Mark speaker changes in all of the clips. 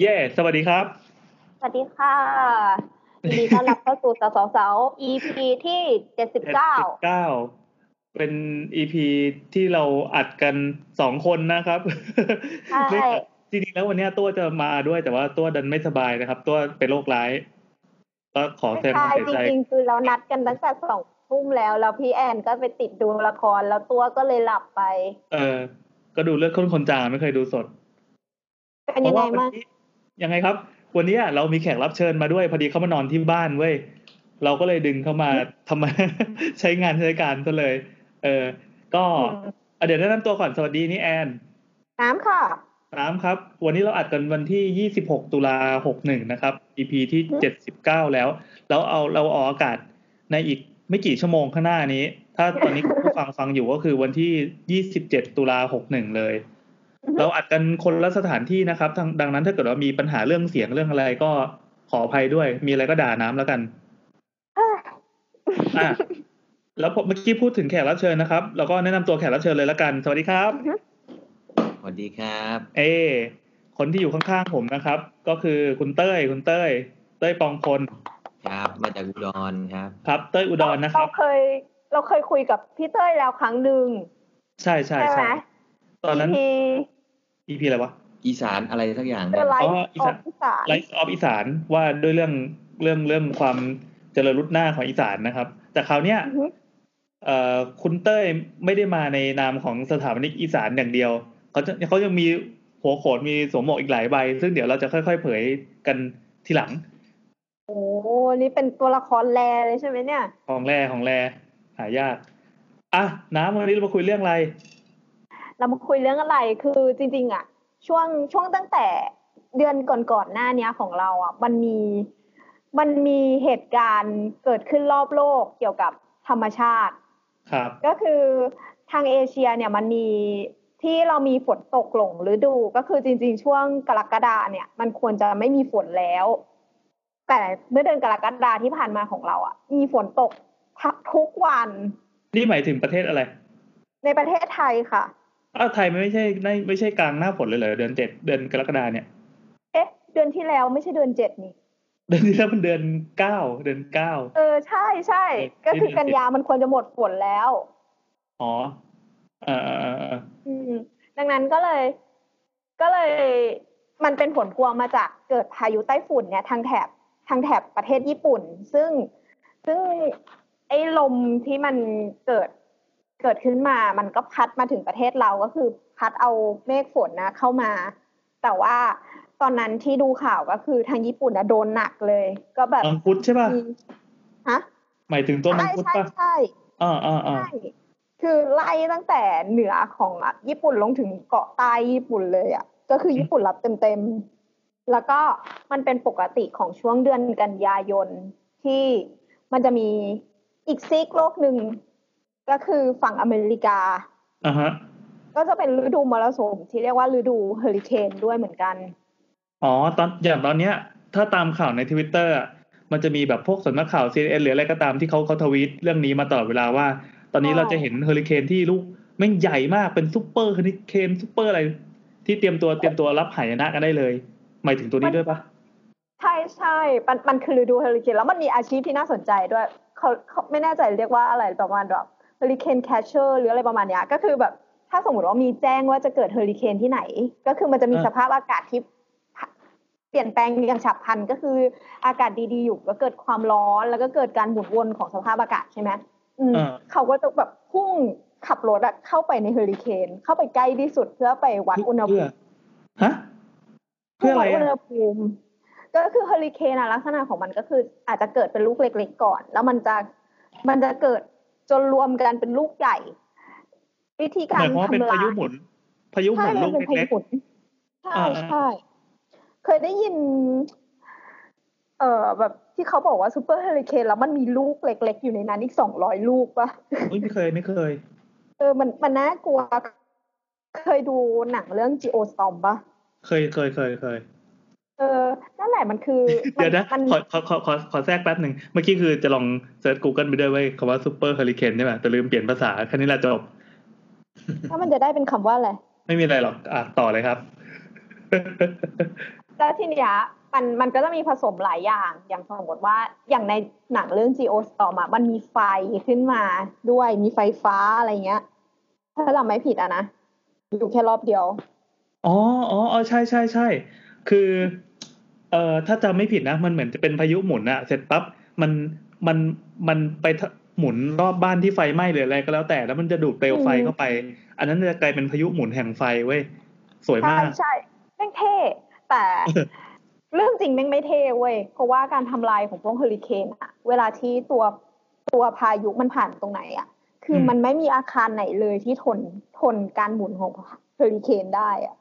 Speaker 1: เย้ สวัสดีครับ
Speaker 2: สวัสดีค่ะยินดีต้อนรับเข้าสู่สาวสาวสาว EP ที่เจ็ดสิบเก้า
Speaker 1: เก้า เป็นอีพีที่เราอัดกันสองคนนะครับ
Speaker 2: ใช่
Speaker 1: ไม่จริงๆแล้ววันเนี้ยตัวจะมาด้วยแต่ว่าตัวดันไม่สบายนะครับ ตัวเป็นโรคร้าย ก็ขอแสดงค
Speaker 2: ใช่
Speaker 1: วามเสีย
Speaker 2: จ
Speaker 1: ใจ
Speaker 2: ริงๆ คือเรานัดกันตั้งแต่สองทุ่มแล้ว แล้วพี่แอนก็ไปติดดูละคร แล้วตัวก็เลยหลับไป
Speaker 1: เออ ก็ดูเลือดข้นคนจางไม่เคยดูสด
Speaker 2: เป็นยังไง
Speaker 1: เพราะว่า
Speaker 2: มั่
Speaker 1: วั
Speaker 2: ง
Speaker 1: นนี้ยังไงครับ วันนี้อะเรามีแขกรับเชิญมาด้วย พอดีเขามานอนที่บ้านเว้ยเราก็เลยดึงเข้ามาทำมา ใช้งานใช้การซะเลย เออ ก็อ่ะเดี๋ยวแนะนำตัวก่อนสวัสดีนี่แอน
Speaker 2: น้ำค่ะ
Speaker 1: น้ำครับ วันนี้เราอัดกันวันที่ 26 ตุลา61 นะครับ EP ที่
Speaker 2: อืม
Speaker 1: 79 แล้ว แล้วเอาเราออกอากาศในอีกไม่กี่ชั่วโมงข้างหน้านี้ ถ้าตอนนี้ ผู้ฟังฟังอยู่ก็คือวันที่ 27 ตุลา61 เลย เราอัดกันคนละสถานที่นะครับทางดังนั้นถ้าเกิดว่ามีปัญหาเรื่องเสียงเรื่องอะไรก็ขออภัยด้วย มีอะไรก็ด่าน้ำแล้วกันอ่ะแล้วผมเมื่อกี้พูดถึงแขกรับเชิญนะครับ แล้วก็แนะนำตัวแขกรับเชิญเลยละกัน สวัสดีครับ
Speaker 3: สวัสดีครับ
Speaker 1: เอ คนที่อยู่ข้างๆผมนะครับ ก็คือคุณเต้ย คุณเต้ย เต้ยปองพล
Speaker 3: ครับ มาจากอุดรครับ
Speaker 1: ครับ เต้ยอุดรนะค
Speaker 2: เรา
Speaker 1: รับ
Speaker 2: เคย เราเคยคุยกับพี่เต้ยแล้วครั้งหนึ่ง
Speaker 1: ใช่ใช่
Speaker 2: ใช่ไหม
Speaker 1: ใช่ตอนนั้น
Speaker 2: ที่
Speaker 1: EP อะไรวะ
Speaker 3: อีสานอะไรสักอย่าง
Speaker 2: เจ
Speaker 3: เนี่
Speaker 2: อยไลฟ์
Speaker 1: อ๋
Speaker 2: อ
Speaker 1: ออี
Speaker 2: อ
Speaker 1: สาน
Speaker 2: กอีสาน
Speaker 1: ไลฟ์ออฟอีสานว่าด้วยเรื่องเรื่องเรื่องความเจริญรุ่นหน้าของอีสานนะครับ แต่คราวเนี้ย
Speaker 2: อือฮึ
Speaker 1: เอ่อคุณเต้ยไม่ได้มาในนามของสถาปนิกอีสานอย่างเดียว เขาจะเขายังมีหัวโขนมีสวมหมวกอีกหลายใบ ซึ่งเดี๋ยวเราจะค่อยๆ เผยกันทีหลัง
Speaker 2: โอ้โหนี่เป็นตัวละครแรเลยใช่ไหมเนี่ย
Speaker 1: ของแร่ของแร่หายาก อ่ะ น้ำวันนี้เรามาคุยเรื่องอะไร
Speaker 2: เรามาคุยเรื่องอะไร คือจริงๆอะช่วงช่วงตั้งแต่เดือนก่อนๆหน้าเนี้ยของเราอะมันมีมันมีเหตุการณ์เกิดขึ้นรอบโลกเกี่ยวกับธรรมชาติ
Speaker 1: ครับ
Speaker 2: ก็คือทางเอเชียเนี่ยมันมีที่เรามีฝนตกหลงฤดูก็คือจริง ๆ ช่วงกรกฎาเนี่ย มันควรจะไม่มีฝนแล้ว แต่เมื่อเดือนกรกฎาที่ผ่านมาของเราอะมีฝนตกทุกวัน
Speaker 1: นี่หมายถึงประเทศอะไร
Speaker 2: ในประเทศไทยค่ะ
Speaker 1: อ้าวไทยมันไม่ใช่ไม่ไม่ใช่กลางหน้าฝนเลยเหรอเดือนเจ็ดเดือนกรกฎาเนี่ย
Speaker 2: เอ๊ะ เดือนที่แล้วไม่ใช่เดือนเจ็ดนี่
Speaker 1: เดือนที่แล้วมันเดือนเก้าเดือนเก้า
Speaker 2: เออใช่ใช่
Speaker 1: เออ
Speaker 2: ก็คือ
Speaker 1: นี่
Speaker 2: กันยามันควรจะหมดฝนแล้ว
Speaker 1: อ๋อเออเออเออเออ
Speaker 2: อืม ดังนั้นก็เลย ก็เลยมันเป็นผลพวงมาจากเกิดพายุไต้ฝุ่นเนี่ยทางแถบทางแถบประเทศญี่ปุ่น ซึ่งซึ่งไอ้ลมที่มันเกิดเกิดขึ้นมา มันก็พัดมาถึงประเทศเราก็คือพัดเอาเมฆฝนนะ เข้ามา แต่ว่าตอนนั้นที่ดูข่าวก็คือทางญี่ปุ่นนะโดนหนักเลย ก็แบบ
Speaker 1: มังคุดใช่ป่ะ
Speaker 2: มีฮะ
Speaker 1: หมายถึงตัวมัง
Speaker 2: ใช่
Speaker 1: คุด
Speaker 2: ใช่
Speaker 1: ป่ะ
Speaker 2: ใช่
Speaker 1: อ่าอ่าอ่า
Speaker 2: ใช่ คือไล่ตั้งแต่เหนือของอ่ะญี่ปุ่นลงถึงเกาะใต้ญี่ปุ่นเลยอ่ะ ก็คือญี่ปุ่นรับเต็มๆ แล้วก็มันเป็นปกติของช่วงเดือนกันยายนที่มันจะมีอีกซีกโลกหนึ่ง ก็คือฝั่งอเมริกา
Speaker 1: อ่าฮะ
Speaker 2: ก็จะเป็นฤดูมรสุมที่เรียกว่าฤดูเฮอริเคนด้วยเหมือนกัน
Speaker 1: อ๋อตอนอย่างตอนเนี้ย ถ้าตามข่าวในทวิตเตอร์มันจะมีแบบพวกสำนักข่าว CNN หรืออะไรก็ตามที่เขาเขาทวีตเรื่องนี้มาตลอดเวลาว่า ตอนนี้
Speaker 2: ใช่
Speaker 1: เราจะเห็นเฮอริเคนที่ลูกแม่งใหญ่มากเป็นซูเปอร์เฮอริเคนซูเปอร์อะไร ที่เตรียมตัวเตรียมตัวรับหายนะกันได้เลย หมายถึงตัวนี้ด้วยปะ
Speaker 2: ใช่ใช่มันมันคือฤดูเฮอริเคนแล้วมันมีอาชีพที่น่าสนใจด้วยเขาเขาไม่แน่ใจเรียกว่าอะไรประมาณแบบเฮอริเคนแคชเชอร์หรืออะไรประมาณเนี้ยก็คือแบบถ้าสมมติว่ามีแจ้งว่าจะเกิดเฮอริเคนที่ไหน ก็คือมันจะมีสภาพอากาศที่เปลี่ยนแปลงอย่างฉับพลันก็คืออากาศดีๆอยู่ก็เกิดความร้อนแล้วก็เกิดการหมุนวนของสภาพอากาศใช่ไหมอืม
Speaker 1: อ่า
Speaker 2: เขาก็จะแบบพุ่งขับรถอะเข้าไปในเฮอริเคนเข้าไปใกล้ที่สุดเพื่อไปวัดอุณหภูมิ
Speaker 1: เพื่อฮะเพื่ออะไร
Speaker 2: วัดอุณห
Speaker 1: อะ
Speaker 2: ภูมิก็คือเฮอริเคนอะลักษณะของมันก็คืออาจจะเกิดเป็นลูกเล็กๆก่อน แล้วมันจะมันจะเกิดจนรวมกันเป็นลูกใหญ่ วิธีกา
Speaker 1: ห
Speaker 2: ร
Speaker 1: มายความว่าเป็น
Speaker 2: ทำลา
Speaker 1: พาย ยุหมุน พายุห
Speaker 2: ใช่
Speaker 1: มุน
Speaker 2: มั
Speaker 1: ลู
Speaker 2: น
Speaker 1: ก
Speaker 2: เป็นพายุ
Speaker 1: เล็ก
Speaker 2: หมุนใช่
Speaker 1: อ่า
Speaker 2: ใช่เคยได้ยิน เอ่อแบบที่เขาบอกว่าซูเปอร์เฮอริเคนแล้วมันมีลูกเล็ก ๆ อยู่ในนั้นอีกสองร้อยลูกปะ
Speaker 1: ๆอุ๊ยไม่เคยไม่เคย
Speaker 2: เออมันมันน่ากลัว เคยดูหนังเรื่อง Geostorm ปะ
Speaker 1: เคยเคยเคยเคย
Speaker 2: เออนั่นแหละมันคือมั
Speaker 1: เดี๋ยวนะ
Speaker 2: มั
Speaker 1: ขอขอขอขอขอแทรกแป๊บหนึ่งเมื่อกี้คือจะลองเซิร์ช Google ไปด้วยเว้ยคำว่าซูเปอร์เฮอริเคนใช่ไหมแต่ลืมเปลี่ยนภาษาแค่นี้แหละจบ
Speaker 2: ถ้ามันจะได้เป็นคำว่าอะไร
Speaker 1: ไม่มีอะไรหรอกอ่ะต่อเลยครับ
Speaker 2: แล้วทีเนี้ยมันมันก็จะมีผสมหลายอย่าง อย่างสมมติว่าอย่างในหนังเรื่อง Geostorm อะมันมีไฟขึ้นมาด้วยมีไฟฟ้าอะไรเงี้ย ถ้าเราไม่ผิดอะนะอยู่แค่รอบเดียว
Speaker 1: อ๋ออ๋ออ๋อใช่ใช่ใช่ คือ เอ่อ ถ้าจำไม่ผิดนะ มันเหมือนจะเป็นพายุหมุนอะเสร็จปั๊บ มัน มัน มันไปทะหมุนรอบบ้านที่ไฟไหม้หรืออะไรก็แล้วแต่ แล้วมันจะดูดเปลวไฟ
Speaker 2: อืม
Speaker 1: เข้าไป อันนั้นจะกลายเป็นพายุหมุนแห่งไฟเว้ย สวย
Speaker 2: ใช่
Speaker 1: มาก
Speaker 2: ใช่แม่งเท่ แต่
Speaker 1: เออ
Speaker 2: เรื่องจริงแม่งไม่เท่เว้ยเพราะว่าการทำลายของพวกเฮอริเคนอะเวลาที่ตัวตัวพายุมันผ่านตรงไหนอะคือมันไม่มีอาคารไหนเลยที่ทนทนการหมุนของเฮอริเคนได้อะ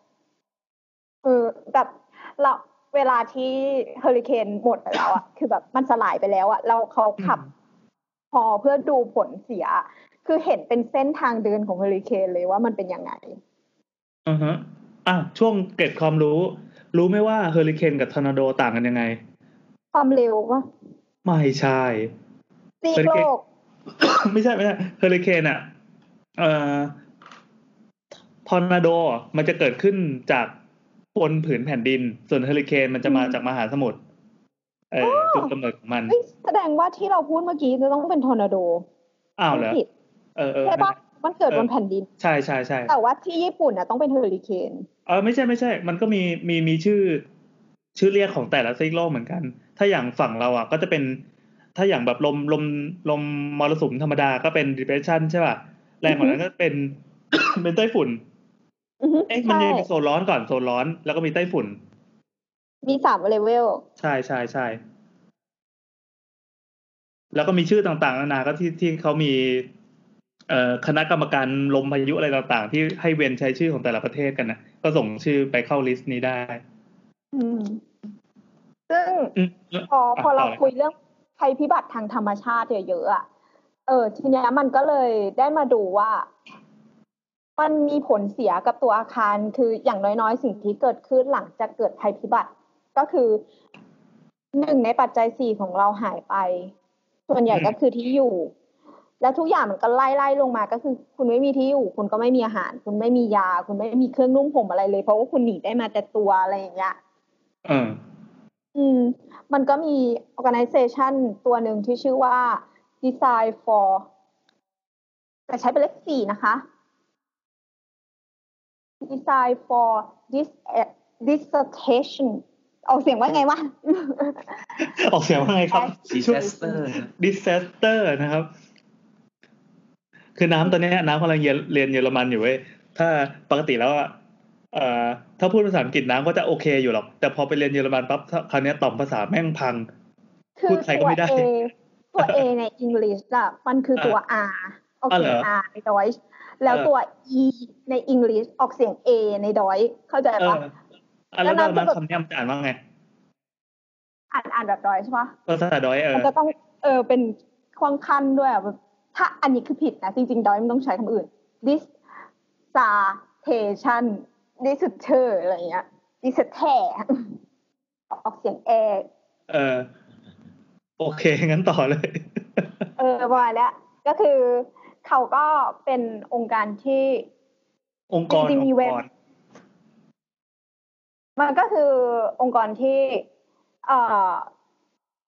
Speaker 2: เออแบบเราเวลาที่เฮอริเคนหมดไปแล้วอะคือแบบมันสลายไปแล้วอะเราเขาขับพอเพื่อดูผลเสีย คือเห็นเป็นเส้นทางเดินของเฮอริเคนเลยว่ามันเป็นยังไง
Speaker 1: อือฮะอ่ะช่วงเกร็ดความรู้ รู้ไหมว่าเฮอริเคนกับทอร์นาโดต่างกันยังไง
Speaker 2: ความเร็วว่า
Speaker 1: ไม่ใช่
Speaker 2: ซีกโลก
Speaker 1: ไม่ใช่ไม่ใช่เฮอริเคนอ่ะเอ่อทอร์นาโดมันจะเกิดขึ้นจากบนผืนแผ่นดิน ส่วนเฮอริเคนมันจะมา
Speaker 2: อืม
Speaker 1: จากมหาสมุทรเออจุดกำเนิดของมัน
Speaker 2: เอ้ยแสดงว่าที่เราพูดเมื่อกี้จะต้องเป็นทอร์นาโด
Speaker 1: อ้าวเหรอ
Speaker 2: ผิด
Speaker 1: เออเออ
Speaker 2: ใช่ปะมันเกิด
Speaker 1: เออบ
Speaker 2: นแผ่นดิน
Speaker 1: ใช่ใช่ใช่
Speaker 2: แต่ว่าที่ญี่ปุ่นน่ะต้องเป็นเฮอริเคน
Speaker 1: เออไม่ใช่ไม่ใช่ มันก็มีมีมีชื่อ ชื่อเรียกของแต่ละซีกโลกเหมือนกัน ถ้าอย่างฝั่งเราอ่ะ ก็จะเป็น ถ้าอย่างแบบลมลมลมมรสุมธรรมดาก็เป็น depression ใช่ป่ะแรงกว่านั้นก็เป็น เป็นไต้ฝุ่น
Speaker 2: อือฮึ
Speaker 1: เอ๊ะมัน
Speaker 2: ใช่
Speaker 1: ยังมีโซนร้อนก่อนโซนร้อนแล้วก็มีไต้ฝุ่น
Speaker 2: มีสามเลเวล
Speaker 1: ใช่ใช่ใช่แล้วก็มีชื่อต่างๆนานาก็ที่ที่เขามี เอ่อคณะกรรมการลมพายุอะไรต่างๆ ที่ให้เวียนใช้ชื่อของแต่ละประเทศกันนะก็ส่งชื่อไปเข้าลิสต์นี้ได้
Speaker 2: อืม ซึ่ง
Speaker 1: อืม
Speaker 2: พอพอเรา
Speaker 1: ต่อเลย
Speaker 2: คุยเรื่องภัยพิบัติทางธรรมชาติเยอะๆอะเออ ทีเนี้ยมันก็เลยได้มาดูว่า มันมีผลเสียกับตัวอาคารคืออย่างน้อยๆ สิ่งที่เกิดขึ้นหลังจากเกิดภัยพิบัติ ก็คือหนึ่งในปัจจัยสี่ของเราหายไป ส่วนใหญ่ก็คือที่อยู่ และทุกอย่างมันก็ไล่ไล่ลงมาก็คือ คุณไม่มีที่อยู่ คุณก็ไม่มีอาหาร คุณไม่มียา คุณไม่มีเครื่องนุ่งห่มอะไรเลย เพราะว่าคุณหนีได้มาแต่ตัวอะไรอย่างเงี้ย
Speaker 1: เออ
Speaker 2: อืมมันก็มี organization ตัวหนึ่งที่ชื่อว่า Design for แต่ใช้เป็นเลขสี่นะคะ Design for dis dissertation ออกเสียงว่าไงวะ
Speaker 1: ออกเสียงว่าไงครับ
Speaker 3: disaster ครับ
Speaker 1: disaster นะครับ คือน้ำตอนเนี้ยน้ำกำลังเรียนเรียนเยอรมันอยู่เว้ยถ้าปกติแล้วอะเอ่อ ถ้าพูดภาษาอังกฤษน้ำก็จะโอเคอยู่หรอก แต่พอไปเรียนเยอรมันปั๊บคราวเนี้ยต่อมภาษาแม่งพัง
Speaker 2: คือ
Speaker 1: พูดไทยก็ไม่ได้
Speaker 2: ตัว A ตัว A ใน English อะมันคือตัว R ออกเสียง
Speaker 1: อ๋อเหรอ
Speaker 2: R ใน Deutsch แล้วตัว E ใน English ออกเสียง A ใน Deutsch เข้าใจ
Speaker 1: เอ
Speaker 2: ปะ
Speaker 1: ออะแล้วตอนนั้
Speaker 2: แล้วน น้ำก็แบบ
Speaker 1: คำนี้มันจะอ่านว่าไง
Speaker 2: อ่านอ่านแบบ Deutsch ใช่ปะ
Speaker 1: ภาษาดอยเออ
Speaker 2: มันจะต้องเออเป็นควางคันด้วยอะแบบถ้าอันนี้คือผิดนะ จริง ๆ ดอยมันต้องใช้คำอื่น dissertation dissertation อะไรอย่างเงี้ย dissertation ออกเสียงแอ
Speaker 1: เออ โอเค งั้นต่อเลย
Speaker 2: เออประมาณเนี้ยก็คือเขาก็เป็นองค์การที่
Speaker 1: องค์กร
Speaker 2: จริงๆ
Speaker 1: อง
Speaker 2: มี
Speaker 1: ค์
Speaker 2: เว็
Speaker 1: ก
Speaker 2: บ
Speaker 1: ร
Speaker 2: มันก็คือองค์กรที่เอ่อ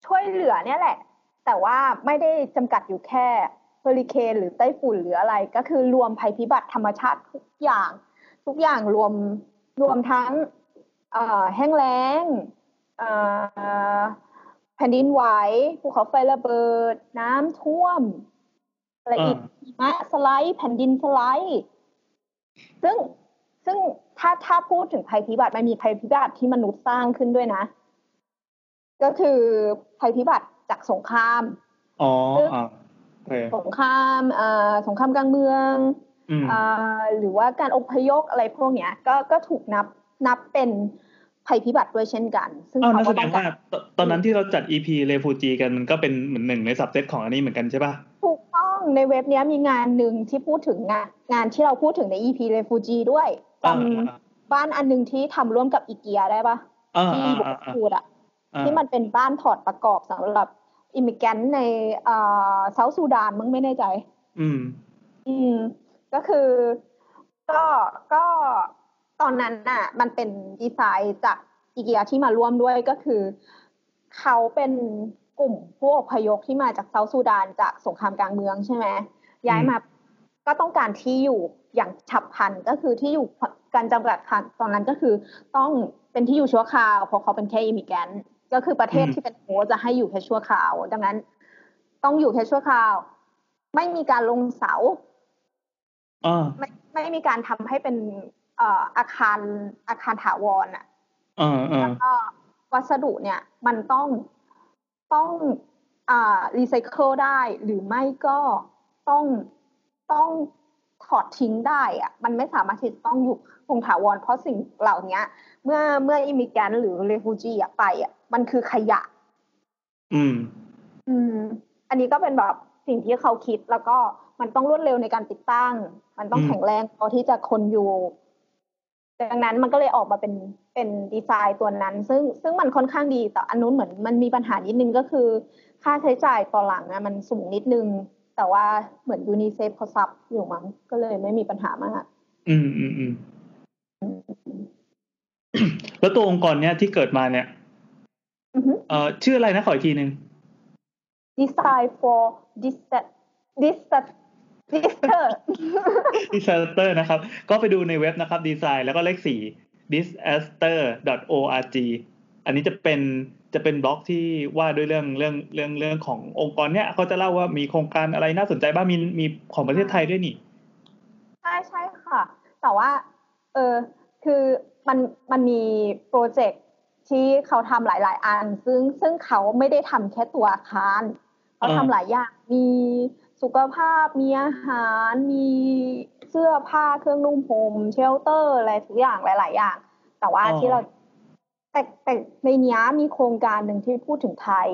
Speaker 2: ช่วยเหลือเนี่ยแหละ แต่ว่าไม่ได้จำกัดอยู่แค่เฮอริเคนหรือไต้ฝุ่นหรืออะไร ก็คือรวมภัยพิบัติธรรมชาติทุกอย่าง ทุกอย่างรวมรวมทั้งเอ่อแห้งแล้งเอ่อแผ่นดินไหวภูเขาไฟระเบิด น้ำท่วม อะไรอีก
Speaker 1: อ่า
Speaker 2: หิมะสไลด์ แผ่นดินสไลด์ ซึ่งซึ่งถ้าถ้าพูดถึงภัยพิบัติมันมีภัยพิบัติที่มนุษย์สร้างขึ้นด้วยนะ ก็คือภัยพิบัติจากสงคราม
Speaker 1: อ๋ออ่ะโอเค
Speaker 2: สงครามเอ่อสงครามกลางเมือง
Speaker 1: อืม
Speaker 2: เอ่อหรือว่าการอพยพอะไรพวกเนี้ย ก็ก็ถูกนับนับเป็นภัยพิบัติด้วยเช่นกัน ซึ่ง
Speaker 1: เอ้าว
Speaker 2: เขา
Speaker 1: นั่นแสดว่า
Speaker 2: ก็ต้อง งการ
Speaker 1: ตตอนนั้นที่เราจัด EP เรฟูจีกันมันก็เป็นเหมือนหนึ่งในสับเซตของอันนี้เหมือนกันใช่ป่ะ
Speaker 2: ถูกต้องในเว็บเนี้ยมีงานหนึ่งที่พูดถึงงานงานที่เราพูดถึงใน EP Refugee ด้วยจ
Speaker 1: อ่า
Speaker 2: ำบ้านอันหนึงที่ทำร่วมกับอีเกียได้ปะ
Speaker 1: อ่า
Speaker 2: ที่
Speaker 1: อ่าอ่า
Speaker 2: บอกว่า
Speaker 1: อ่า
Speaker 2: พูดอะ
Speaker 1: อ่า
Speaker 2: ที่มันเป็นบ้านถอดประกอบสำหรับอิมิแกนในเอ่อเซาท์ซูดานมึงไม่แน่ใจ
Speaker 1: อืม
Speaker 2: อืม ก็คือก็ก็ตอนนั้นน่ะ มันเป็นดีไซน์จาก อีเกียที่มาร่วมด้วยก็คือ เขาเป็นกลุ่มผู้อพยพที่มาจากเซาท์ซูดานจากสงครามกลางเมืองใช่ไหมย้ายมาก็ต้องการที่อยู่อย่างฉับพลันก็คือที่อยู่การจำกัดครั้งตอนนั้นก็คือต้องเป็นที่อยู่ชั่วคราวเพราะเขาเป็นแค่อิมิแกนก็คือประเทศ
Speaker 1: อืม
Speaker 2: ที่เป็นโฮสต์จะให้อยู่แค่ชั่วคราว ดังนั้น ต้องอยู่แค่ชั่วคราว ไม่มีการลงเสา
Speaker 1: อ่า
Speaker 2: ไม่ไม่มีการทำให้เป็นเอ่ออาคารอาคารถาวรอ่ะ
Speaker 1: อ่าอ่า
Speaker 2: แล้วก็วัสดุเนี่ยมันต้องต้องอ่ารีไซเคิลได้หรือไม่ก็ต้องต้องถอดทิ้งได้อ่ะมันไม่สามารถที่จะต้องอยู่คงถาวรเพราะสิ่งเหล่านี้เมื่อเมื่ออิมิแกนหรือเรฟูจีอะไปอ่ะมันคือขยะ
Speaker 1: อืม
Speaker 2: อืม อันนี้ก็เป็นแบบสิ่งที่เขาคิดแล้วก็มันต้องรวดเร็วในการติดตั้ง มันต้อง
Speaker 1: อืม
Speaker 2: แข็งแรงพอที่จะคนอยู่ดังนั้นมันก็เลยออกมาเป็นเป็นดีไซน์ตัวนั้น ซึ่งซึ่งมันค่อนข้างดีแต่อันนู้นเหมือนมันมีปัญหานิดนึงก็คือ ค่าใช้จ่ายต่อหลังนะมันสูงนิดนึง แต่ว่าเหมือนยูนิเซฟเขาซับอยู่มั้งก็เลยไม่มีปัญหามาก
Speaker 1: อืมอืมอืม แล้วตัวองค์กรเนี้ยที่เกิดมาเนี่ย
Speaker 2: อือฮึ
Speaker 1: เอ่อชื่ออะไรนะขออีกทีหนึ่ง
Speaker 2: Design for dist dist dister
Speaker 1: ดิส a s เตอร์นะครับ ก็ไปดูในเว็บนะครับดีไซน์แล้วก็เลขสี่ disaster.org อันนี้จะเป็นจะเป็นบล็อกที่ว่าด้วยเรื่องเรื่องเรื่องเรื่องขององค์กรเนี้ยเขาจะเล่าว่ามีโครงการอะไรน่าสนใจบ้างมีมีของประเทศไทยด้วยนี่
Speaker 2: ใช่ใช่ค่ะ แต่ว่า เออคือมันมันมีโปรเจกต์ที่เขาทำหลาย ๆ อัน ซึ่งซึ่งเขาไม่ได้ทำแค่ตัวอาคารเขา
Speaker 1: อ่า
Speaker 2: ทำหลายอย่าง มีสุขภาพ มีอาหาร มีเสื้อผ้าเครื่องนุ่งห่มเชลเตอร์อะไรทุกอย่างหลาย ๆ อย่าง แต่ว่าที่เราแต่แต่ในเนี้ยมีโครงการหนึ่งที่พูดถึงไทย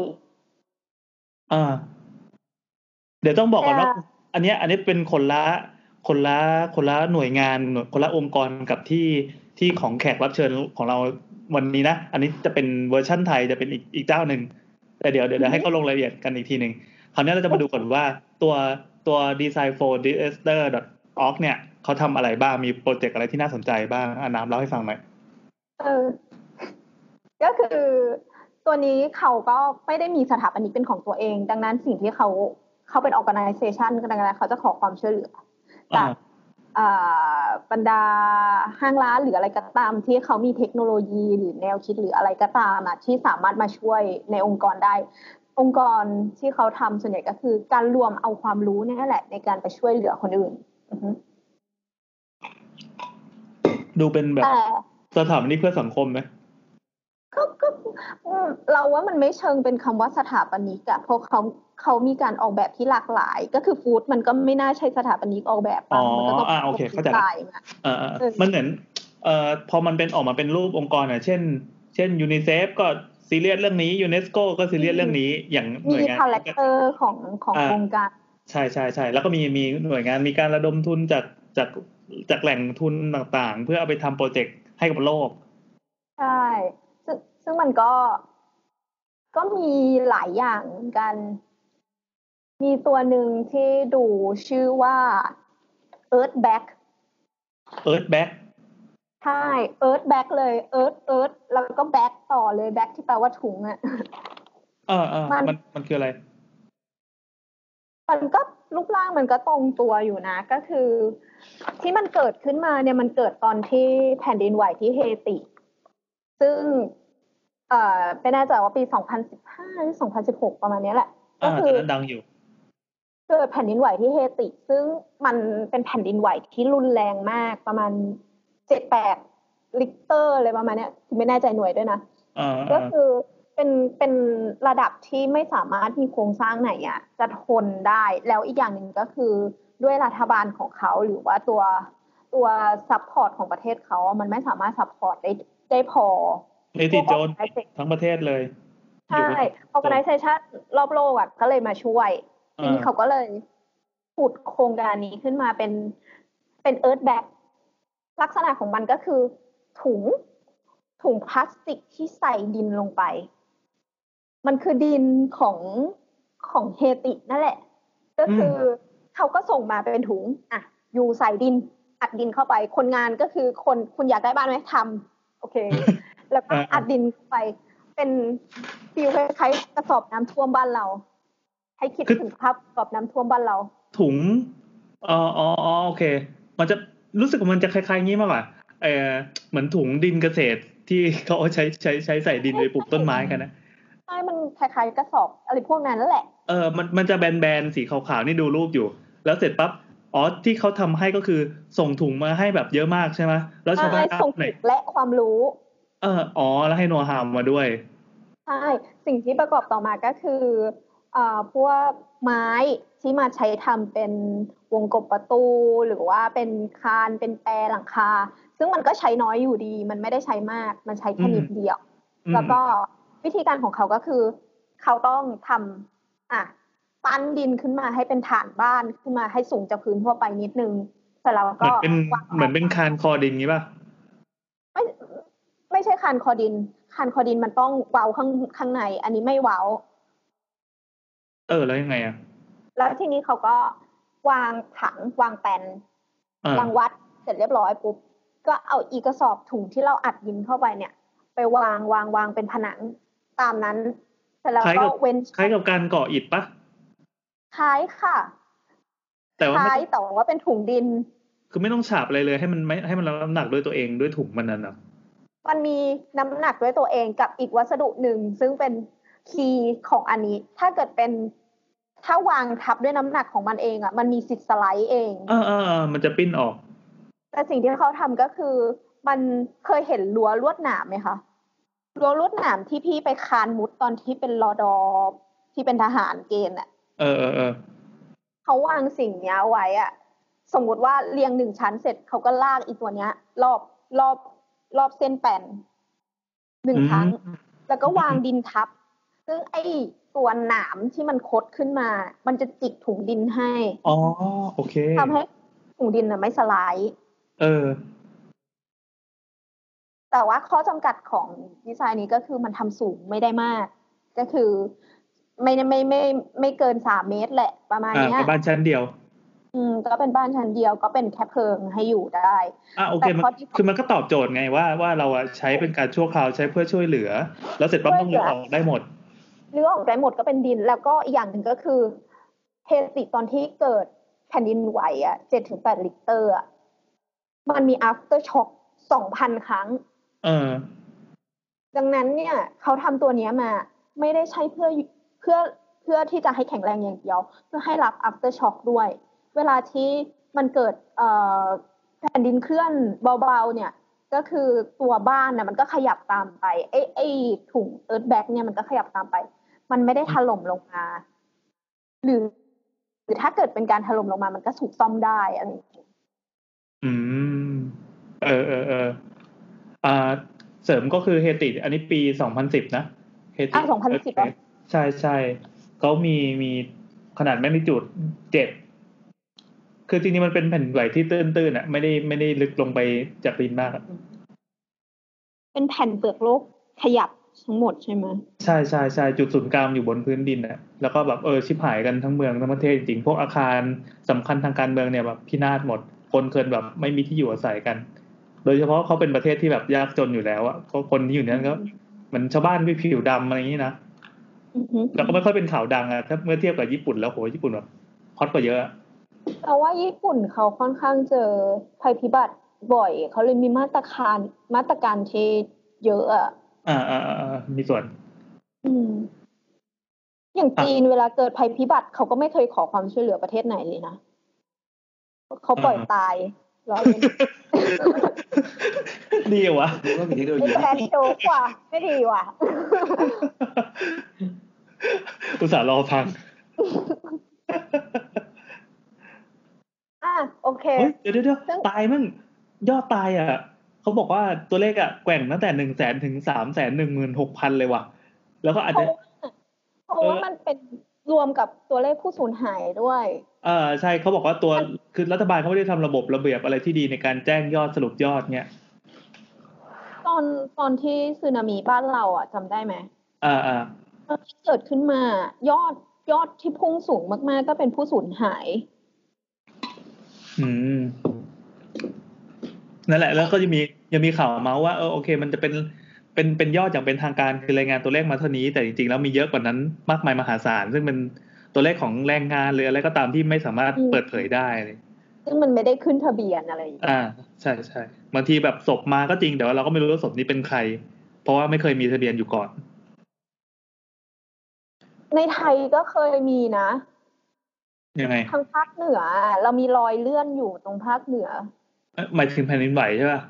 Speaker 1: อ่า เดี๋ยวต้องบอกก่อนว่า
Speaker 2: แต่
Speaker 1: อันเนี้ย อันนี้เป็นคนละคนละคนละหน่วยงานหน่วยคนละองค์กรกับที่ที่ของแขกรับเชิญของเราวันนี้นะ อันนี้จะเป็นเวอร์ชั่นไทยจะเป็นอีกอีกเจ้าหนึ่งแต่เดี๋ยวเดี๋ยวเดี๋ยวให้เขาลงรายละเอียดกันอีกทีหนึ่งคราวนี้เราจะมาดูก่อนว่าตัวตัว design for disaster org เนี่ยเขาทำอะไรบ้างมีโปรเจกต์อะไรที่น่าสนใจบ้างอ่ะน้ำเล่าให้ฟังหน่อย
Speaker 2: เออ ก็คือตัวนี้เขาก็ไม่ได้มีสถาปนิกเป็นของตัวเอง ดังนั้นสิ่งที่เขาเขาเป็น organization ดังนั้นเขาจะขอความช่วยเหลือจาก
Speaker 1: อ่า
Speaker 2: เอ่อบรรดาห้างร้านหรืออะไรก็ตาม ที่เขามีเทคโนโลยีหรือแนวคิดหรืออะไรก็ตามอะที่สามารถมาช่วยในองค์กรได้ องค์กรที่เขาทำส่วนใหญ่ก็คือการรวมเอาความรู้เนี่ยแหละ ในการไปช่วยเหลือคนอื่นอือฮึ
Speaker 1: ดูเป็นแบบ
Speaker 2: แต่
Speaker 1: สถาบันนี้เพื่อสังคมไหม
Speaker 2: ก็ก็อืมเราว่ามันไม่เชิงเป็นคำว่าสถาปนิกอะเพราะเขาเขามีการออกแบบที่หลากหลาย ก็คือฟู้ดมันก็ไม่น่าใช่สถาปนิกออกแบบ
Speaker 1: อ๋
Speaker 2: ปะ
Speaker 1: อ
Speaker 2: มัก็ต้อง
Speaker 1: อ่าโอเคเข้าใจ
Speaker 2: ดีไซ
Speaker 1: ละ
Speaker 2: น์มา
Speaker 1: เออเออ
Speaker 2: เออ
Speaker 1: มันเหมือนเอ่อพอมันเป็นออกมาเป็นรูปองค์กรอ่ะ เช่น เช่นยูนิเซฟก็ซีเรียสเรื่องนี้ยูเนสโกก็ซีเรียสเรื่องนี้อย่างหน่
Speaker 2: มี
Speaker 1: วยงาน
Speaker 2: คาแรคเตอร์ของของ
Speaker 1: อ่า
Speaker 2: โครงการ
Speaker 1: ใช่ใช่ใช่แล้วก็มีมีหน่วยงานมีการระดมทุนจากจากจากแหล่งทุนต่างๆ เพื่อเอาไปทำโปรเจกต์ให้กับโลก
Speaker 2: ใช่ซึ่งซึ่งมันก็ก็มีหลายอย่างเหมือนกัน มีตัวหนึ่งที่ดูชื่อว่า Earth Back
Speaker 1: Earth Back
Speaker 2: ใช่ Earth Back เลย Earth Earth แล้วก็ Back ต่อเลย Back ที่แปลว่าถุงอะ
Speaker 1: เออเออ
Speaker 2: มัน
Speaker 1: มันมันคืออะไร
Speaker 2: มันก็รูปร่างมันก็ตรงตัวอยู่นะ ก็คือ ที่มันเกิดขึ้นมาเนี่ยมันเกิดตอนที่แผ่นดินไหวที่เฮติ ซึ่ง เอ่อไม่แน่ใจว่าปี 2015 หรือ 2016 ประมาณเนี้ยแหละ ก็
Speaker 1: อ่า
Speaker 2: คื
Speaker 1: ตอ
Speaker 2: อน
Speaker 1: นั้นดังอยู่
Speaker 2: เกิดแผ่นดินไหวที่เฮติ ซึ่งมันเป็นแผ่นดินไหวที่รุนแรงมากประมาณ 7-8 ลิกเตอร์อะไรประมาณเนี้ยคือไม่แน่ใจหน่วยด้วยนะ
Speaker 1: เออเอ
Speaker 2: ก็
Speaker 1: อ
Speaker 2: คือเป็นเป็นระดับที่ไม่สามารถมีโครงสร้างไหนอะจะทนได้แล้วอีกอย่างหนึ่งก็คือด้วยรัฐบาลของเขาหรือว่าตัวตัวซัพพอร์ตของประเทศเขาอะมันไม่สามารถซัพพอร์ตได้ได้พอ
Speaker 1: เนติโจนทั้งประเทศเลย
Speaker 2: ใช่ organization รอบโลกอะก็เลยมาช่วย ทีนี้เขาก็เลยผุดโครงการนี้ขึ้นมาเป็นเป็นเอิร์ธแบ็กลักษณะของมันก็คือ ถุงถุงพลาสติกที่ใส่ดินลงไป มันคือดินของของเฮตินั่นแหละ ก็คืออเขาก็ส่งมาเป็นถุง อ่ะ อยู่ใส่ดินอัดดินเข้าไป คนงานก็คือคนคุณอยากได้บ้านไหมทำโอเค แล้วก็
Speaker 1: อ่า
Speaker 2: อัดดินเข้าไป เป็นฟิลคล้ายๆกระสอบน้ำท่วมบ้านเรา ให้คิดถึงภาพกระสอบน้ำท่วมบ้านเรา
Speaker 1: ถุงอ๋ออ๋ออ๋อโอเค มันจะรู้สึกว่ามันจะคล้ายๆงี้มากกว่าเออเหมือนถุงดินเกษตรที่ เขาเอาใช้ใช้ใช้ใส่ดินไปปลูกต้นไม้กันนะ
Speaker 2: ใช่มันคล้ายๆกระสอบอะไรพวกนั้นแหละ
Speaker 1: เออ มัน มันจะแบนๆ สีขาวๆ นี่ดูรูปอยู่ แล้วเสร็จปั๊บ อ๋อ ที่เขาทำให้ก็คือส่งถุงมาให้แบบเยอะมากใช่ไหม แล้วชาวบ้าน
Speaker 2: ใช่ส่ง
Speaker 1: ไหน
Speaker 2: ผิดและความรู้
Speaker 1: เออ อ๋อ แล้วให้โนฮามมาด้วย
Speaker 2: ใช่ สิ่งที่ประกอบต่อมาก็คือเอ่อพวกไม้ที่มาใช้ทำเป็นวงกบประตู หรือว่าเป็นคานเป็นแปรหลังคา ซึ่งมันก็ใช้น้อยอยู่ดี มันไม่ได้ใช้มาก มันใช้แค่นิดเดียว
Speaker 1: อืม
Speaker 2: แล้วก็วิธีการของเขาก็คือ เขาต้องทำอ่ะปั้นดินขึ้นมาให้เป็นฐานบ้านขึ้นมาให้สูงจากพื้นทั่วไปนิดนึงเสร็จแล้ว
Speaker 1: เหมื
Speaker 2: ก็
Speaker 1: อนเป็น
Speaker 2: วาง
Speaker 1: เหมือนเป็นคานคอดินงี้ป่ะ
Speaker 2: ไม่ไม่ใช่คานคอดิน คานคอดินมันต้องเว้าข้างข้างใน อันนี้ไม่เว้า
Speaker 1: เออ แล้วยังไงอ่ะ
Speaker 2: แล้วทีนี้เขาก็วางถังวางแปลน
Speaker 1: อ่าว
Speaker 2: างวัดเสร็จเรียบร้อยปุ๊บก็เอาอีกระสอบถุงที่เราอัดดินเข้าไปเนี่ย ไปวางวางวางเป็นผนังตามนั้นเสร็จแล้วก็เว้น
Speaker 1: คล้ายกับการก่ออิฐป่ะ
Speaker 2: คล้ายค่ะ
Speaker 1: แต่ว่า
Speaker 2: ค
Speaker 1: ไม่
Speaker 2: ล้ายแต่ว่าเป็นถุงดิน
Speaker 1: คือไม่ต้องฉาบอะไรเลย ให้มันไม่ ให้มันรับน้ำหนักด้วยตัวเองด้วยถุงมันนั่นเหรอ
Speaker 2: มันมีน้ำหนักด้วยตัวเองกับอีกวัสดุหนึ่ง ซึ่งเป็นคีย์ของอันนี้ ถ้าเกิดเป็นถ้าวางทับด้วยน้ำหนักของมันเองอ่ะมันมีสิทธิ์สไลด์เอง
Speaker 1: เออเออเออมันจะปิ้นออก
Speaker 2: แต่สิ่งที่เขาทำก็คือ มันเคยเห็นรั้วลวดหนามไหมคะรั้วลวดหนามที่พี่ไปคานมุดตอนที่เป็นรอดอที่เป็นทหารเกณฑ์อ่ะ
Speaker 1: เออเออเออ
Speaker 2: เขาวางสิ่งเนี้ยไว้อ่ะ สมมติว่าเรียงหนึ่งชั้นเสร็จเขาก็ลากอีตัวเนี้ย รอบรอบรอบเส้นแป่นหนึ่งครั้ง
Speaker 1: อืม
Speaker 2: แล้วก็วางดินทับ ซึ่งไอ้ตัวหนามที่มันคดขึ้นมา มันจะจิกถุงดินให้
Speaker 1: อ๋อ โอเค
Speaker 2: ทำให้ถุงดินน่ะไม่สลาย
Speaker 1: เออ
Speaker 2: แต่ว่าข้อจำกัดของดีไซน์นี้ก็คือมันทำสูงไม่ได้มาก ก็คือไม่ไม่ไม่ไม่ไม่เกินสามเมตรแหละประมาณ
Speaker 1: อ่า
Speaker 2: เนี้ย
Speaker 1: ก็บ้านชั้นเดียว
Speaker 2: อืมก็เป็นบ้านชั้นเดียวก็เป็นแค่เพิงให้อยู่ได้
Speaker 1: อ่ะโอเค
Speaker 2: แต่
Speaker 1: มัน
Speaker 2: ข้อที่สอง
Speaker 1: คือมันก็ตอบโจทย์ไงว่าว่าเราอะใช้เป็นการชั่วคราวใช้เพื่อช่วยเหลือ แล้วเสร็จปั๊บ
Speaker 2: ช่
Speaker 1: ต้อย
Speaker 2: ว
Speaker 1: ง
Speaker 2: เหลื
Speaker 1: เลื
Speaker 2: อ
Speaker 1: อออกได้หมด
Speaker 2: เนื้อออกได้หมดก็เป็นดิน แล้วก็อีกอย่างหนึ่งก็คือเฮติตอนที่เกิดแผ่นดินไหวอ่ะเจ็ดถึงแปดลิกเตอร์อะมันมี after shock สองพันครั้ง
Speaker 1: เออ
Speaker 2: ดังนั้นเนี่ยเขาทำตัวเนี้ยมา ไม่ได้ใช้เพื่อเพื่อเพื่อที่จะให้แข็งแรงอย่างเดียว เพื่อให้รับ after shock ด้วย เวลาที่มันเกิดเอ่อแผ่นดินเคลื่อนเบาๆเนี่ย ก็คือตัวบ้านนะมันก็ขยับตามไปไอ้ไอ้ถุง earth bag เนี่ยมันก็ขยับตามไป มันไม่ได้ถล่มลงมา หรือ หรือถ้าเกิดเป็นการถล่มลงมา มันก็ถูกซ่อมได้อะไรอย่างเงี้ย
Speaker 1: อืม เออเออเอออ่า เสริมก็คือเฮติ อันนี้ปีสองพันสิบนะเฮติ
Speaker 2: อ่ะ2010อ่ะ
Speaker 1: ใช่ใช่เขามีมีขนาดแมกนิจูดเจ็ดคือจริงๆมันเป็นแผ่นดินไหวที่ตื้นๆอ่ะไม่ได้ไม่ได้ลึกลงไปจากดินมากอะ
Speaker 2: เป็นแผ่นเปลือกโลกขยับทั้งหมดใช่ไหม
Speaker 1: ใช่ใช่ใช่จุดศูนย์กลางอยู่บนพื้นดินอ่ะแล้วก็แบบเออชิบหายกันทั้งเมืองทั้งประเทศจริงๆพวกอาคารสำคัญทางการเมืองเนี่ยแบบพินาศหมด คนเคินแบบไม่มีที่อยู่อาศัยกัน โดยเฉพาะเขาเป็นประเทศที่แบบยากจนอยู่แล้วอ่ะเพราะคนที่อยู่นั้นก็เหมือนชาวบ้านไม่ผิวดำอะไรอย่างนี้นะ
Speaker 2: อือฮึ
Speaker 1: แล้วก็ไม่ค่อยเป็นข่าวดังอ่ะถ้าเมื่อเทียบกับญี่ปุ่นแล้วโหญี่ปุ่นแบบฮอตกว่าเยอะอะ
Speaker 2: เราว่าญี่ปุ่นเขาค่อนข้างเจอภัยพิบัติบ่อย เขาเลยมีมาตรการมาตรการที่เยอะอ่ะ
Speaker 1: อ่าอ่าอ่าอ่ามีส่วน
Speaker 2: อืม อย่างจีนเวลาเกิดภัยพิบัติเขาก็ไม่เคยขอความช่วยเหลือประเทศไหนเลยนะเขาปล่อยตายล้อเล่น
Speaker 1: ดีอะ วะ
Speaker 3: รู้ว่ามีเทคโนโล
Speaker 2: เป็
Speaker 3: ยี
Speaker 2: นแฟนโจ๊กว่ะไม่ดีว่ะ
Speaker 1: อุตส่าห์รอฟัง
Speaker 2: อ่ะโอเค
Speaker 1: เฮ้ยเดี๋ยวเดี๋ยวเดี๋ยว
Speaker 2: ซึ่ง
Speaker 1: ตายมั่งยอดตายอ่ะเขาบอกว่าตัวเลขอ่ะแกว่งตั้งแต่หนึ่งแสนถึงสามแสนหนึ่งหมื่นหกพันเลยว่ะ แล้วก็อาจ
Speaker 2: เพ
Speaker 1: จะ
Speaker 2: ราะว่าเพราะว่ามันเป็นรวมกับตัวเลขผู้สูญหายด้วย
Speaker 1: เออใช่เขาบอกว่าตัวคือรัฐบาลเขาไม่ได้ทำระบบระเบียบอะไรที่ดีในการแจ้งยอดสรุปยอดเนี่ย
Speaker 2: ตอนตอนที่สึนามิบ้านเราอ่ะจำได้ไหม
Speaker 1: อ่าอ่า
Speaker 2: ที่เกิดขึ้นมายอดยอดที่พุ่งสูงมาก ๆ ก็เป็นผู้สูญหาย
Speaker 1: อืมนั่นแหละ แล้วก็จะมียังมีข่าวเมาส์ว่าเออโอเค มันจะเป็น เป็นเป็นยอดอย่างเป็นทางการคือรายงานตัวเลขมาเท่านี้ แต่จริงๆแล้วมีเยอะกว่านั้นมากมายมหาศาลซึ่งเป็นตัวเลขของแรงงานหรืออะไรก็ตามที่ไม่สามารถ
Speaker 2: อืม
Speaker 1: เปิดเผยได้เลย
Speaker 2: ซึ่งมันไม่ได้ขึ้นทะเบียนอะไรอย่างเงี้ย
Speaker 1: อ่า ใช่ใช่บางทีแบบศพมาก็จริงแต่ว่าเราก็ไม่รู้ว่าศพนี้เป็นใคร เพราะว่าไม่เคยมีทะเบียนอยู่ก่อน
Speaker 2: ในไทยก็เคยมีนะ
Speaker 1: ยังไง
Speaker 2: ทางภาคเหนืออะเรามีรอยเลื่อนอยู่ตรงภาคเหนือ
Speaker 1: เอ้ยหมายถึงแผ่นดินไหวใช่ป่ะ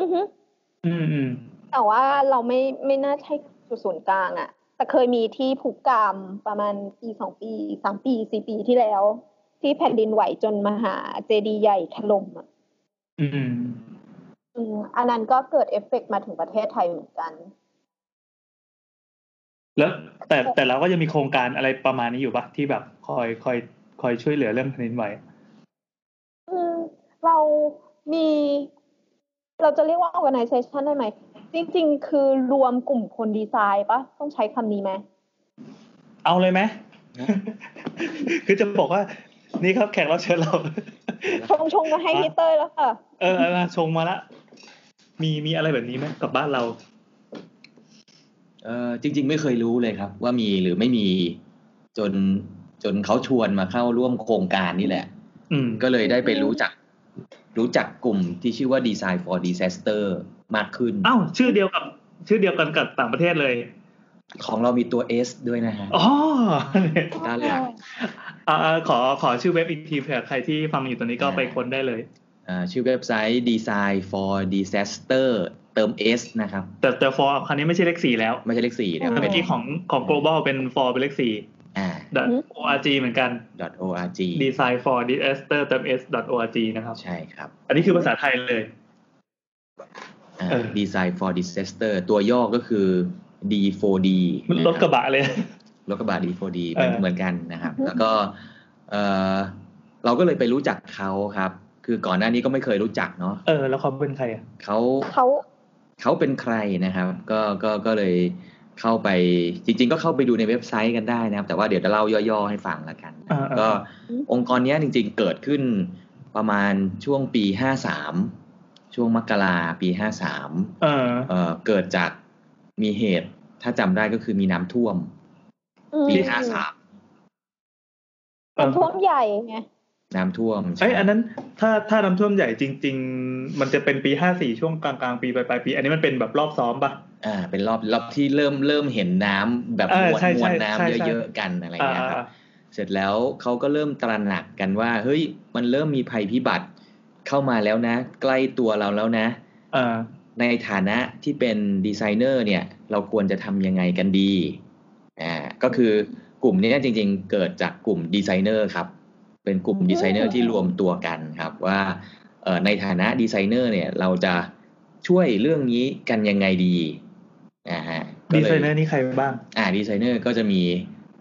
Speaker 2: อือฮึ
Speaker 1: อืมอืม
Speaker 2: แต่ว่าเราไม่ไม่น่าใช่จุดศูนย์กลางอะแต่เคยมีที่ภูกามประมาณปีสองปีสามปีสี่ปีที่แล้ว ที่แผ่นดินไหวจนมหาเจดีย์ใหญ่ถล่มอะ
Speaker 1: อืม
Speaker 2: อืมอันนั้นก็เกิดเอฟเฟกต์มาถึงประเทศไทยเหมือนกัน
Speaker 1: แล้วแต่แต่เราก็ยังมีโครงการอะไรประมาณนี้อยู่ป่ะที่แบบคอยคอยคอยช่วยเหลือเรื่องแผ่นดินไหว
Speaker 2: อืมเรามี เราจะเรียกว่า organization ได้ไหม จริง ๆ คือรวมกลุ่มคนดีไซน์ปะต้องใช้คำนี้ไหม
Speaker 1: เอาเลยไหม
Speaker 3: นะ
Speaker 1: คือจะบอกว่า นี่ครับแขกรับเชิญเรา
Speaker 2: ชงชงมาให้พี่เต้ยแล้วค่ะ
Speaker 1: เออเอามาชงมาละ มีมีอะไรแบบนี้ไหมกับบ้านเรา
Speaker 3: เออจริง ๆ ไม่เคยรู้เลยครับ ว่ามีหรือไม่มีจนจนเขาชวนมาเข้าร่วมโครงการนี่แหละ
Speaker 1: อืม
Speaker 3: ก็เลยได้ไปรู้จัก รู้จักกลุ่มที่ชื่อว่า Design for Disaster มากขึ้น
Speaker 1: เอ้า ชื่อเดียวกับ ชื่อเดียวกันกับต่างประเทศเลย
Speaker 3: ของเรามีตัว S ด้วยนะฮะ
Speaker 1: อ๋อ
Speaker 3: ด้านหลัง
Speaker 1: อ่าขอขอชื่อเว็บอีกทีเผื่อใครที่ฟังอยู่ตอนนี้ก็ไปค้นได้เลย
Speaker 3: อ่าชื่อเว็บไซต์ Design for Disaster เติม S นะครับ
Speaker 1: แต่แต่ for คราวนี้ไม่ใช่เลขสี่แล้ว
Speaker 3: ไม่ใช่เลขสี่นะครั
Speaker 1: แต่
Speaker 3: บ
Speaker 1: เมื่อกี้ของของ global เป็น for เป็นเลขสี่
Speaker 3: อ่า
Speaker 1: dot .org เหมือนกัน
Speaker 3: .org
Speaker 1: design for disaster เติม s dot .org นะครับ
Speaker 3: ใช่ครับ
Speaker 1: อันนี้คือภาษาไทยเลย
Speaker 3: อ่า
Speaker 1: เออ
Speaker 3: Design for Disaster ตัวย่อก็คือ D4D
Speaker 1: มัน
Speaker 3: น
Speaker 1: ร
Speaker 3: ค
Speaker 1: ถกระบะเลย
Speaker 3: รถกระบะ D4D
Speaker 1: เออ
Speaker 3: เหมือนกันนะครับ
Speaker 2: อือฮึ
Speaker 3: แล้วก็เออเราก็เลยไปรู้จักเขาครับ คือก่อนหน้านี้ก็ไม่เคยรู้จักเนาะ
Speaker 1: เออ แล้วเขาเป็นใครอ่ะ
Speaker 3: เขา
Speaker 2: เขา
Speaker 3: เขาเป็นใครนะครับ ก็ก็ก็เลยเข้าไปจริง ๆ ก็เข้าไปดูในเว็บไซต์กันได้นะครับ แต่ว่าเดี๋ยวจะเล่าย่อๆให้ฟังละกัน
Speaker 1: อ่าๆ
Speaker 3: ก็องค์กรเนี้ยจริง ๆ เกิดขึ้นประมาณช่วงปี 53 ช่วงมกราปี 53
Speaker 1: เออ
Speaker 3: เอ่อเกิดจากมีเหตุถ้าจำได้ก็คือมีน้ำท่วม
Speaker 2: อืม
Speaker 3: ปี 53
Speaker 1: เออ
Speaker 2: น้ำท่วมใหญ่ไง
Speaker 3: น้ำท่วม
Speaker 1: เอ้ย
Speaker 3: ใช่
Speaker 1: อันนั้นถ้าถ้าน้ำท่วมใหญ่จริง ๆ มันจะเป็นปีห้าสี่ช่วงกลางกลางๆปีปลายปลายปี อันนี้มันเป็นแบบรอบซ้อมปะ
Speaker 3: อ่า เป็นรอบรอบที่เริ่มเริ่มเห็นน้ำแบบ
Speaker 1: เอ
Speaker 3: ม
Speaker 1: อ
Speaker 3: วล
Speaker 1: ใช่
Speaker 3: ม
Speaker 1: ใช่
Speaker 3: วล
Speaker 1: ใช่
Speaker 3: น้ำ
Speaker 1: ใช่
Speaker 3: เยอะๆกันอะไร
Speaker 1: อ่า
Speaker 3: เงี้ยครับเสร็จแล้วเขาก็เริ่มตระหนักกันว่า เฮ้ยมันเริ่มมีภัยพิบัติเข้ามาแล้วนะ ใกล้ตัวเราแล้วนะ
Speaker 1: อ่า
Speaker 3: ในฐานะที่เป็นดีไซเนอร์เนี่ย เราควรจะทำยังไงกันดีอ่าก็คือกลุ่มเนี้ยจริงๆ เกิดจากกลุ่มดีไซเนอร์ครับ เป็นกลุ่มดีไซเนอร์ที่รวมตัวกันครับว่าเอ่อในฐานะดีไซเนอร์เนี่ยเราจะช่วยเรื่องนี้กันยังไงดีอ่าฮะก็
Speaker 1: ดี
Speaker 3: ลย
Speaker 1: ไซเนอร์นี่ใครบ้าง
Speaker 3: อ่าดีไซเนอร์ก็จะมี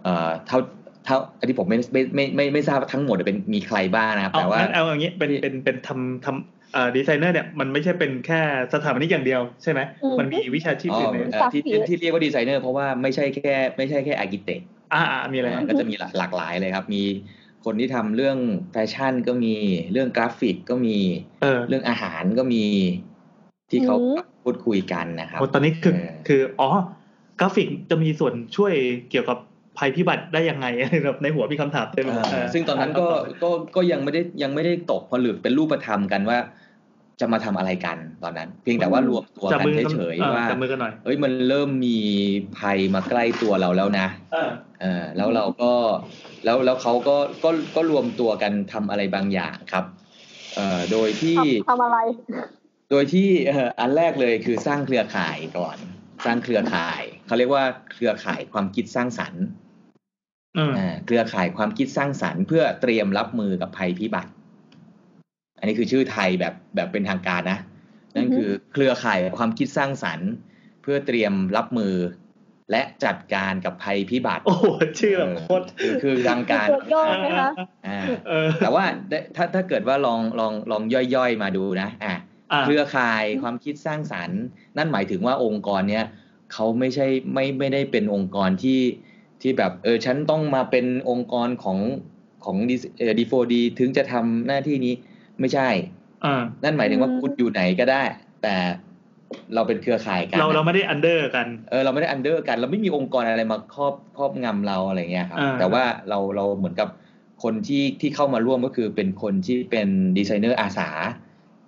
Speaker 3: เอ่อเท่าเท่าอันนี้ผมไม่ไม่ไม่ไม่ไม่ทราบทั้งหมดเป็นมีใครบ้างนะครับ
Speaker 1: เอา
Speaker 3: แต่ว่า
Speaker 1: งั้นเอาอย่างนี้เป็นเป็นเป็นทำทำเอ่อดีไซเนอร์เนี่ยมันไม่ใช่เป็นแค่สถาปนิกอย่างเดียวใช่ไหม
Speaker 2: อืม
Speaker 1: มันมีวิชาชีพ
Speaker 3: อ๋อ
Speaker 1: อื่นไหม
Speaker 3: เอ่อที่ที่ที่เรียกว่าดีไซเนอร์เพราะว่าไม่ใช่แค่ไม่ใช่แค่อาร์กิเต็ก
Speaker 1: อ่าอ่ามีอะไร
Speaker 3: อ่า
Speaker 1: ฮะ
Speaker 3: ก็จะมีหลากหลากหลายเลยครับ มีคนที่ทำเรื่องแฟชั่นก็มี เรื่องกราฟิกก็มี
Speaker 1: เออ
Speaker 3: เรื่องอาหารก็มี ที่เขา
Speaker 2: อืม
Speaker 3: พูดคุยกันนะครับ
Speaker 1: โอ้ตอนนี้คือ
Speaker 3: เออ
Speaker 1: คืออ๋อกราฟิกจะมีส่วนช่วยเกี่ยวกับภัยพิบัติได้ยังไง แบบในหัวมีคำถามเต็ม
Speaker 3: เอ
Speaker 1: เลย
Speaker 3: อ
Speaker 1: เ
Speaker 3: ซึ่งตอนนั้นก็ก็ก็ยังไม่ได้ยังไม่ได้ตกผลึกเป็นรูปธรรมกันว่า จะมาทำอะไรกันตอนนั้น เพียงแต่ว่ารวมตัว
Speaker 1: จับ
Speaker 3: กัน
Speaker 1: มือ
Speaker 3: เฉย
Speaker 1: ออ
Speaker 3: ๆว่า
Speaker 1: จับมือกันหน่อย
Speaker 3: เอ้ยมันเริ่มมีภัยมาใกล้ตัวเราแล้วนะ
Speaker 1: เออ
Speaker 3: เออแล้วเราก็แล้วแล้วเขาก็ก็ก็รวมตัวกันทำอะไรบางอย่างครับเอ่อโดยที่
Speaker 2: ทำทำอะไร
Speaker 3: โดยที่เอ่ออันแรกเลยคือสร้างเครือข่ายก่อน สร้างเครือข่ายเขาเรียกว่าเครือข่ายความคิดสร้างสรรค์
Speaker 1: อืม
Speaker 3: อ่าเครือข่ายความคิดสร้างสรรค์ เพื่อเตรียมรับมือกับภัยพิบัติ อันนี้คือชื่อไทยแบบแบบเป็นทางการนะ นั่น
Speaker 2: อือฮึ
Speaker 3: คือเครือข่ายความคิดสร้างสรรค์ เพื่อเตรียมรับมือ และจัดการกับภัยพิบัติ
Speaker 1: โอ้โหชื่อแบบโคตร
Speaker 3: เออคือคือทางการ
Speaker 2: ตัวย่อไหมคะ
Speaker 3: อ่า
Speaker 1: เออ
Speaker 3: แต่ว่าได้ถ้าถ้าเกิดว่าลองลองลองย่อยๆมาดูนะอ่า
Speaker 1: อ่ะ
Speaker 3: เครือข่ายความคิดสร้างสรรค์ นั่นหมายถึงว่าองค์กรเนี้ยเขาไม่ใช่ไม่ไม่ได้เป็นองค์กรที่ที่แบบเออฉันต้องมาเป็นองค์กรของของดีโฟดีถึงจะทำหน้าที่นี้ไม่ใช่
Speaker 1: อ่ะ
Speaker 3: นั่นหมายถึงว่า
Speaker 2: อืม
Speaker 3: คุณอยู่ไหนก็ได้ แต่ เราเป็นเครือข่ายกัน
Speaker 1: เราเราไม่ได้อันเดอร์กัน
Speaker 3: เออเราไม่ได้อันเดอร์กัน เราไม่มีองค์กรอะไรมาครอบครอบงำเราอะไรเงี้ยครับ
Speaker 1: อ่า
Speaker 3: แต่ว่าเราเราเหมือนกับคนที่ที่เข้ามาร่วมก็คือเป็นคนที่เป็นดีไซเนอร์อาสา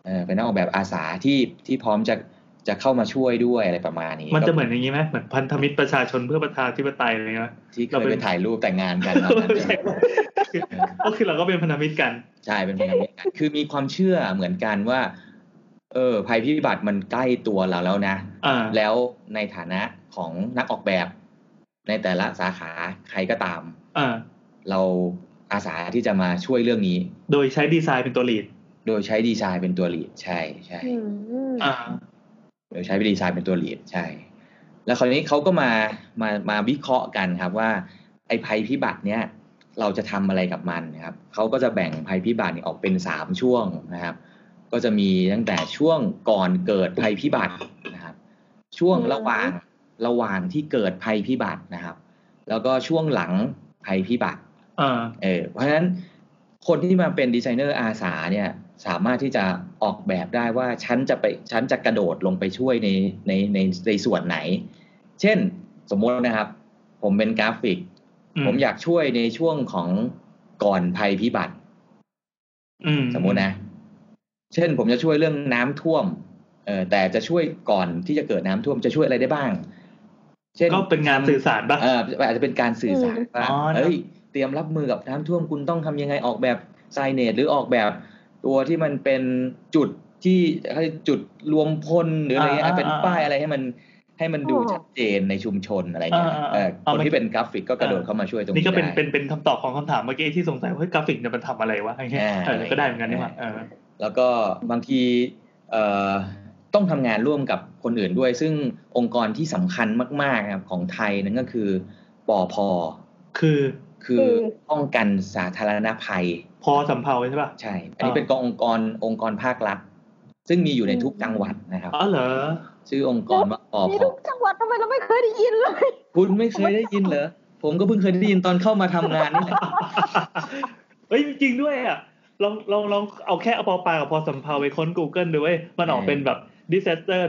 Speaker 3: เออเป็นนักออกแบบอาสาที่ที่พร้อมจะจะเข้ามาช่วยด้วยอะไรประมาณนี้
Speaker 1: มันจะเหมือนอย่างนี้ไหมเหมือนพันธมิตรประชาชนเพื่อประชาธิปไตยอะไรเงี้ย
Speaker 3: ที่เค
Speaker 1: เรา
Speaker 3: ย
Speaker 1: เป็
Speaker 3: ไป
Speaker 1: น
Speaker 3: ถ่ายรูปแต่งงาน กันตอนนั้น
Speaker 1: ไม่
Speaker 3: ใช่
Speaker 1: ใช่
Speaker 3: ไหม
Speaker 1: คือก็คือเราก็เป็นพันธมิตรกัน
Speaker 3: ใช่เป็นพันธมิตรกัน คือมีความเชื่อเหมือนกันว่า เออ ภัยพิบัติมันใกล้ตัวเราแล้วนะ
Speaker 1: อ่า
Speaker 3: แล้วในฐานะของนักออกแบบ ในแต่ละสาขาใครก็ตาม
Speaker 1: อ่า
Speaker 3: เราอาสาที่จะมาช่วยเรื่องนี้
Speaker 1: โดยใช้ดีไซน์เป็นตัวลีด
Speaker 3: โดยใช้ดีไซน์เป็นตัวลีดใช่ใช่
Speaker 2: อืม
Speaker 1: อ่า
Speaker 3: โดยใช้ดีไซน์เป็นตัวลีดใช่ แล้วคราวนี้เขาก็มามามาวิเคราะห์กันครับว่า ไอ้ภัยพิบัติเนี้ยเราจะทำอะไรกับมันนะครับเขาก็จะแบ่งภัยพิบัติเนี่ยออกเป็นสามช่วงนะครับ ก็จะมีตั้งแต่ช่วงก่อนเกิดภัยพิบัตินะครับ ช่วงระหว่างระหว่างที่เกิดภัยพิบัตินะครับ แล้วก็ช่วงหลังภัยพิบัติ
Speaker 1: อ่า
Speaker 3: เออเพราะฉะนั้นคนที่มาเป็นดีไซเนอร์อาสาเนี่ยสามารถที่จะออกแบบได้ว่าฉันจะไปฉันจะกระโดดลงไปช่วยในในในในส่วนไหน เช่นสมมตินะครับ ผมเป็นกราฟิก
Speaker 1: อื
Speaker 3: ผมอยากช่วยในช่วงของก่อนภัยพิบัติ
Speaker 1: อื
Speaker 3: สมมุตินะ เช่นผมจะช่วยเรื่องน้ำท่วมเออแต่จะช่วยก่อนที่จะเกิดน้ำท่วมจะช่วยอะไรได้บ้าง เช่น
Speaker 1: ก็เป็นงานสื่อสารปะ
Speaker 3: เอออาจจะเป็นการสื่อสารว่า
Speaker 1: อ๋อนะ
Speaker 3: เฮ้ยเตรียมรับมือกับน้ำท่วมคุณต้องทำยังไงออกแบบไซเนตหรือออกแบบตัวที่มันเป็นจุดที่เขาเรียกจุดรวมพลหรืออะไรเงี้ยเป็นป้ายอะไรให้มันให้มันดูชัดเจนในชุมชนอะไรเงี้ยเออคนที่เป็นกราฟิกก็กระโดดเข้ามาช่วยตรง
Speaker 1: นี่
Speaker 3: นี้
Speaker 1: ก็เป็น
Speaker 3: ได้
Speaker 1: เป็นเป็นคำตอบของคำถามเมื่อกี้ที่สงสัยว่าเฮ้ยกราฟิกเนี่ยมันทำอะไรวะอย่างเงี้ย
Speaker 3: อ่า
Speaker 1: เออก็ได้เหมือนกันนี่หว่าเออ
Speaker 3: แล้วก็บางทีเอ่อต้องทำงานร่วมกับคนอื่นด้วย ซึ่งองค์กรที่สำคัญมากๆนะครับของไทยนั่นก็คือปอพอ
Speaker 1: คือ
Speaker 3: คือป้องกันสาธารณภัย
Speaker 1: พอสำเภาใช่ป่ะ
Speaker 3: ใช่ อันนี้
Speaker 1: อ่า
Speaker 3: เป็นกององค์กรองค์กรภาครัฐ ซึ่งมีอยู่ในทุกจังหวัดนะครับ
Speaker 1: อ๋อเหรอ
Speaker 3: ชื่อองค์กรว่าปอพ
Speaker 2: นี่ทุกจังหวัดทำไมเราไม่เคยได้ยินเลย
Speaker 3: คุณไม่เคยได้ยินเหรอ ผมก็เพิ่งเคยได้ยินตอนเข้ามาทำงานนี่แหละ
Speaker 1: เฮ้ยจริงด้วยอ่ะลองลองลองเอาแค่เอาปอปลากับพอสำเภาไปค้น Google ดูเว้ยมันออก
Speaker 3: เออ
Speaker 1: เป็นแบบ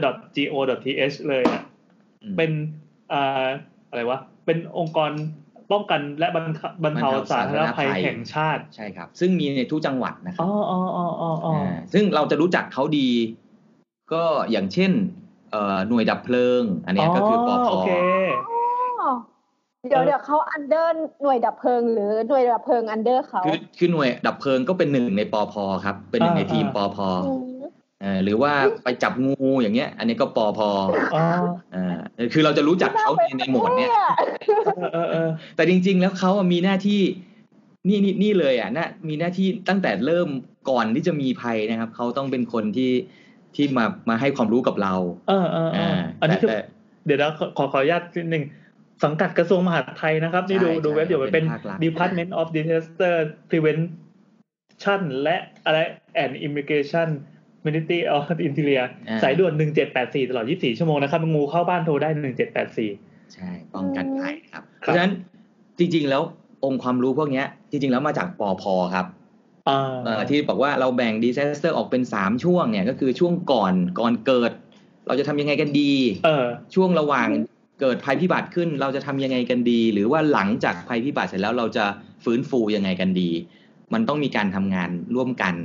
Speaker 1: disaster.go.th เลยอ่ะ
Speaker 3: อืม
Speaker 1: เป็นอ่าอะไรวะ เป็นองค์กรป้องกันและบรรเทาบรรเทา
Speaker 3: บรรเทา
Speaker 1: สาธารณภัย
Speaker 3: สาธารณภัย
Speaker 1: แห่งชาติ
Speaker 3: ใช่ครับ ซึ่งมีในทุกจังหวัดนะครั
Speaker 1: อ๋
Speaker 3: บ
Speaker 1: ออ๋ออ๋ออ๋ออ๋ออา
Speaker 3: ซึ่งเราจะรู้จักเขาดี ก็อย่างเช่นเอ่อหน่วยดับเพลิง อันเนี้ยก็คือปอพ
Speaker 1: โอเค
Speaker 2: เดี๋ยวเดี๋ยวเขาอันเดอร์หน่วยดับเพลิง หรือหน่วยดับเพลิงอันเดอร์เขา
Speaker 3: คือคือหน่วยดับเพลิงก็เป็นหนึ่งในปอพอครับ เป็นหนึ่งใน
Speaker 1: อ่า
Speaker 3: ทีมปอพอ
Speaker 2: ม
Speaker 3: เอ่อหรือว่าไปจับงูอย่างเงี้ย อันนี้ก็ปอพอ
Speaker 1: อ๋อ
Speaker 3: อ่าคือเราจะรู้จักเขาในในหมวดเนี้ย
Speaker 1: เออเออเออ
Speaker 3: แต่จริง ๆ แล้วเขาอะมีหน้าที่นี่นี่นี่เลยอ่ะนะมีหน้าที่ตั้งแต่เริ่มก่อนที่จะมีภัยนะครับเขาต้องเป็นคนที่ที่มามาให้ความรู้กับเรา
Speaker 1: เออเออเอ
Speaker 3: อ่า
Speaker 1: ออันนี้คือ
Speaker 3: แต่แต่
Speaker 1: เดี๋ยวนะขอขอขออนุญาตนิดหนึ่งสังกัดกระทรวงมหาดไทยนะครับ นี่
Speaker 3: ใช่
Speaker 1: ดูดู
Speaker 3: ใช่
Speaker 1: เว็บอยู่มัน
Speaker 3: เป็
Speaker 1: เป็น
Speaker 3: นภาครัฐ
Speaker 1: Department of Disaster Prevention และอะไร and Immigration Ministry of Interior
Speaker 3: อ่า
Speaker 1: สายด่วน 1784 ตลอด 24 ชั่วโมงนะครับงูเข้าบ้านโทรได้ 1784
Speaker 3: ใช่ป้องกันภัยครับ
Speaker 1: ครับ
Speaker 3: เพราะฉะนั้นจริง ๆ แล้วองค์ความรู้พวกเนี้ย จริง ๆ แล้วมาจากปอพอครับ
Speaker 1: อ่า
Speaker 3: เอ่อที่บอกว่าเราแบ่งดี s a สเตอร์ออกเป็นสามช่วงเนี่ยก็คือช่วงก่อนก่อนเกิด เราจะทำยังไงกันดี
Speaker 1: เออ
Speaker 3: ช่วงระหว่างเกิดภัยพิบัติขึ้น เราจะทำยังไงกันดี หรือว่าหลังจากภัยพิบัติเสร็จแล้วเราจะฟื้นฟูยังไงกันดี มันต้องมีการทำงานร่วมกัน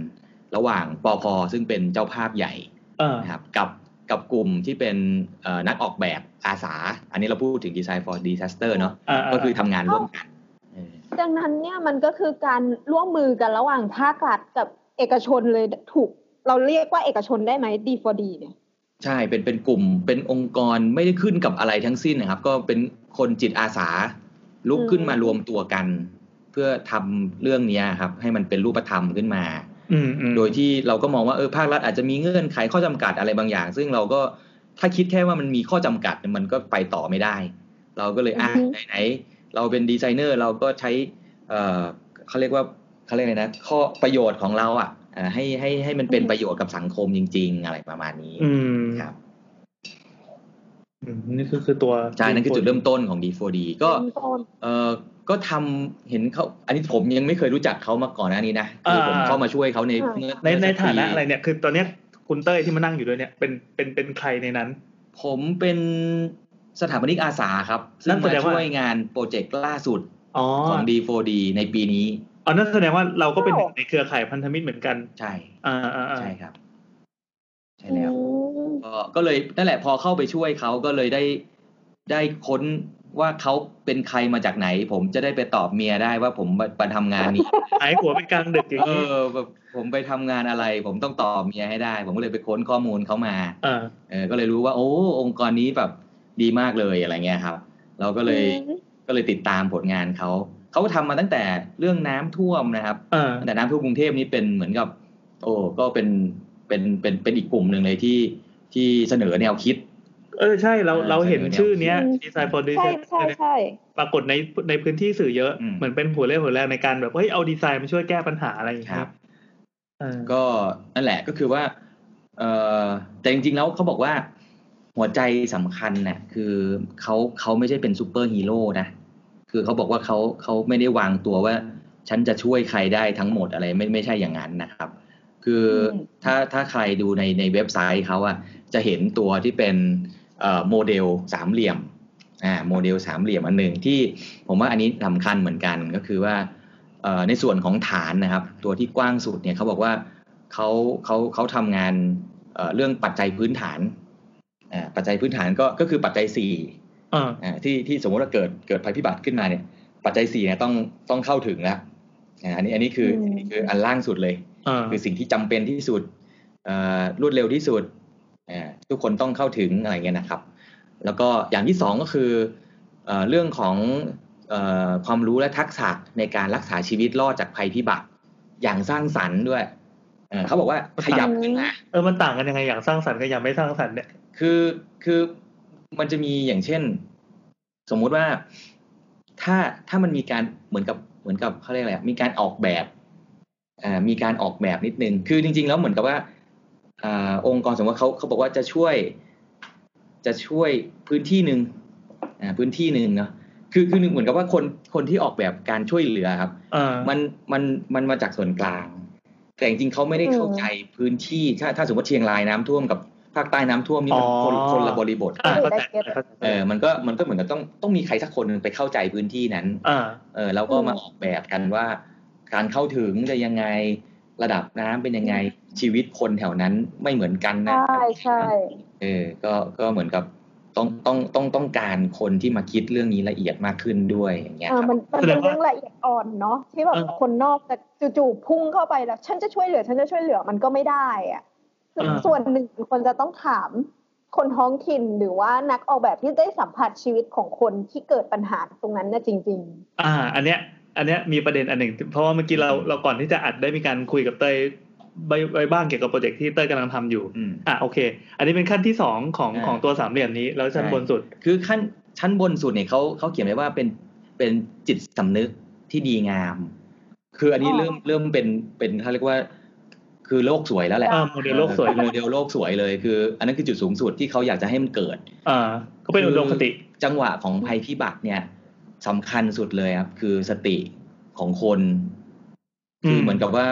Speaker 3: ระหว่างปอพอซึ่งเป็นเจ้าภาพใหญ่
Speaker 1: เออ
Speaker 3: นะครับกับกับกลุ่มที่เป็นเอ่อนักออกแบบอาสา อันนี้เราพูดถึง Design for Disaster เนาะ
Speaker 1: อ่า
Speaker 3: ก็คือทำงานร่วมกันเออ
Speaker 2: ดังนั้นเนี่ยมันก็คือการร่วมมือกันระหว่างภาครัฐกับเอกชนเลยถูก เราเรียกว่าเอกชนได้ไหมดีฟอดีเนี่ย
Speaker 3: ใช่เป็นเป็นกลุ่มเป็นองค์กรไม่ได้ขึ้นกับอะไรทั้งสิ้นนะครับ ก็เป็นคนจิตอาสาลุกขึ้นมารวมตัวกัน เพื่อทำเรื่องเนี้ยครับให้มันเป็นรูปธรรมขึ้นมา
Speaker 1: อืมอืม
Speaker 3: โดยที่เราก็มองว่าเออภาครัฐอาจจะมีเงื่อนไขข้อจำกัดอะไรบางอย่าง ซึ่งเราก็ถ้าคิดแค่ว่ามันมีข้อจำกัดเนี่ยมันก็ไปต่อไม่ได้ เราก็เลยอ่ะ
Speaker 2: อือฮึ
Speaker 3: ไหนๆเราเป็นดีไซเนอร์เราก็ใช้เอ่อเขาเรียกว่าเขาเรียกอะไรนะ ข้อประโยชน์ของเราอ่ะเอ่อให้ให้ให้มันเป็นประโยชน์กับสังคมจริง ๆ อะไรประมาณนี้
Speaker 1: อืม
Speaker 3: ครับ
Speaker 1: อืมนี่คือคือตัว
Speaker 3: ใช่นั่นคือจุดเริ่มต้นของ D4D ก็
Speaker 2: เป็นต้น
Speaker 3: เออก็ทำเห็นเขาอันนี้ผมยังไม่เคยรู้จักเขามาก่อนหน้านี้นะคืออา ผมเข้ามาช่วยเขาใน
Speaker 2: อ่า
Speaker 3: เมื่อ
Speaker 1: ในใน
Speaker 3: เมื่อสัก
Speaker 1: ฐานะ
Speaker 3: ปี
Speaker 1: อะไรเนี่ย คือตอนเนี้ย คุณเต้ยที่มานั่งอยู่ด้วยเนี่ยเป็นเป็นเป็นใครในนั้น
Speaker 3: ผมเป็นสถาปนิกอาสาครับ
Speaker 1: นั่
Speaker 3: ซึ่ง
Speaker 1: นแส
Speaker 3: มา
Speaker 1: ดงว่า
Speaker 3: ช่วยงานโปรเจกต์ล่าสุด
Speaker 1: อ๋อ
Speaker 3: ของ D4D ในปีนี้
Speaker 1: อ๋อนั่นแสดงว่าเราก็เป็นหนึ่งในเครือข่ายพันธมิตรเหมือนกัน
Speaker 3: ใช่
Speaker 1: อ่าอ่าอ่า
Speaker 3: ใช่ครับ ใช่แล้ว
Speaker 2: อืม
Speaker 3: ก็ก็เลยนั่นแหละพอเข้าไปช่วยเขาก็เลยได้ได้ค้นว่าเขาเป็นใครมาจากไหน ผมจะได้ไปตอบเมียได้ว่าผมมามาทำงานนี้
Speaker 1: หายหัวไปกลางดึกอย่าง
Speaker 3: เอ
Speaker 1: นี้
Speaker 3: อแบบผมไปทำงานอะไร ผมต้องตอบเมียให้ได้ ผมก็เลยไปค้นข้อมูลเขามา
Speaker 1: อ่า
Speaker 3: เออก็เลยรู้ว่า โอ้องค์กรนี้แบบดีมากเลยอะไรเงี้ยครับ เราก็เลยก็เลยติดตามผลงานเขาเขาทำมาตั้งแต่เรื่องน้ำท่วมนะครับ
Speaker 1: อ่า
Speaker 3: แต่น้ำท่วมกรุงเทพนี่เป็นเหมือนกับ โอ้ก็เป็นเป็นเป็นเป็นอีกกลุ่มหนึ่งเลยที่ที่เสนอแนวคิด
Speaker 1: เออใช่เราเราเห็นชื่อเนี้ยดีไซน์ for
Speaker 2: ใช่
Speaker 1: design
Speaker 2: ใช่ใช่
Speaker 1: ปรากฏในในพื้นที่สื่อเยอะ
Speaker 3: อืม
Speaker 1: เหมือนเป็นหัวเรี่ยวหัวแรงในการแบบเฮ้ยเอาดีไซน์มาช่วยแก้ปัญหาอะไรอย่างเงี้ยเออ
Speaker 3: ก็นั่นแหละก็คือว่าเออแต่จริงๆแล้วเขาบอกว่าหัวใจสำคัญน่ะคือเขาเขาไม่ใช่เป็นซูเปอร์ฮีโร่นะคือเขาบอกว่าเขาเขาไม่ได้วางตัวว่า ฉันจะช่วยใครได้ทั้งหมดอะไรไม่ไม่ใช่อย่างนั้นนะครับ คืออ
Speaker 2: ม
Speaker 3: ถ้าถ้าใครดูในในเว็บไซต์เขาอะจะเห็นตัวที่เป็นเอ่อโมเดลสามเหลี่ยมอ่าโมเดลสามเหลี่ยมอันหนึ่งที่ผมว่าอันนี้สำคัญเหมือนกันก็คือว่า เอ่อในส่วนของฐานนะครับ ตัวที่กว้างสุดเนี่ยเขาบอกว่าเขาเขาเขาทำงานเอ่อเรื่องปัจจัยพื้นฐานอ่าปัจจัยพื้นฐานก็ก็คือปัจจัยสี่
Speaker 1: อ่า
Speaker 3: อ่าที่ที่สมมติว่าเกิดเกิดภัยพิบัติขึ้นมาเนี่ย ปัจจัยสี่เนี่ยต้องต้องเข้าถึงแล้วอ่าอันนี้อันนี้คือ
Speaker 2: อืม
Speaker 3: อันนี้คืออันล่างสุดเลย
Speaker 1: อ่า
Speaker 3: คือสิ่งที่จำเป็นที่สุดเอ่อรวดเร็วที่สุดอ่าทุกคนต้องเข้าถึงอะไรเงี้ยนะครับ แล้วก็อย่างที่สองก็คือเอ่อเรื่องของเออความรู้และทักษะในการรักษาชีวิตรอดจากภัยพิบัติ อย่างสร้างสรรค์ด้วยเอ่อเขาบอกว่าขยับขึ้นมา
Speaker 1: เออมันต่างกันยังไงอย่างสร้างสรรค์กับอย่างไม่สร้างสรรค์เนี่ย
Speaker 3: คือคือมันจะมีอย่างเช่น สมมุติว่าถ้าถ้ามันมีการเหมือนกับเหมือนกับเขาเรียกอะไรอะมีการออกแบบอ่ามีการออกแบบนิดนึง คือจริง ๆ แล้วเหมือนกับว่าอ่าองค์กรสมมติว่าเขาเขาบอกว่าจะช่วย จะช่วยพื้นที่หนึ่งอ่าพื้นที่หนึ่งเนาะคือคือเหมือนกับว่าคนคนที่ออกแบบการช่วยเหลือครับ
Speaker 1: อ่า
Speaker 3: มันมันมันมาจากส่วนกลาง แต่จริงๆเขาไม่ได้เข้าใจพื้นที่ถ้าถ้าสมมติเชียงรายน้ำท่วมกับภาคใต้น้ำท่วมนี่มันคนคนละบริบท
Speaker 1: อ่าเข้าใจ
Speaker 3: เออมันก็มันก็เหมือนกับต้องต้องมีใครสักคนหนึ่งไปเข้าใจพื้นที่นั้น
Speaker 1: อ่า
Speaker 3: เออแล้วก็มาออกแบบกันว่า การเข้าถึงจะยังไงระดับน้ำเป็นยังไงชีวิตคนแถวนั้นไม่เหมือนกันนะ
Speaker 2: ใช่ใช่
Speaker 3: เออ ก็ ก็เหมือนกับต้อง ต้อง ต้อง ต้องการคนที่มาคิดเรื่องนี้ละเอียดมากขึ้นด้วยอย่างเงี้ย
Speaker 2: เออ
Speaker 3: ครับ
Speaker 2: มันมันเป็นเรื่องละเอียดอ่อนเนาะที่แบบคนนอกจะจู่ๆพุ่งเข้าไปแล้ว ฉันจะช่วยเหลือ ฉันจะช่วยเหลือมันก็ไม่ได้อะซึ่งส่วนหนึ่งคนจะต้องถามคนท้องถิ่นหรือว่านักออกแบบที่ได้สัมผัสชีวิตของคนที่เกิดปัญหาตรงนั้นนะจริง
Speaker 1: อ่า อันเนี้ย อันเนี้ยมีประเด็นอันหนึ่ง เพราะว่าเมื่อกี้เราเราก่อนที่จะอัดได้มีการคุยกับเต้ยใบใบบ้างเกี่ยวกับโปรเจกต์ที่เต้ยกำลังทำอยู่
Speaker 3: อืม
Speaker 1: อ่าโอเค อันนี้เป็นขั้นที่สองของ
Speaker 3: อ่า
Speaker 1: ของตัวสามเหลี่ยมนี้แล้วชั้นบนสุด
Speaker 3: คือขั้นชั้นบนสุดเนี่ยเขาเขาเขียนไว้ว่าเป็นเป็นจิตสำนึกที่ดีงาม คืออันนี้
Speaker 2: อ๋อ
Speaker 3: เริ่มเริ่มเป็นเป็นเขาเรียกว่า คือโลกสวยแล้วแหละ
Speaker 1: อ่าโมเดลโลกสวยเลย
Speaker 3: โมเดลโลกสวยเลยคือ อันนั้นคือจุดสูงสุดที่เขาอยากจะให้มันเกิด
Speaker 1: อ่า ก็เป็นอุดมคติ
Speaker 3: จังหวะของภัยพิบัติเนี่ยสำคัญสุดเลยครับ คือสติของคน
Speaker 1: อืม
Speaker 3: คือเหมือนกับว่า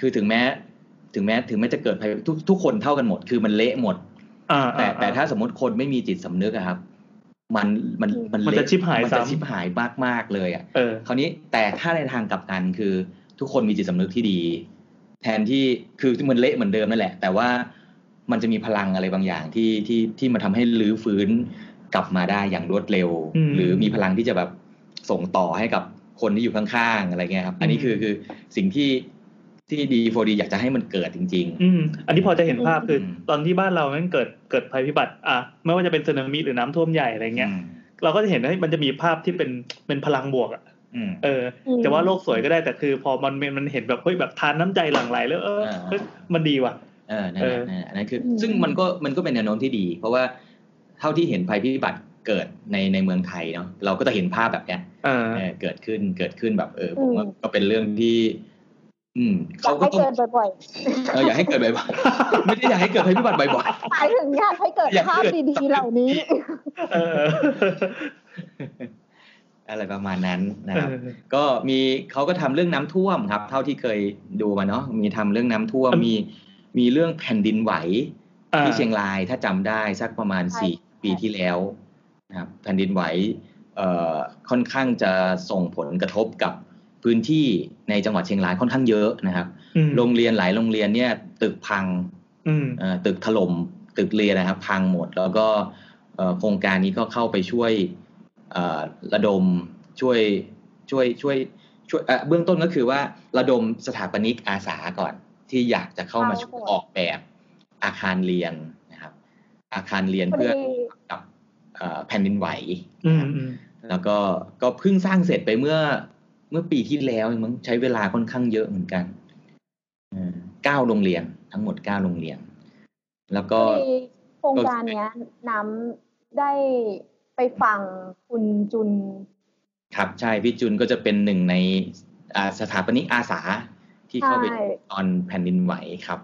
Speaker 3: คือถึงแม้ ถึงแม้ ถึงแม้จะเกิดภัยทุกทุกคนเท่ากันหมด คือมันเละหมด
Speaker 1: อ่า
Speaker 3: แต่
Speaker 1: อ่อ่
Speaker 3: แต่ถ้าสมมติคนไม่มีจิตสำนึกอะครับ มันมันมัน
Speaker 1: มันจะ
Speaker 3: เล
Speaker 1: ชิบหาย
Speaker 3: มันจะ
Speaker 1: ซ้ำ
Speaker 3: ชิบหายมากมากๆเลยอ่ะ
Speaker 1: เออ
Speaker 3: คราวนี้แต่ถ้าในทางกลับกันคือทุกคนมีจิตสำนึกที่ดี แทนที่คือมันเละเหมือนเดิมนั่นแหละ แต่ว่ามันจะมีพลังอะไรบางอย่างที่ที่ที่มันทำให้รื้อฟื้นกลับมาได้อย่างรวดเร็ว
Speaker 1: อืม
Speaker 3: หรือมีพลังที่จะแบบส่งต่อให้กับคนที่อยู่ข้างๆอะไรเงี้ยครับ อันนี้คือคือสิ่งที่ที่ดีโฟดีอยากจะให้มันเกิดจริง
Speaker 1: อืม อันนี้พอจะเห็นภาพคืออ
Speaker 3: ม
Speaker 1: ตอนที่บ้านเรามันเกิดเกิดภัยพิบัติ อ่ะไม่ว่าจะเป็นสึนามิหรือน้ำท่วมใหญ่อะไร
Speaker 3: ๆ
Speaker 1: เงี้ย
Speaker 3: อืม
Speaker 1: เราก็จะเห็นว่ามันจะมีภาพที่เป็นเป็นพลังบวกอะ
Speaker 3: อืม
Speaker 1: เออ
Speaker 2: อืม
Speaker 1: จะว่าโลกสวยก็ได้แต่คือ พอมันมันมันเห็นแบบเฮ้ยแบบทานน้ำใจหลั่งไหลแล้วเออ
Speaker 3: อ่า
Speaker 1: เฮ้ยมันดีว่ะ
Speaker 3: เออนั่นแหละนั่นแหละอันนั้นคือ
Speaker 2: อืม
Speaker 3: ซึ่งมันก็มันก็เป็นแนวโน้มที่ดี เพราะว่าเท่าที่เห็นภัยพิบัติเกิดในในเมืองไทยเนาะเราก็จะเห็นภาพแบบเนี้ย
Speaker 1: เออ
Speaker 3: เออเกิดขึ้นเกิดขึ้นแบบเออผมว่า
Speaker 2: อืม
Speaker 3: ก็เป็นเรื่องที่ อืม
Speaker 2: ๆอยา
Speaker 3: เขา
Speaker 2: ก
Speaker 3: ก็
Speaker 2: ให้
Speaker 3: ต้อง
Speaker 2: เกิดบ่อย
Speaker 3: เอออยากให้เกิดบ่อยๆ ไม่ได้อยากให้เกิดภัยพิบัติบ่อย
Speaker 2: ๆหมายถึงอยากให้เกิด
Speaker 3: อยากให้
Speaker 2: ภาพ
Speaker 3: เกิด
Speaker 2: ดีๆเหล่านี้
Speaker 1: เออ
Speaker 3: ๆ อะไรประมาณนั้น
Speaker 1: เอ
Speaker 3: นะครับ
Speaker 1: อ
Speaker 3: ก็มีเขาก็ทำเรื่องน้ำท่วมครับ เท่าที่เคยดูมาเนาะมีทำเรื่องน้ำท่วมมี มีเรื่องแผ่นดินไหว
Speaker 1: อ่า
Speaker 3: ที่เชียงรายถ้าจำได้สักประมาณ
Speaker 2: ใช่
Speaker 3: สี่
Speaker 2: ใช่
Speaker 3: ปีที่แล้วนะครับแผ่นดินไหวเอ่อค่อนข้างจะส่งผลกระทบกับพื้นที่ในจังหวัดเชียงรายค่อนข้างเยอะนะครับ
Speaker 1: อืม
Speaker 3: โรงเรียนหลายโรงเรียนเนี่ยตึกพัง
Speaker 1: อืม
Speaker 3: เอ่อตึกถล่มตึกเรียนนะครับ พังหมด แล้วก็เอ่อโครงการนี้ก็เข้าไปช่วยเอ่อระดมช่วยช่วยช่วยช่วยเอ่อเบื้องต้นก็คือว่าระดมสถาปนิกอาสาก่อนที่อยากจะเข้ามาช่วยออกแบบอาคารเรียนนะครับ อาคารเรียน
Speaker 2: พอ
Speaker 3: เพื่อ
Speaker 2: ดี
Speaker 3: กับเอ่อแผ่นดินไหว
Speaker 1: อืมอืม
Speaker 3: แล้วก็ก็เพิ่งสร้างเสร็จไปเมื่อเมื่อปีที่แล้วเองมั้งใช้เวลาค่อนข้างเยอะเหมือนกันอืมเก้าโรงเรียนทั้งหมดเก้าโรงเรียน แล้
Speaker 2: พ
Speaker 3: วก็
Speaker 2: อดีโครงการเนี้ยน้ำได้ไปฟังคุณจุน
Speaker 3: ครับใช่พี่จุนก็จะเป็นหนึ่งในอ่าสถาปนิกอาสาที่เข้าไป
Speaker 2: ใช่
Speaker 3: ตอนแผ่นดินไหวครับ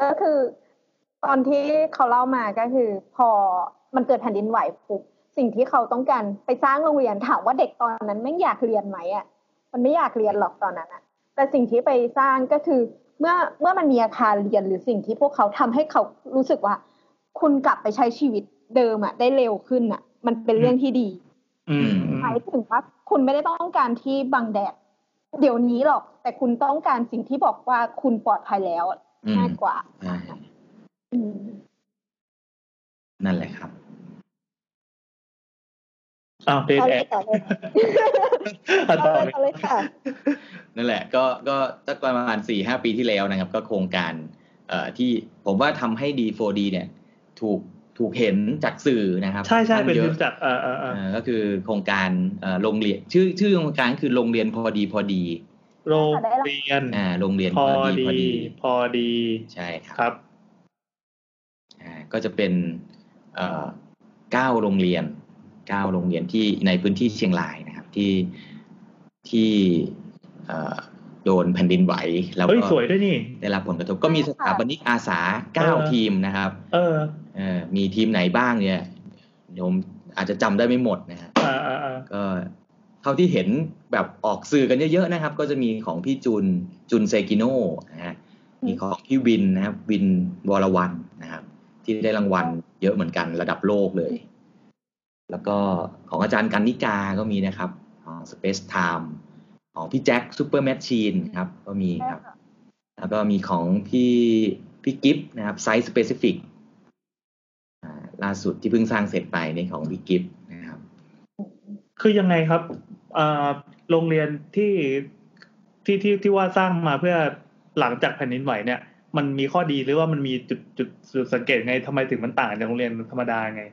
Speaker 2: ก็คือตอนที่เขาเล่ามาก็คือ พอมันเกิดแผ่นดินไหวปุ๊บสิ่งที่เขาต้องการไปสร้างโรงเรียนถามว่าเด็กตอนนั้นไม่งอยากเรียนไหมอ่ะมันไม่อยากเรียนหรอกตอนนั้นอ่ะ แต่สิ่งที่ไปสร้างก็คือ เมื่อเมื่อมันมีอาคารเรียนหรือสิ่งที่พวกเขาทำให้เขารู้สึกว่า คุณกลับไปใช้ชีวิตเดิมอ่ะได้เร็วขึ้นอ่ะ มันเป็นเรื่องที่ดี
Speaker 1: อืมอืม
Speaker 2: หมายถึงว่าคุณไม่ได้ต้องการที่บังแดด เดี๋ยวนี้หรอก แต่คุณต้องการสิ่งที่บอกว่าคุณปลอดภัยแล้ว
Speaker 3: อืม
Speaker 2: ง่ายกว่า
Speaker 3: ใช่
Speaker 2: อืม
Speaker 3: นั่นแหละครับ
Speaker 1: อ้าวเดท
Speaker 2: ต่อ
Speaker 1: แอ
Speaker 2: เล
Speaker 1: ด
Speaker 2: ย
Speaker 1: อ่ะ
Speaker 2: ต่อเลยต่
Speaker 1: ต่
Speaker 2: อ
Speaker 1: อ
Speaker 2: เลย
Speaker 1: เลย
Speaker 2: ต่อเลยค่ะ
Speaker 3: นั่นแหละก็ก็สักประมาณสี่ห้าปีที่แล้วนะครับ ก็โครงการเอ่อที่ผมว่าทำให้ D4D เนี่ย ถูกถูกเห็นจากสื่อนะครับ
Speaker 1: ใช่ใช่เป็น
Speaker 3: ค่อ
Speaker 1: ทีม
Speaker 3: นข้างยอะ
Speaker 1: จักรอ่าอ่าอ่า
Speaker 3: เอ่อก็คือโครงการเอ่อโรงเรียนชื่อชื่อโครงการคือโรงเรียนพอดีพอดี
Speaker 1: โรงเรียน
Speaker 3: อ่าโรงเรียน
Speaker 1: พ
Speaker 3: พ
Speaker 1: อ
Speaker 3: อดีพอ
Speaker 1: ดี
Speaker 3: ดี
Speaker 1: พอดี
Speaker 3: ใช่ครับ
Speaker 1: ครับ
Speaker 3: อ่าก็จะเป็นเอ่อเก้าโรงเรียนเก้าโรงเรียนที่ในพื้นที่เชียงรายนะครับที่ที่เอ่อโดนแผ่นดินไหว แล้ว
Speaker 1: เฮ้ย
Speaker 3: ก็
Speaker 1: สวยด้วยนี่
Speaker 3: ได้รับผลกระทบก็มี
Speaker 2: ใช่
Speaker 3: ส
Speaker 2: ค่ะ
Speaker 3: ถาปนิกอาสาเก้า
Speaker 1: เออ
Speaker 3: ทีมนะครับ
Speaker 1: เออ
Speaker 3: เอ่อมีทีมไหนบ้างเนี่ยผมอาจจะจำได้ไม่หมดนะฮะ
Speaker 1: อ่าอ่าอ่า
Speaker 3: ก็เท่าที่เห็นแบบออกสื่อกันเยอะๆนะครับ ก็จะมีของพี่จุนจุนเซกิโน่นะฮะมีของพี่วินนะครับวินวรวันนะครับ ที่ได้รางวัลเยอะเหมือนกันระดับโลกเลย แล้วก็ของอาจารย์กันนิกาก็มีนะครับ ของ Space Time ของพี่แจ็คซูเปอร์แมชชีนครับ ก็มีครับ แล้วก็มีของพี่พี่กิฟต์นะครับไซส์สเปซิฟิกล่าสุดที่เพิ่งสร้างเสร็จไปในของพี่กิฟต์นะครับ
Speaker 1: คือยังไงครับอ่าโรงเรียนที่ที่ที่ที่ว่าสร้างมาเพื่อหลังจากแผ่นดินไหวเนี่ย มันมีข้อดีหรือว่ามันมีจุดจุดจุดสังเกตไงทำไมถึงมันต่างจากโรงเรียนธรรมดาไง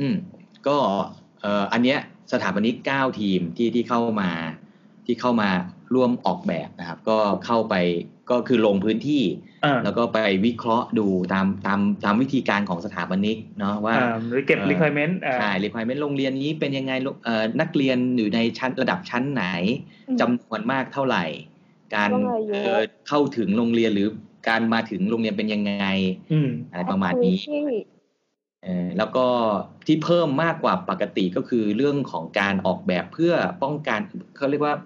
Speaker 3: อืมก็เอ่ออันเนี้ยสถาปนิก9ทีมที่ที่เข้ามาที่เข้ามาร่วมออกแบบนะครับ ก็เข้าไปก็คือลงพื้นที่
Speaker 1: อ่า
Speaker 3: แล้วก็ไปวิเคราะห์ดูตามตามตามวิธีการของสถาปนิกเนาะว่า
Speaker 1: อ่าหรือเก็บ
Speaker 3: เอ่อ
Speaker 1: requirement อ่า
Speaker 3: ใช่ requirement โรงเรียนนี้เป็นยังไงโรงเอ่อนักเรียนอยู่ในชั้นระดับชั้นไหน
Speaker 2: อืม
Speaker 3: จำนวนมากเท่าไหร่ การ
Speaker 2: ต้องอายุ
Speaker 3: เอ่อเข้าถึงโรงเรียนหรือการมาถึงโรงเรียนเป็นยังไง
Speaker 1: อืม
Speaker 3: อะไรประมาณนี้
Speaker 2: ที่
Speaker 3: เอ่อแล้วก็ที่เพิ่มมากกว่าปกติก็คือเรื่องของการออกแบบเพื่อป้องกันเขาเรียกว่า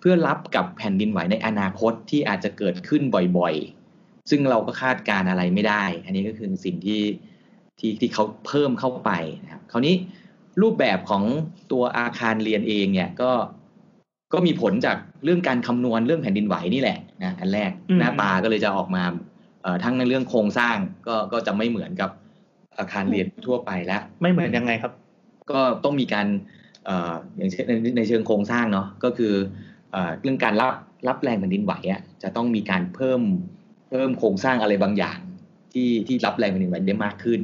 Speaker 3: เพื่อรับกับแผ่นดินไหวในอนาคตที่อาจจะเกิดขึ้นบ่อยๆ ซึ่งเราก็คาดการณ์อะไรไม่ได้ อันนี้ก็คือสิ่งที่ที่ที่เขาเพิ่มเข้าไปนะครับคราวนี้รูปแบบของตัวอาคารเรียนเองเนี่ยก็ก็มีผลจากเรื่องการคำนวณเรื่องแผ่นดินไหวนี่แหละนะอันแรก
Speaker 1: อืม
Speaker 3: หน้าตาก็เลยจะออกมา เอ่อทั้งในเรื่องโครงสร้างก็ก็จะไม่เหมือนกับอาคารเรียนทั่วไปแล้ว
Speaker 1: ไม่เหมือนยังไงครับ
Speaker 3: ก็ต้องมีการเอ่ออย่างเช่นในในเชิงโครงสร้างเนาะก็คือเอ่อเรื่องการรับรับแรงแผ่นดินไหวอะจะต้องมีการเพิ่มเพิ่มโครงสร้างอะไรบางอย่างที่ที่รับแรงแผ่นดินไหวได้มากขึ้น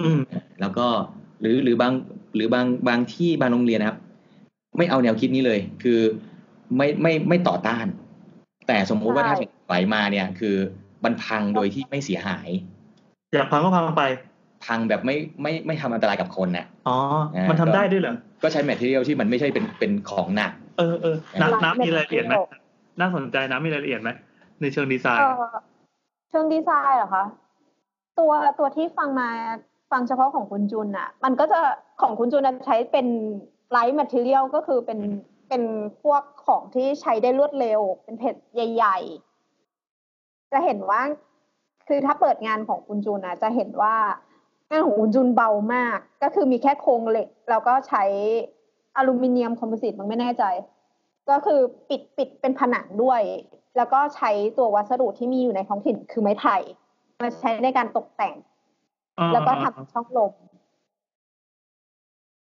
Speaker 1: อืม
Speaker 3: แล้วก็หรือหรือบางหรือบางบางที่บางโรงเรียนนะครับ ไม่เอาแนวคิดนี้เลย คือไม่ไม่ไม่ต่อต้าน แต่สมมุติว่าถ้าแผ่นดินไหวมาเนี่ยคือมันพังโดยที่ไม่เสียหาย
Speaker 1: อยากพังก็พังไป
Speaker 3: พังแบบไม่ไม่ไม่ทำอันตรายกับคนน่ะ
Speaker 1: อ๋อ
Speaker 3: อ่ามั
Speaker 1: มันทำได้ด้วยเหรอ
Speaker 3: ก็ใช้แมทเทียลที่มันไม่ใช่เป็นเป็นของหนัก
Speaker 1: เออเออ
Speaker 3: อ่า
Speaker 1: น้ำน้ำมีรายละเอียดไหมน่าสนใจน้ำมีรายละเอียดไหมในเชิงดีไซ
Speaker 2: เอ่
Speaker 1: น์
Speaker 2: อเชิงดีไซน์เหรอคะตัวตัวที่ฟังมาฟังเฉพาะของคุณจุนอะมันก็จะของคุณจุนอะใช้เป็นไลท์แมทเทียลก็คือเป็นเป็นพวกของที่ใช้ได้รวดเร็ว เป็นเพจใหญ่ จะเห็นว่าคือถ้าเปิดงานของคุณจูนนะจะเห็นว่างานของคุณจูนเบามาก ก็คือมีแค่โครงเหล็ก แล้วก็ใช้อลูมิเนียมคอมโพสิตมันไม่แน่ใจ ก็คือปิดปิดเป็นผนังด้วย แล้วก็ใช้ตัววัสดุที่มีอยู่ในท้องถิ่นคือไม้ไผ่มาใช้ในการตกแต่ง
Speaker 1: อ่า
Speaker 2: แล้วก็ทำช่องลม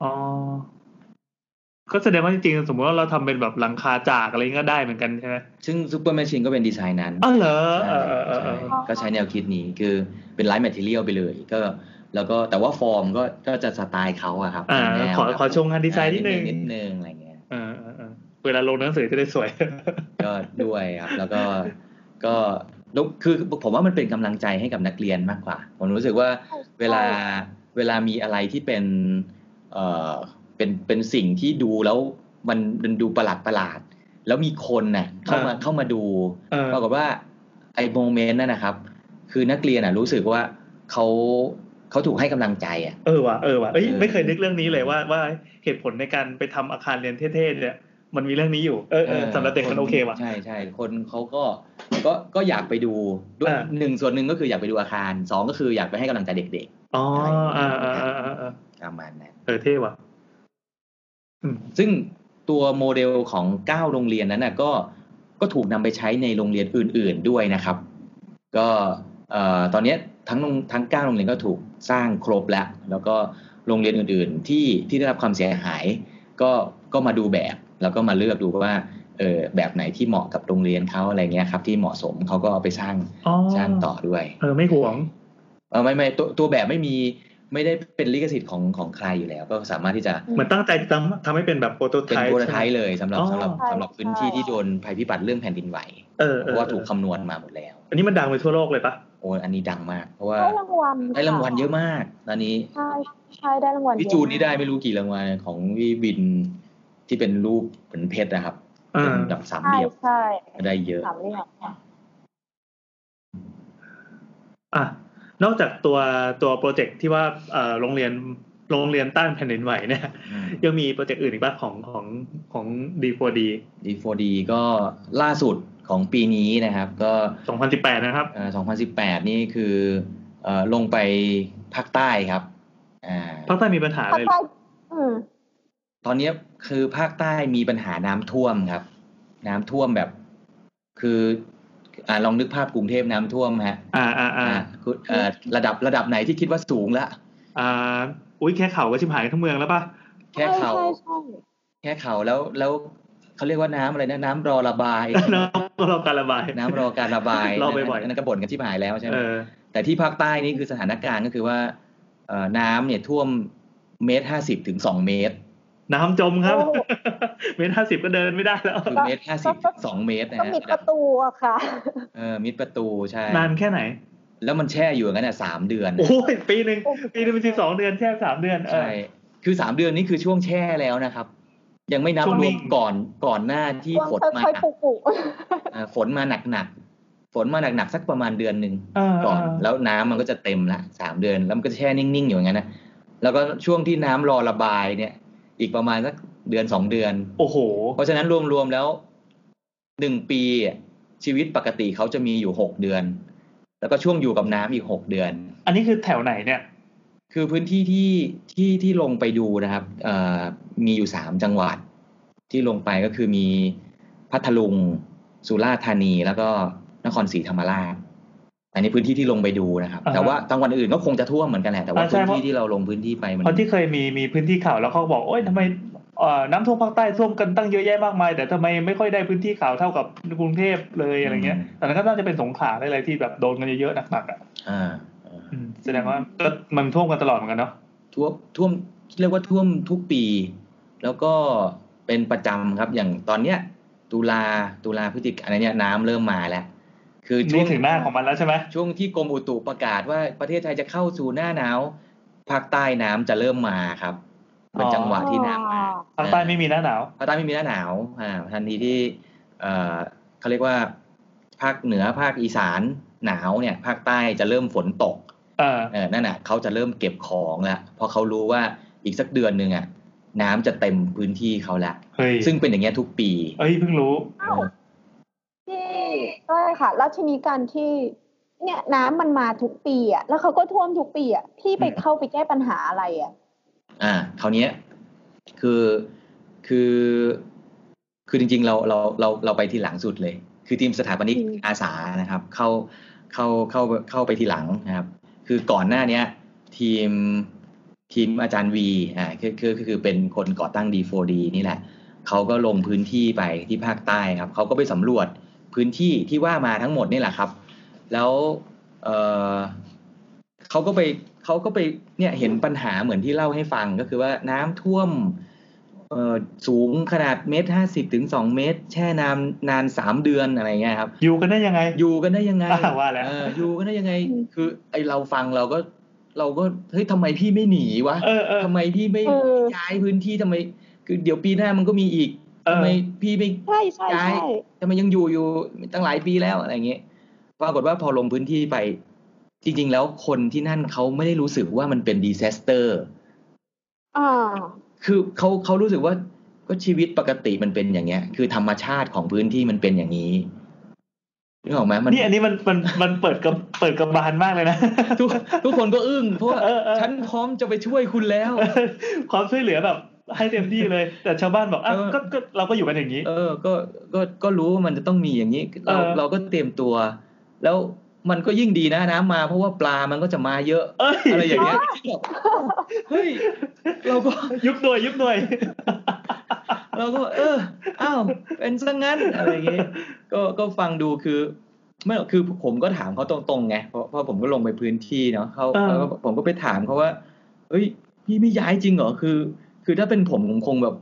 Speaker 1: อ๋อก็แสดงว่าจริงๆสมมติว่าเราทำเป็นแบบหลังคาจากอะไรก็ได้เหมือนกันใช่ไหม
Speaker 3: ซึ่งซูเปอร์แมชชีนก็เป็นดีไซน์นั้น
Speaker 1: อ๋อเหรอเอ
Speaker 3: ใช่
Speaker 1: อเออเออเอ
Speaker 3: ใช่
Speaker 1: อ
Speaker 3: ก็ใช้แนวคิดนี้คือเป็นไลฟ์แมทเทียลไปเลยก็แล้วก็แต่ว่าฟอร์มก็ก็จะสไตล์เขาอะครับ
Speaker 1: อ่า
Speaker 3: แนว
Speaker 1: ขอ
Speaker 3: แบบ
Speaker 1: ขอชงงานดีไซน์
Speaker 3: อ่า
Speaker 1: นิดนึง
Speaker 3: นิดนึงอะไรเงี้ย
Speaker 1: เออเออเออเวลาลงหนังสือจะได้สวย
Speaker 3: ก็ด้วยครับ แล้วก็ก็แล้วคือผมว่ามันเป็นกำลังใจให้กับนักเรียนมากกว่า ผมรู้สึกว่าเวลาเวลามีอะไรที่เป็นเอ่อเป็นเป็นสิ่งที่ดูแล้วมันมันดูประหลาดประหลาดแล้วมีคนน่ะเข้ามา
Speaker 1: อ่า
Speaker 3: เข้ามาดู
Speaker 1: เออ
Speaker 3: ปรากฏว่าไอ้โมเมนต์นั่นนะครับ คือนักเรียนอ่ะรู้สึกว่าเขาเขาถูกให้กำลังใจอ่ะ
Speaker 1: เออว่ะเออว่ะเอ้ย
Speaker 3: เออ
Speaker 1: ไม่เคยนึกเรื่องนี้เลยว่าว่าเหตุผลในการไปทำอาคารเรียนเท่ๆเนี่ย มันมีเรื่องนี้อยู่เออเออสำหรับเด็กมันโอเคว่ะ
Speaker 3: ใช่ใช่คนเขาก็ก็ก็อยากไปดูด้วย
Speaker 1: อ่า
Speaker 3: หนึ่งส่วนหนึ่งก็คืออยากไปดูอาคารสองก็คืออยากไปให้กำลังใจเด็ก
Speaker 1: อ๋ออ่าอ่าอ่าอ่าอ่า
Speaker 3: ๆประมาณนั้น
Speaker 1: เออเท่ว่ะอืม
Speaker 3: ซึ่งตัวโมเดลของเก้าโรงเรียนนั้นน่ะก็ก็ถูกนำไปใช้ในโรงเรียนอื่น ๆด้วยนะครับ ก็เอ่อตอนเนี้ยทั้งโรงทั้งเก้าโรงเรียนก็ถูกสร้างครบแล้ว แล้วก็โรงเรียนอื่นๆที่ที่ได้รับความเสียหาย ก็ก็มาดูแบบ แล้วก็มาเลือกดูว่าเออแบบไหนที่เหมาะกับโรงเรียนเขาอะไรเงี้ยครับที่เหมาะสมเขาก็เอาไปสร้าง
Speaker 1: อ๋อ
Speaker 3: สร้างต่อด้วย
Speaker 1: เออไม่ห่วง
Speaker 3: เออไม่ไม่ตัวตัวแบบไม่มีไม่ได้เป็นลิขสิทธิ์ของของใครอยู่แล้ว ก็สามารถที่จะ
Speaker 1: เหมือนตั้งใจทำทำให้เป็นแบบโปรโตไท
Speaker 3: เป็น
Speaker 1: ป์
Speaker 3: โปรไทป์เลยสำหรับ
Speaker 1: อ๋อ
Speaker 3: สำหรับ
Speaker 2: ใช่
Speaker 3: สำหรับพื้นที่
Speaker 2: ใช่
Speaker 3: ที่โดนภัยพิบัติเรื่องแผ่นดินไหว
Speaker 1: เออ
Speaker 3: เพ
Speaker 1: เออ
Speaker 3: ราะว่าถูก
Speaker 1: เออ
Speaker 3: คำนวณมาหมดแล้ว
Speaker 1: อันนี้มันดังไปทั่วโลกเลยปะ
Speaker 3: โอ้อันนี้ดังมาก เพราะว่า
Speaker 2: ได้รางวัล
Speaker 3: ได้รางวัลเยอะมากตอนนี้
Speaker 2: ใช่ใช่ได้รางวัลเยอะ
Speaker 3: พี่จูนนี่ได้ไม่รู้กี่รางวัลของพี่บินที่เป็นรูปเหมือนเพชรนะครับ
Speaker 1: อ่า
Speaker 3: เป็นแบบสาม
Speaker 2: ใช่
Speaker 3: เหลี่ยม
Speaker 2: ใช่
Speaker 3: ก็ได้เยอะ
Speaker 2: สามเหลี่ยมค่ะ
Speaker 1: อ่ะนอกจากตัวตัวโปรเจกต์ที่ว่าเอ่อโรงเรียนโรงเรียนต้านแผ่นดินไหวเนี่ย ยังมีโปรเจกต์อื่นอีกบ้างของของของ D4D
Speaker 3: D4D ก็ล่าสุดของปีนี้นะครับ ก็
Speaker 1: 2018 นะครับ
Speaker 3: เอ่อ2018 นี่คือเอ่อลงไปภาคใต้ครับอ่า
Speaker 1: ภาคใต้มีปัญหาอะ
Speaker 2: ภาค
Speaker 1: ไร
Speaker 2: ใต้อืม
Speaker 3: ตอนนี้คือภาคใต้มีปัญหาน้ำท่วมครับ น้ำท่วมแบบ คืออ่าลองนึกภาพกรุงเทพน้ำท่วมฮะ
Speaker 1: อ่าอ่าอ่า
Speaker 3: อ่าคุณเอ่อระดับระดับไหนที่คิดว่าสูงละ
Speaker 1: อ่าอุ้ยแค่เขาก็ชิบหายทั้งเมืองแล้วป่ะ
Speaker 3: แค่เขา
Speaker 2: ใช่ใช่ใช่
Speaker 3: แค่เขาแล้วแล้วเขาเรียกว่าน้ำอะไรนะน้ำรอระบาย
Speaker 1: น้ำก็รอการระบาย
Speaker 3: น้ำรอการระบาย
Speaker 1: รอบ่อยๆ
Speaker 3: นั่นก็บ่นกันที่หายแล้วใช่ไหม
Speaker 1: เออ
Speaker 3: แต่ที่ภาคใต้นี่คือสถานการณ์ก็คือว่าเอ่อน้ำเนี่ยท่วมเมตรห้าสิบถึงสองเมตร
Speaker 1: น้ำจมครับ
Speaker 2: โอ้
Speaker 1: เมตรห้าสิบก็เดินไม่ได้แล้ว
Speaker 3: คือเมตรห้าสิบถึงสองเมตรนะ
Speaker 2: ก็
Speaker 3: ฮะ
Speaker 2: มิดประตูอะค่ะ
Speaker 3: เออมิดประตูใช่
Speaker 1: นานแค่ไหน
Speaker 3: แล้วมันแช่อยู่อย่างนั้นอ่ะสามเดือน
Speaker 1: โอ้ยปีหนึ่งปีหนึ่งเป็นสิบสองเดือนแค่สามเดือนเออ
Speaker 3: ใช่คือสามเดือนนี่คือช่วงแช่แล้วนะครับ ยังไม่นับ
Speaker 1: ช่วง
Speaker 3: ร
Speaker 1: นิ่
Speaker 3: ว
Speaker 1: ง
Speaker 3: มก่อนก่อนหน้าที่ฝนมา
Speaker 2: ค่อยๆปุกุ
Speaker 3: เอ่อฝนมาหนักๆฝนมาหนักๆสักประมาณเดือนหนึ่ง
Speaker 1: เออ
Speaker 3: ก่อนแล้วน้ำมันก็จะเต็มละสามเดือนแล้วมันก็แช่นิ่งๆอยู่อย่างนั้นนะแล้วก็ช่วงที่น้ำรอระบายเนี่ย อีกประมาณสักเดือนสองเดือน
Speaker 1: โอ้โห
Speaker 3: เพราะฉะนั้นรวมๆแล้วหนึ่งปีอะชีวิตปกติเขาจะมีอยู่หกเดือน แล้วก็ช่วงอยู่กับน้ำอีกหกเดือน
Speaker 1: อันนี้คือแถวไหนเนี่ย
Speaker 3: คือพื้นที่ที่ที่ที่ลงไปดูนะครับเอ่อมีอยู่สามจังหวัด ที่ลงไปก็คือมีพัทลุง สุราษฎร์ธานี แล้วก็นครศรีธรรมราช อันนี้พื้นที่ที่ลงไปดูนะครับ
Speaker 1: อ่าฮะ
Speaker 3: แต่ว่าจังหวัดอื่นก็คงจะท่วมเหมือนกันแหละแต่ว่า
Speaker 1: อ่าใช่
Speaker 3: พื้น
Speaker 1: เพราะ
Speaker 3: ที่ที่เราลงพื้นที่ไปมัน
Speaker 1: เพราะที่เคยมีมีพื้นที่ข่าวแล้วเขาบอกโอ้ยทำไมเอ่อน้ำท่วมภาคใต้ท่วมกันตั้งเยอะแยะมากมาย แต่ทำไมไม่ค่อยได้พื้นที่ข่าวเท่ากับกรุงเทพเลยอะไรเงี้ยแต่นั้นก็น่าจะเป็นสงขลาอะไรที่แบบโดนกันเยอะๆหนักๆอ่ะ
Speaker 3: อ่าอ่า
Speaker 1: อืมแสดงว่าก็มันท่วมกันตลอดเหมือนกันเนาะ
Speaker 3: ท่วมท่วมเรียกว่าท่วมทุกปี แล้วก็เป็นประจำครับอย่างตอนเนี้ย ตุลาตุลาพฤศจิกาเนี่ยน้ำเริ่มมาแล้ว คือช่ว
Speaker 1: นี่
Speaker 3: ง
Speaker 1: ถึงหน้าของมันแล้วใช่ไหม
Speaker 3: ช่วงที่กรมอุตุประกาศว่าประเทศไทยจะเข้าสู่หน้าหนาวภาคใต้น้ำจะเริ่มมาครับเป็นจังหวะที่น้ำมา
Speaker 1: ภาคใต้ไม่มีหน้าหนาว
Speaker 3: ภาคใต้ไม่มีหน้าหนาวอ่าทันทีที่เอ่อเขาเรียกว่า ภาคเหนือภาคอีสานหนาวเนี่ย ภาคใต้จะเริ่มฝนตก
Speaker 1: เออ
Speaker 3: เออนั่นน่ะเขาจะเริ่มเก็บของละเพราะเขารู้ว่าอีกสักเดือนหนึ่งอ่ะน้ำจะเต็มพื้นที่เขาละ
Speaker 1: เฮ้ย
Speaker 3: ซึ่งเป็นอย่างเงี้ยทุกปี
Speaker 1: เอ้ยเพิ่งรู้
Speaker 2: อ้าวที่ ใช่ค่ะ แล้วทีนี้การที่ เนี่ยน้ำมันมาทุกปีอ่ะแล้วเขาก็ท่วมทุกปีอ่ะพี่ไป
Speaker 3: อืม
Speaker 2: เข้าไปแก้ปัญหาอะไรอ่ะ
Speaker 3: อ่าคราวเนี้ยคือคือคือจริง ๆ เราเราเราเราไปทีหลังสุดเลย คือทีมสถาปนิก
Speaker 2: อืม
Speaker 3: อาสานะครับ เข้าเข้าเข้าเข้าไปทีหลังนะครับ คือก่อนหน้าเนี้ย ทีมทีมอาจารย์วีอ่าคือคือคือคือเป็นคนก่อตั้ง D4D นี่แหละเขาก็ลงพื้นที่ไปที่ภาคใต้ครับเขาก็ไปสำรวจพื้นที่ที่ว่ามาทั้งหมดนี่แหละครับ แล้วเอ่อเขาก็ไปเขาก็ไปเนี่ยเห็นปัญหาเหมือนที่เล่าให้ฟังก็คือว่าน้ำท่วมเอ่อสูงขนาดเมตรห้าสิบถึงสองเมตร แช่น้ำนานสามเดือนอะไรเงี้ยครับ
Speaker 1: อยู่กันได้ยังไง
Speaker 3: อยู่กันได้ยังไง
Speaker 1: อ่าว่าแล้ว
Speaker 3: เอออยู่กันได้ยังไง
Speaker 2: อืม
Speaker 3: คือ ไอเราฟังเราก็ เราก็เฮ้ยทำไมพี่ไม่หนีวะ
Speaker 1: เออเออ
Speaker 3: ทำไมพี่ไม่
Speaker 2: เออ
Speaker 3: ย้ายพื้นที่ทำไม คือเดี๋ยวปีหน้ามันก็มีอีก
Speaker 1: เออ
Speaker 3: ทำไมพี่ไม่
Speaker 2: ใช่ใช่
Speaker 3: ย้าย
Speaker 2: ใช่
Speaker 3: ทำไมยังอยู่อยู่ตั้งหลายปีแล้วอะไรอย่างเงี้ยปรากฏว่าพอลงพื้นที่ไป จริง ๆ แล้วคนที่นั่นเขาไม่ได้รู้สึกว่ามันเป็นดีเซสเตอร์
Speaker 2: อ่า
Speaker 3: คือเขาเขารู้สึกว่าก็ชีวิตปกติมันเป็นอย่างเงี้ย คือธรรมชาติของพื้นที่มันเป็นอย่างนี้นึกออกไหมมัน
Speaker 1: นี่อันนี้มันมันมันเปิดกับเปิดกำบานมากเลยนะ
Speaker 3: ทุกทุกคนก็อึ้งเพราะว่า
Speaker 1: เออเออ
Speaker 3: ฉันพร้อมจะไปช่วยคุณแล้ว
Speaker 1: ความช่วยเหลือแบบ ให้เต็มที่เลย แต่ชาวบ้านบอกอ่ะ
Speaker 3: เออ
Speaker 1: ก็ก็เราก็อยู่กันอย่างนี้
Speaker 3: เออ ก็ ก็ ก็รู้ว่ามันจะต้องมีอย่างนี้ เรา
Speaker 1: เออ
Speaker 3: เราก็เตรียมตัว แล้วมันก็ยิ่งดีนะน้ำมา เพราะว่าปลามันก็จะมาเยอะ
Speaker 1: เอ้ย
Speaker 3: อะไรอย่างเงี้ยเฮ้ย เราก็
Speaker 1: ยุบหน่วยยุบหน่วย
Speaker 3: เราก็ เออ อ้าว เป็นซะงั้น อะไรอย่างเงี้ยก็ ก็ฟังดูคือ ไม่หรอกคือผมก็ถามเขาตรงๆไง เพราะเพราะผมก็ลงไปพื้นที่เนาะเขา
Speaker 1: เออ
Speaker 3: แล้วก็ผมก็ไปถามเขาว่า เอ้ย พี่ไม่ย้ายจริงเหรอ คือ คือถ้าเป็นผมผมคงแบบ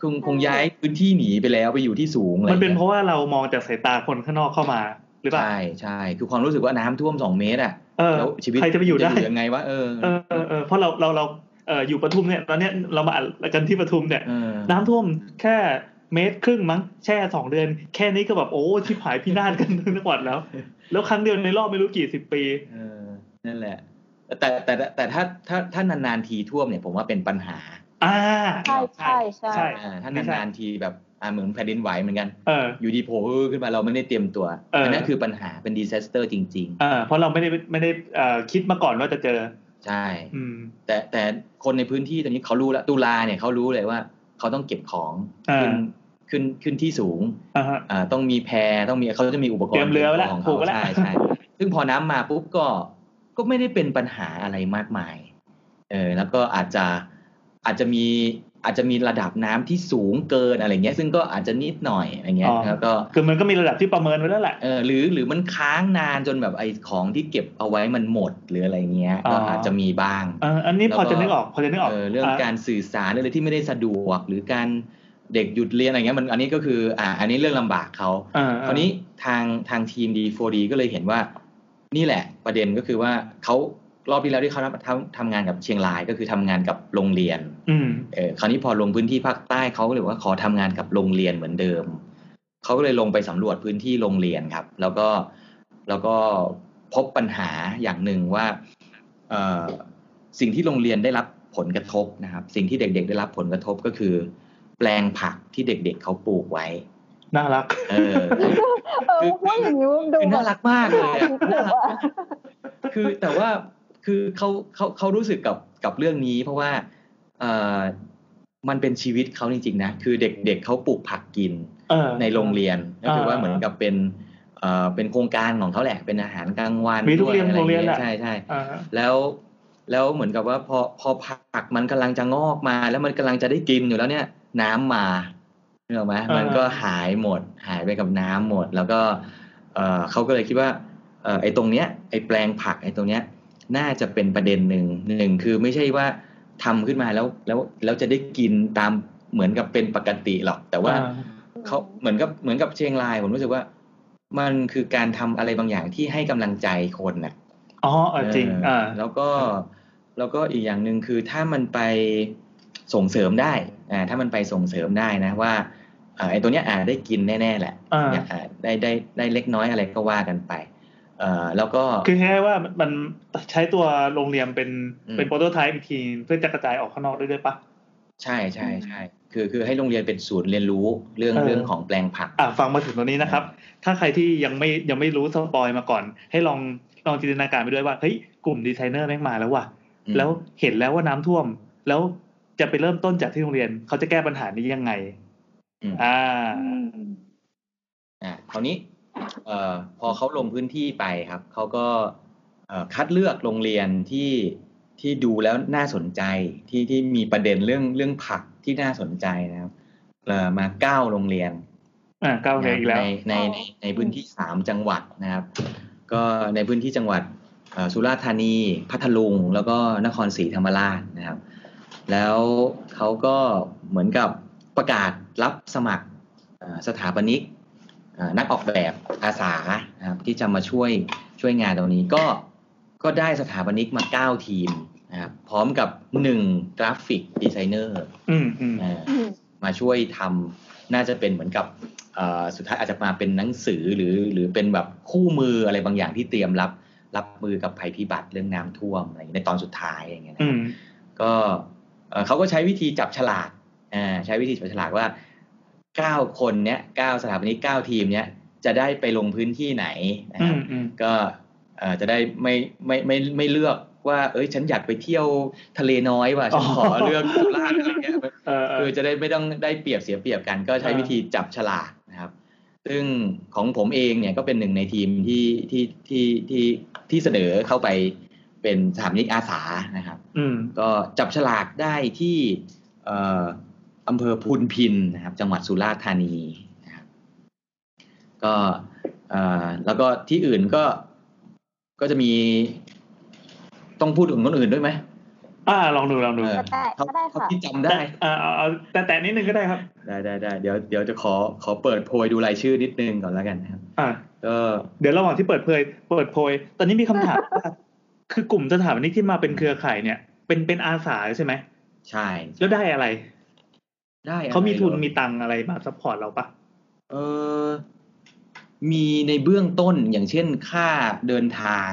Speaker 3: คง คงย้ายพื้นที่หนีไปแล้วไปอยู่ที่สูงอะไรอ
Speaker 1: มัน
Speaker 3: ย่าง
Speaker 1: เป็น
Speaker 3: งี้ย
Speaker 1: เพราะว่าเรามองจากสายตาคนข้างนอกเข้ามา หรือเปล่า
Speaker 3: ใช่ใช่คือความรู้สึกว่าน้ำท่วมสองเมตรอ่ะ
Speaker 1: เออ
Speaker 3: แล้วชีวิต
Speaker 1: ใครจะไปอยู่ได้
Speaker 3: ยังไงวะเออ
Speaker 1: เออเออเออเพราะเราเราเราเอออยู่ปทุมเนี่ย ตอนเนี้ยเรามาอัดกันที่ปทุมเนี่ย
Speaker 3: เออ
Speaker 1: น้ำท่วมแค่เมตรครึ่งมั้งแช่สองเดือน แค่นี้ก็แบบโอ้ชิบหายพินาศกันทั้งจังหวัด แล้ว แล้วครั้งเดียวในรอบไม่รู้กี่สิบปี
Speaker 3: เออนั่นแหละ แต่แต่แต่แต่ถ้าถ้าถ้านานๆทีท่วมเนี่ยผมว่าเป็นปัญหา
Speaker 1: อ่า
Speaker 2: ใช่ใช่ใช่
Speaker 1: ใช่
Speaker 3: อ่าถ้า
Speaker 1: ไม่ใช่
Speaker 3: นานๆทีแบบอ่าเหมือนแผ่นดินไหวเหมือนกัน
Speaker 1: เออ
Speaker 3: อยู่ดีโผล่ขึ้นมาเราไม่ได้เตรียมตัว
Speaker 1: เอออั
Speaker 3: นนั้นคือปัญหาเป็นดีเซสเตอร์จริง
Speaker 1: เออเพราะเราไม่ได้ไม่ได้เอ่อคิดมาก่อนว่าจะเจอ
Speaker 3: ๆ ใช่
Speaker 1: อืม
Speaker 3: แต่แต่คนในพื้นที่ตอนนี้เขารู้แล้วตุลาเนี่ยเขารู้เลยว่าเขาต้องเก็บของ
Speaker 1: อ่า
Speaker 3: ขึ้นขึ้นขึ้นที่สูง
Speaker 1: อ่าฮะ
Speaker 3: อ่าต้องมีแพรต้องมีเขาจะมีอุปกรณ์
Speaker 1: เตรียมเรือไว้แล้ว
Speaker 3: ของ
Speaker 1: ผูก
Speaker 3: เขา
Speaker 1: ไว้แล้ว
Speaker 3: ใช่ใช่ ซึ่งพอน้ำมาปุ๊บก็ก็ไม่ได้เป็นปัญหาอะไรมากมายเออแล้วก็อาจจะอาจจะมีอาจจะมีระดับน้ำที่สูงเกินอะไรเงี้ย ซึ่งก็อาจจะนิดหน่อยอะไรเงี้ยแล้วก็
Speaker 1: คือมันก็มีระดับที่ประเมินไว้แล้วแหละ
Speaker 3: เออหรือหรือมันค้างนานจนแบบไอของที่เก็บเอาไว้มันหมดหรืออะไรเงี้ย
Speaker 1: อ๋อ
Speaker 3: ก็อาจจะมีบ้าง
Speaker 1: เอออันนี้
Speaker 3: แล้ว
Speaker 1: พ
Speaker 3: ก็
Speaker 1: อจะนึกออกพอจะนึกออก
Speaker 3: เออเรื่องการสื่อสารอะไรที่ไม่ได้สะดวกหรือการเด็กหยุดเรียนอะไรเงี้ยมันอันนี้ก็คืออ่าอันนี้เรื่องลำบากเขา
Speaker 1: เออ
Speaker 3: คราวนี้ทางทางทีม D4D ก็เลยเห็นว่า นี่แหละประเด็นก็คือว่าเขารอบที่แล้วที่เขาทำทำทำงานกับเชียงรายก็คือทำงานกับโรงเรียน
Speaker 1: อืม
Speaker 3: เออคราวนี้พอลงพื้นที่ภาคใต้เขาก็เลยบอกว่าขอทำงานกับโรงเรียนเหมือนเดิมเขาก็เลยลงไปสำรวจพื้นที่โรงเรียนครับ แล้วก็แล้วก็พบปัญหาอย่างหนึ่งว่าเอ่อสิ่งที่โรงเรียนได้รับผลกระทบนะครับ สิ่งที่เด็ก ๆ ได้รับผลกระทบก็คือ แปลงผักที่เด็ก ๆเขาปลูกไว้
Speaker 1: น่ารัก
Speaker 3: เออ
Speaker 2: เออพูดอย่างนี้มันดู
Speaker 3: คือ
Speaker 2: แบ
Speaker 3: น่า
Speaker 2: บ
Speaker 3: รักมากเลยอะ
Speaker 2: น่า
Speaker 3: น่า
Speaker 2: รั
Speaker 3: รั
Speaker 2: ก
Speaker 3: ก
Speaker 2: อะ
Speaker 3: มากคือแต่ว่าคือเขาเขาเขารู้สึกกับกับเรื่องนี้ เพราะว่าเออมันเป็นชีวิตเขาจริงๆนะคือเด็กๆเขาปลูกผักกิน
Speaker 1: เออ
Speaker 3: ในโรงเรียนก็คือว่า
Speaker 1: อ่า
Speaker 3: เหมือนกับเป็นเออเป็นโครงการของเขาแหละ เป็นอาหารกลางวัน
Speaker 1: มีทุก
Speaker 3: ด้วย
Speaker 1: เรียน
Speaker 3: อะไ
Speaker 1: โรงเรียนแหละ
Speaker 3: ใช่ใช่
Speaker 1: อ่า
Speaker 3: แล้วแล้วเหมือนกับว่าพอพอผักมันกำลังจะงอกมา แล้วมันกำลังจะได้กินอยู่แล้วเนี่ย น้ำมาเห็นกออกไหมมันก็หายหมด หายไปกับน้ำหมด แล้วก็ เอ่อเขาก็เลยคิดว่าเอ่อไอ้ตรงเนี้ยไอ้แปลงผักไอ้ตรงเนี้ยน่าจะเป็นประเด็นหนึ่งหนึ่งคือไม่ใช่ว่าทำขึ้นมาแล้วแล้วแล้วจะได้กินตามเหมือนกับเป็นปกติหรอก แต่ว่า
Speaker 1: อ่
Speaker 3: เขาเหมือนกับเหมือนกับเชียงรายผมรู้สึกว่า มันคือการทำอะไรบางอย่างที่ให้กำลังใจคนน่ะ
Speaker 1: อ๋อเออจริง
Speaker 3: เออ
Speaker 1: อ่า
Speaker 3: แล้วก็แล้วก็อีกอย่างหนึ่งคือถ้ามันไปส่งเสริมได้อ่าถ้ามันไปส่งเสริมได้นะว่าเอ่อไอ้ตัวเนี้ยอ่าได้กินแน่ๆแหละ
Speaker 1: อ่า
Speaker 3: เนี่ยอ่าได้ได้ได้เล็กน้อยอะไรก็ว่ากันไปเอ่อแล้วก็
Speaker 1: คือแค่ว่ามันใช้ตัวโรงเรียนเป็น
Speaker 3: อืม
Speaker 1: เป็นโปรโตไทป์อีกทีเพื่อจะกระจายออกข้างนอกได้ด้วยปะ
Speaker 3: ใช่ใช่ใช่คือคือให้โรงเรียนเป็นศูนย์เรียนรู้เรื่อง
Speaker 1: เออ
Speaker 3: เรื่องของแปลงผัก
Speaker 1: อ่ะฟังมาถึงตรงนี้นะครับ ถ้าใครที่ยังไม่ยังไม่รู้สปอยมาก่อน ให้ลองลองจินตนาการไปด้วยว่าเฮ้ยกลุ่มดีไซเนอร์แม่งมาแล้วว่ะ
Speaker 3: อืม
Speaker 1: แล้วเห็นแล้วว่าน้ำท่วม แล้วจะไปเริ่มต้นจากที่โรงเรียนเขาจะแก้ปัญหานี้ยังไง
Speaker 3: อืม
Speaker 1: อ่า
Speaker 3: อ่ะคราวนี้เอ่อพอเขาลงพื้นที่ไปครับ เขาก็เอ่อคัดเลือกโรงเรียนที่ที่ดูแล้วน่าสนใจที่ที่มีประเด็นเรื่องเรื่องผักที่น่าสนใจนะครับเอ่อมาเก้าโรงเรียน
Speaker 1: อ่าก้าวเลยอีกแล้ว
Speaker 3: ในในในในพื้นที่สามจังหวัดนะครับ ก็ในพื้นที่จังหวัดเอ่อสุราษฎร์ธานี พัทลุง แล้วก็นครศรีธรรมราชนะครับ แล้วเขาก็เหมือนกับประกาศรับสมัครเอ่อสถาปนิกเอ่อนักออกแบบอาสานะครับที่จะมาช่วยช่วยงานตรงนี้ก็ก็ได้สถาปนิกมา 9 ทีมนะครับพร้อมกับ 1 กราฟิกดีไซเนอร์
Speaker 1: อืมอืม
Speaker 3: มาช่วยทำน่าจะเป็นเหมือนกับเอ่อสุดท้ายอาจจะมาเป็นหนังสือหรือหรือเป็นแบบคู่มืออะไรบางอย่างที่เตรียมรับรับมือกับภัยพิบัติเรื่องน้ำท่วมอะไรอย่างเงี้ยในตอนสุดท้ายอย่างเงี้ยนะ
Speaker 1: อืม
Speaker 3: ก็เอ่อเขาก็ใช้วิธีจับฉลากอ่าใช้วิธีจับฉลากว่าเก้าคนเนี้ยเก้าสถาปนิกเก้าทีมเนี้ยจะได้ไปลงพื้นที่ไหนนะ
Speaker 1: อื
Speaker 3: ครับ
Speaker 1: มอืม
Speaker 3: ก็เอ่อจะได้ไม่ไม่ไม่ไม่เลือกว่า เอ้ยฉันอยากไปเที่ยวทะเลน้อยว่ะฉันขอเลือกโคราชอะไรเงี้ย
Speaker 1: เออเอ
Speaker 3: คือ อจะได้ไม่ต้องได้เปรียบเสียเปรียบกันก็ใช้
Speaker 1: อ่า
Speaker 3: วิธีจับฉลากนะครับ ซึ่งของผมเองเนี่ยก็เป็นหนึ่งในทีมที่ที่ที่ที่ที่เสนอเข้าไปเป็นสถาปนิกอาสานะครับ
Speaker 1: อืม
Speaker 3: ก็จับฉลากได้ที่เอ่ออำเภอพุนพินนะครับ จังหวัดสุราษฎร์ธานีนะครับก็เอ่อแล้วก็ที่อื่นก็ก็จะมีต้องพูดถึงคนอื่นด้วยไหม
Speaker 1: อ่าลองดูลองดู
Speaker 3: เออ
Speaker 2: ก็ได้ก็ได้
Speaker 3: เท่า
Speaker 2: ค่ะ
Speaker 3: ที่จำได้
Speaker 1: แต่อ่าเอาเอาแต่แต่นิดนึงก็ได้ครับ
Speaker 3: ได้ได้ได้เดี๋ยวเดี๋ยวจะขอขอเปิดโพยดูรายชื่อนิดนึงก่อนแล้วกันนะครับ
Speaker 1: อ่า
Speaker 3: ก็
Speaker 1: เดี๋ยวระหว่างที่เปิดเผยเปิดโพย ตอนนี้มีคำ ถามว่าคือกลุ่มสถาปนิกที่มาเป็นเครือข่ายเนี่ย เป็นเป็นอาสาใช่ไหม
Speaker 3: ใช่
Speaker 1: แล้วได้อะไร
Speaker 3: ได้อะไร
Speaker 1: เขามีทุน
Speaker 3: หรอ
Speaker 1: มีตังอะไรมาซัพพอร์ตเราปะ
Speaker 3: เออมีในเบื้องต้นอย่างเช่นค่าเดินทาง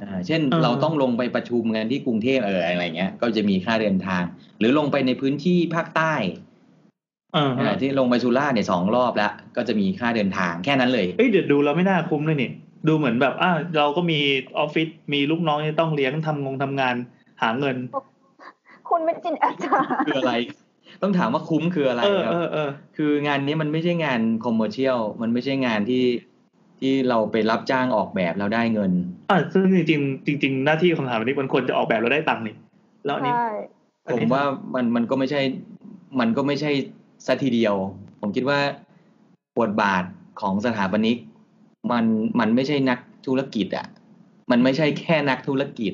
Speaker 3: อ่าเช่นเราต้องลงไปประชุมกันที่กรุงเทพเอออะไรเงี้ย ก็จะมีค่าเดินทาง หรือลงไปในพื้นที่ภาคใต้
Speaker 1: เออ
Speaker 3: อ่าที่ลงไปสุราษฎร์เนี่ยสองรอบแล้ว ก็จะมีค่าเดินทางแค่นั้นเลย
Speaker 1: เอ้ยเดี๋ยวดูเราไม่น่าคุ้มเลยนี่ ดูเหมือนแบบอ่าเราก็มีออฟฟิศมีลูกน้องที่ต้องเลี้ยงทำงงทำงานหาเงิน
Speaker 2: คุณเป็นจิตอาสา
Speaker 3: คืออะไร ต้องถามว่าคุ้มคืออะไร
Speaker 1: เออ
Speaker 3: ครับ
Speaker 1: เออเออ
Speaker 3: คืองานนี้มันไม่ใช่งานคอมเมอร์เชียล มันไม่ใช่งานที่ที่เราไปรับจ้างออกแบบเราได้เงิน
Speaker 1: อ่าซึ่งจริงๆจริง ๆ หน้าที่ของสถาปนิกมันควรจะออกแบบแล้วได้ตังค์นี่แล้วอันนี้
Speaker 2: ใช่
Speaker 1: อัน
Speaker 3: ผ
Speaker 1: นี้
Speaker 3: มว่ามันมันก็ไม่ใช่ มันก็ไม่ใช่ซะทีเดียว ผมคิดว่าบทบาทของสถาปนิกมันมันไม่ใช่นักธุรกิจอะมันไม่ใช่แค่นักธุรกิจ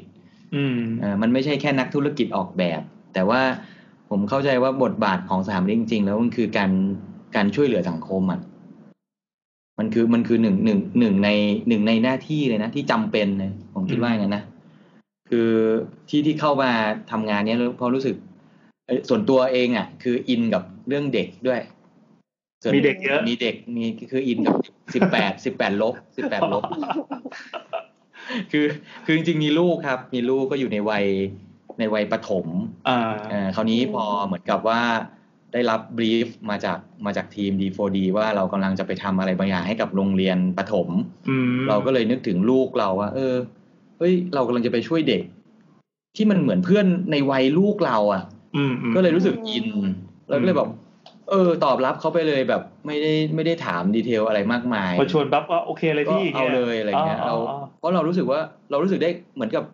Speaker 1: อืม
Speaker 3: เอ่อมันไม่ใช่แค่นักธุรกิจออกแบบ แต่ว่าผมเข้าใจว่าบทบาทของสถาบันจริง ๆ แล้วมันคือการการช่วยเหลือสังคมอ่ะมันคือมันคือหนึ่งหนึ่งหนึ่งในหนึ่งในหน้าที่เลยนะที่จำเป็นเลยผมคิด
Speaker 1: อืม
Speaker 3: ว่าอย่างนั้นนะคือที่ที่เข้ามาทำงานเนี้ยเพราะรู้สึกเอ่อส่วนตัวเองอ่ะ คืออินกับเรื่องเด็กด้วยส่วน
Speaker 1: มีเด็กเยอะ
Speaker 3: มีเด็กมีคืออินกับสิบแปดสิบแปดลบสิบแปดลบ คือคือจริงๆมีลูกครับ มีลูกก็อยู่ในวัยในวัยประถม
Speaker 1: อ่า
Speaker 3: เอ่อคราวนี้พอเหมือนกับว่าได้รับบรีฟมาจากมาจากทีม D4D ว่าเรากำลังจะไปทำอะไรบางอย่างให้กับโรงเรียนประถม
Speaker 1: อืม
Speaker 3: เราก็เลยนึกถึงลูกเราว่า เออเฮ้ยเรากำลังจะไปช่วยเด็ก ที่มันเหมือนเพื่อนในวัยลูกเราอ่ะ
Speaker 1: อืมอืม
Speaker 3: ก็เลยรู้สึกอิน แล้วก็เลยแบบเออ ตอบรับเขาไปเลยแบบไม่ได้ไม่ได้ถามดีเทลอะไรมากมาย
Speaker 1: พอชวนปั๊บก็โอเคเลย
Speaker 3: ก็
Speaker 1: พี่
Speaker 3: เอาเลยอะไรเงี้ย
Speaker 1: า
Speaker 3: เรา
Speaker 1: อ่า
Speaker 3: เพราะเรารู้สึกว่าเรารู้สึกได้เหมือนกับ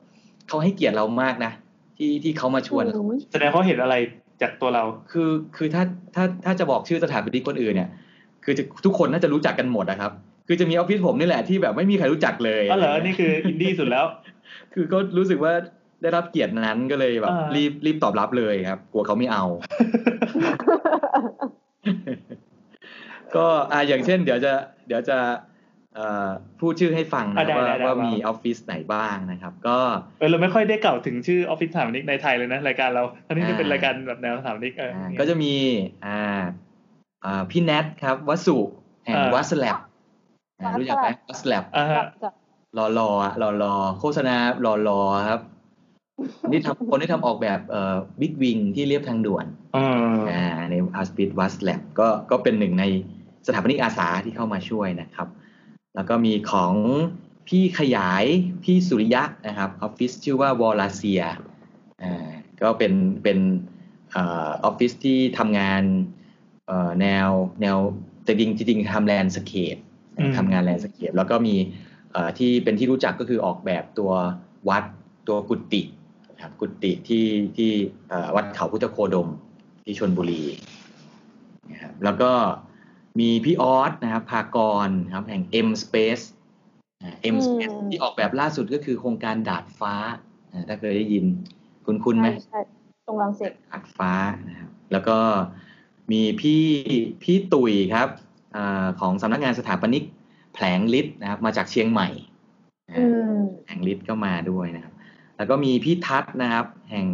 Speaker 3: เขาให้เกียรติเรามากนะ ที่ที่เขามาชวนเรา
Speaker 2: อืม
Speaker 1: แสดงเขาเห็นอะไรจากตัวเรา
Speaker 3: คือคือถ้าถ้าถ้าจะบอกชื่อสถาปนิกคนอื่นเนี่ย คือจะทุกคนน่าจะรู้จักกันหมดนะครับ คือจะมีออฟฟิศผมนี่แหละที่แบบไม่มีใครรู้จักเลย
Speaker 1: อ๋อเหรอ นี่
Speaker 3: ะไงี้ย
Speaker 1: คืออินดี้สุดแล้ว
Speaker 3: คือก็รู้สึกว่าได้รับเกียรตินั้นก็เลยแบบ
Speaker 1: อ่ารี
Speaker 3: รีบรีบตอบรับเลยครับ กลัวเขาไม่เอา ก็อ่าอย่างเช่น เดี๋ยวจะเดี๋ยวจะเอ่อพูดชื่อให้ฟังนะ
Speaker 1: อ่ะได้
Speaker 3: ว่า
Speaker 1: ได้ได้
Speaker 3: ว่า
Speaker 1: ว่ามี
Speaker 3: มีออฟฟิศไหนบ้างนะครับ ก็
Speaker 1: เออเราไม่ค่อยได้กล่าวถึงชื่อออฟฟิศสถามนิกในไทยเลยนะ รายการเราทั้งนี้จะเป็นรายการแบบแนวสถามนิกเออ
Speaker 3: อ่าก็จะมีอ่าอ่าพี่แนทครับวัสสุแห่ง
Speaker 1: อ่า
Speaker 3: วัสแลบอ่ารู้จักไหมวัสแลบ
Speaker 1: อ่าฮะ
Speaker 2: จับจับ
Speaker 3: รอรอรอรอโฆษณารอรอครับ นี่ทำคนที่ทำออกแบบเอ่อบิ๊กวิงที่เรียบทางด่วน
Speaker 1: อ่า
Speaker 3: อ่าในอาร์สปีดวัสแลบก็ก็เป็นหนึ่งในสถาปนิกอาสาที่เข้ามาช่วยนะครับ แล้วก็มีของพี่ขยายพี่สุริยะนะครับออฟฟิศชื่อว่าวอลลาเซียอ่าก็เป็นเป็นเออออฟฟิศที่ทำงานเอ่อแนวแนวแต่จริงจริงๆทำแลนด์สเคป ทำงานแลนด์สเคปแล้วก็มีเอ่อที่เป็นที่รู้จักก็คือออกแบบตัววัดตัวกุฏินะครับกุฏิที่ที่เอ่อวัดเขาพุทธโคดมที่ชนบุรีนะครับแล้วก็มีพี่ออสนะครับภากรครับแห่ง M Space อ่า M Space
Speaker 2: อืม
Speaker 3: ที่ออกแบบล่าสุดก็คือโครงการดาดฟ้าอ่าถ้าเคยได้ยิน คุณคุณไหม
Speaker 2: ใช่ใช่ตรงรังสิต
Speaker 3: อัดฟ้านะครับแล้วก็มีพี่พี่ตุ๋ยครับอาของสำนักงานสถาปนิกแผลงฤทธิ์นะครับมาจากเชียงใหม่นะ
Speaker 2: อืม
Speaker 3: แผลงฤทธิ์ก็มาด้วยนะครับ แล้วก็มีพี่ทัศน์นะครับแห่ง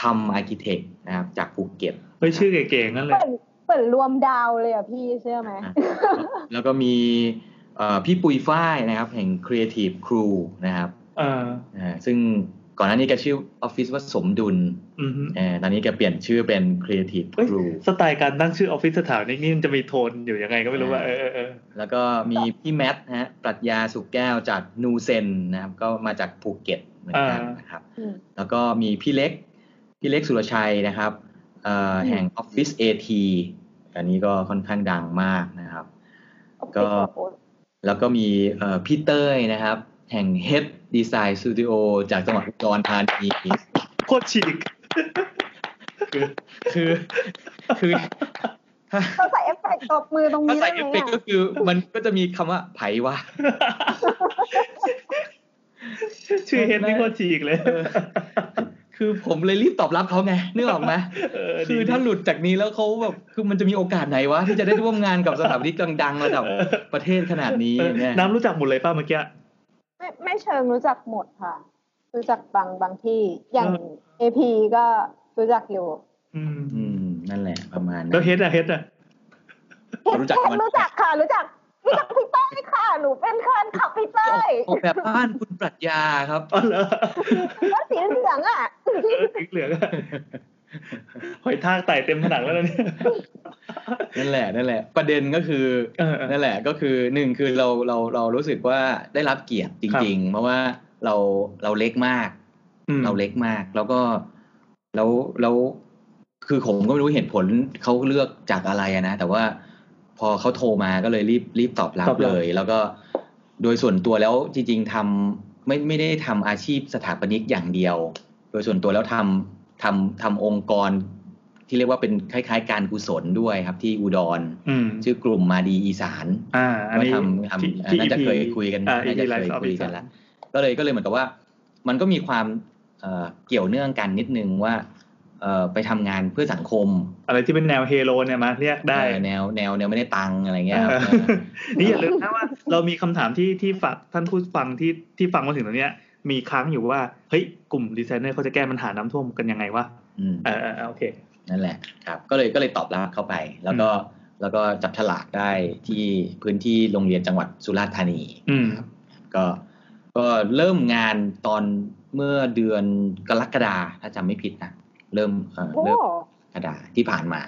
Speaker 3: ทำอาร์กิเทคนะครับจากภูเก็ต
Speaker 1: เฮ้ยชื่อเก๋ๆนั่นเลย
Speaker 2: เปิดเปิดรวมดาวเลยอ่ะพี่เชื่อไหม
Speaker 3: อ่ะ แล้วก็มีเอ่อพี่ปุยฝ้ายนะครับแห่ง Creative Crew นะครับ
Speaker 1: อ่า
Speaker 3: อ่าซึ่งก่อนหน้านี้แกชื่อออฟฟิศว่าสมดุล
Speaker 1: อืมฮึ
Speaker 3: เอ่อตอนนี้แกเปลี่ยนชื่อเป็น Creative
Speaker 1: เฮ้ย
Speaker 3: Crew
Speaker 1: สไตล์การตั้งชื่อออฟฟิศสถานีนี่มันจะมีโทนอยู่ยังไงก็ไม่รู้ว่าเออเออเออ
Speaker 3: แล้วก็มีพี่แมทนะฮะปรัชญาสุกแก้วจากนูเซนนะครับก็มาจากภูเก็ตเหมือนกันนะครับ
Speaker 2: อืม
Speaker 3: แล้วก็มีพี่เล็ก พี่เล็กสุรชัยนะครับเอ่ออ
Speaker 2: ม
Speaker 3: แห่งออฟฟิศเอทีอันนี้ก็ค่อนข้างดังมากนะครับ ก็ แล้วก็มีเอ่อพี่เต้ยนะครับ แห่ง Head Design Studio จากจังหวัดอุดรธานี
Speaker 1: โคตรฉีก
Speaker 3: คือคือคือถ้า
Speaker 2: เขาใส่เอฟเฟกต์ตบมือตรง
Speaker 3: ถ้า
Speaker 2: นี้
Speaker 3: ใส่
Speaker 2: ได้ไหม
Speaker 3: เอฟเฟกต์ก็
Speaker 2: อ่ะ
Speaker 3: คือมันก็จะมีคำว่าไผวะ
Speaker 1: ชื่อเฮดนี่โคตรฉีกเลย
Speaker 3: เออ คือผมเลยรีบตอบรับเขาไงนึกออกไหม
Speaker 1: เดี
Speaker 3: คือถ้าหลุดจากนี้แล้วเขาแบบคือมันจะมีโอกาสไหนวะ ที่จะได้ร่วมงานกับสถาปนิกดังๆระดับ
Speaker 1: เออ
Speaker 3: ประเทศขนาดนี้เนี่ย
Speaker 1: น้ำรู้จักหมดเลยป้าเมื่อกี้
Speaker 2: ไม่ไม่เชิงรู้จักหมดค่ะ รู้จักบางบางที่อย่าง
Speaker 1: เออ
Speaker 2: เอพีก็รู้จักอยู่
Speaker 1: อืม
Speaker 3: อืมนั่นแหละประมาณ
Speaker 1: แล้
Speaker 3: นั้
Speaker 1: วน เฮดอะเฮดอะ
Speaker 3: อ๋อรู้จัก
Speaker 2: เอ๊ะ
Speaker 3: มัน
Speaker 2: รู้จักค่ะ รู้จักรู้จักพี่เต้ยค่ะ หนูเป็นแฟนขับพี่เต้ย
Speaker 3: ออกแบบบ้านคุณปรัชญาครับ
Speaker 1: อ๋อเหรอ
Speaker 2: ก็สีเหลืองอ่ะ
Speaker 1: เออสีเหลืองอะหอยทากไต่เต็มผนังแล้วนะเนี่ย
Speaker 3: นั่นแหละนั่นแหละ ประเด็นก็คือ
Speaker 1: เออเออ
Speaker 3: นั่นแหละก็คือหนึ่งคือเราเราเรารู้สึกว่าได้รับเกียรติจ
Speaker 1: ครับ
Speaker 3: ริง ๆ เพราะว่าเราเราเล็กมาก
Speaker 1: อืม
Speaker 3: เราเล็กมาก แล้วก็แล้วแล้วคือผมก็ไม่รู้เหตุผลเขาเลือกจากอะไรอะนะแต่ว่าพอเขาโทรมาก็เลยรีบรีบตอบรับเลย แล้วก็โดยส่วนตัวแล้วจริง ๆทำไม่ไม่ได้ทำอาชีพสถาปนิกอย่างเดียว โดยส่วนตัวแล้วทำทำทำองค์กร ที่เรียกว่าเป็นคล้ายๆ การกุศลด้วยครับ ที่อุดร
Speaker 1: อืม
Speaker 3: ชื่อกลุ่มมาดีอีสาน
Speaker 1: อ่า อันนี้
Speaker 3: ก็ทำทำ
Speaker 1: ที่
Speaker 3: อ่า
Speaker 1: ที่
Speaker 3: น่าจะ
Speaker 1: EP
Speaker 3: เคยคุยกัน
Speaker 1: อ่า
Speaker 3: น่า
Speaker 1: EP
Speaker 3: จะเค
Speaker 1: Live
Speaker 3: ย
Speaker 1: of
Speaker 3: คุยกัน
Speaker 1: Design
Speaker 3: แล้วก็เลยก็เลยเหมือนกับว่า มันก็มีความเอ่อเกี่ยวเนื่องกันนิดนึงว่าเอ่อไปทำงานเพื่อสังคม
Speaker 1: อะไรที่เป็นแนวเฮโรเนี่ยมาเรียกได้
Speaker 3: เอ่อแนวแนวแนวไม่ได้ตังค์อะไรเงี้ยครับ
Speaker 1: เออนี่อย่าลืมนะว่า เรามีคำถามที่ที่ฝากท่านผู้ฟังที่ที่ฟังมาถึงตรงเนี้ย มีค้างอยู่ว่าเฮ้ยกลุ่มดีไซเนอร์เขาจะแก้ปัญหาน้ำท่วมกันยังไงวะ
Speaker 3: อืม
Speaker 1: เออเออเออโอเค
Speaker 3: นั่นแหละครับ ก็เลยก็เลยตอบรับเข้าไป แล้วก็แล้วก็จับฉลากได้ที่พื้นที่โรงเรียนจังหวัดสุราษฎร์ธานี
Speaker 1: อืม
Speaker 3: ก็ก็เริ่มงานตอนเมื่อเดือนกรกฎาถ้าจำไม่ผิดนะเริ่มเอ่อ
Speaker 2: โอ้
Speaker 3: เริ่ม กระดาษที่ผ่านมา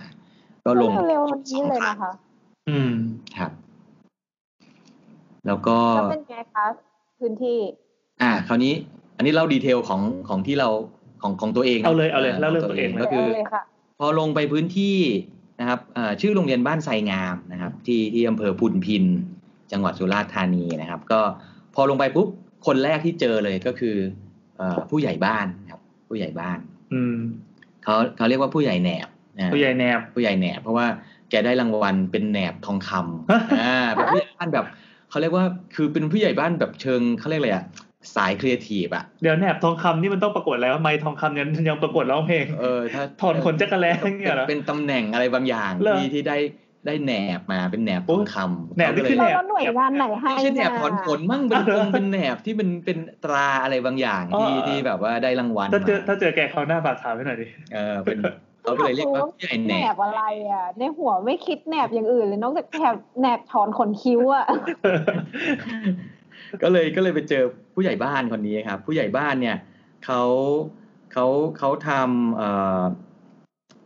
Speaker 3: ก็ลง
Speaker 2: เร็วๆนี้เลยนะคะ
Speaker 1: อืม
Speaker 3: ครับ แล้วก็
Speaker 2: แล้วเป็นไงคะพื้นที่
Speaker 3: อ่าคราวนี้ อันนี้เล่าดีเทลของของที่เราของของตัวเองนะ
Speaker 1: เอาเลยเอาเลยเล่าเรื่องตัวเอง
Speaker 3: ก็
Speaker 2: เอา
Speaker 3: คือ
Speaker 2: เลยค่ะ
Speaker 3: พอลงไปพื้นที่นะครับเอ่อชื่อโรงเรียนบ้านไซงามนะครับ ที่ที่อำเภอพุนพิน จังหวัดสุราษฎร์ธานีนะครับ ก็พอลงไปปุ๊บคนแรกที่เจอเลยก็คือเอ่อผู้ใหญ่บ้านนะครับ ผู้ใหญ่บ้าน
Speaker 1: อืม
Speaker 3: เขาเขาเรียกว่าผู้ใหญ่แหนบนะ
Speaker 1: ผู้ใหญ่แนบ
Speaker 3: ผู้ใหญ่แหนบเพราะว่าแกได้รางวัลเป็นแหนบทองค
Speaker 1: ฮะ
Speaker 3: ำอ่าเป็นผู้ใหญ่บ้านแบบเขาเรียกว่าคือเป็นผู้ใหญ่บ้านแบบเชิงเขาเรียกอะไรอะสายครีเอทีฟอะ
Speaker 1: เดี๋ยวแนบทองคำนี่มันต้องประกวดแล้วไมค์ทองคำยังยังประกวดร้องเพลง
Speaker 3: เออถ้า
Speaker 1: ถอนขนจักรแลอย่างเงี้ยเหรอ
Speaker 3: เป็นตำแหน่งอะไรบางอย่าง
Speaker 1: เหรอ
Speaker 3: ที่ที่ได้ได้แหนบมาเป็นแหนบทองคำ
Speaker 1: แหนบนี่
Speaker 3: เขาก็เล
Speaker 1: คื
Speaker 3: ย
Speaker 1: อ
Speaker 2: แล้ว
Speaker 1: แนบ
Speaker 2: แล้วหน่วยงานไหนให้
Speaker 3: ไม่ใช่แหนบ
Speaker 2: ะ
Speaker 3: ถอนขนมั่ง เป็นคงเป็นแหนบที่เป็นเป็นตราอะไรบางอย่างที่ที่แบบว่าได้รางวัล
Speaker 1: ถ้าเจอ
Speaker 3: มา
Speaker 1: ถ้าเจอแกเขาวหน้าฝากถามให้หน่อยดิ
Speaker 3: เออเป็นเขาก็เลยเรียกว่าผู้ใหญ่แห
Speaker 2: แห
Speaker 3: น
Speaker 2: น
Speaker 3: บ
Speaker 2: บอะไรอ่ะ ในหัวไม่คิดแหนบอย่างอื่นเลยนอกจากแหนบแหนบถอนขนคิ้วอ่ะ
Speaker 3: ก็เลยก็เลยไปเจอผู้ใหญ่บ้านคนนี้ครับ ผู้ใหญ่บ้านเนี่ยเขา เขาเขาทำเอ่อ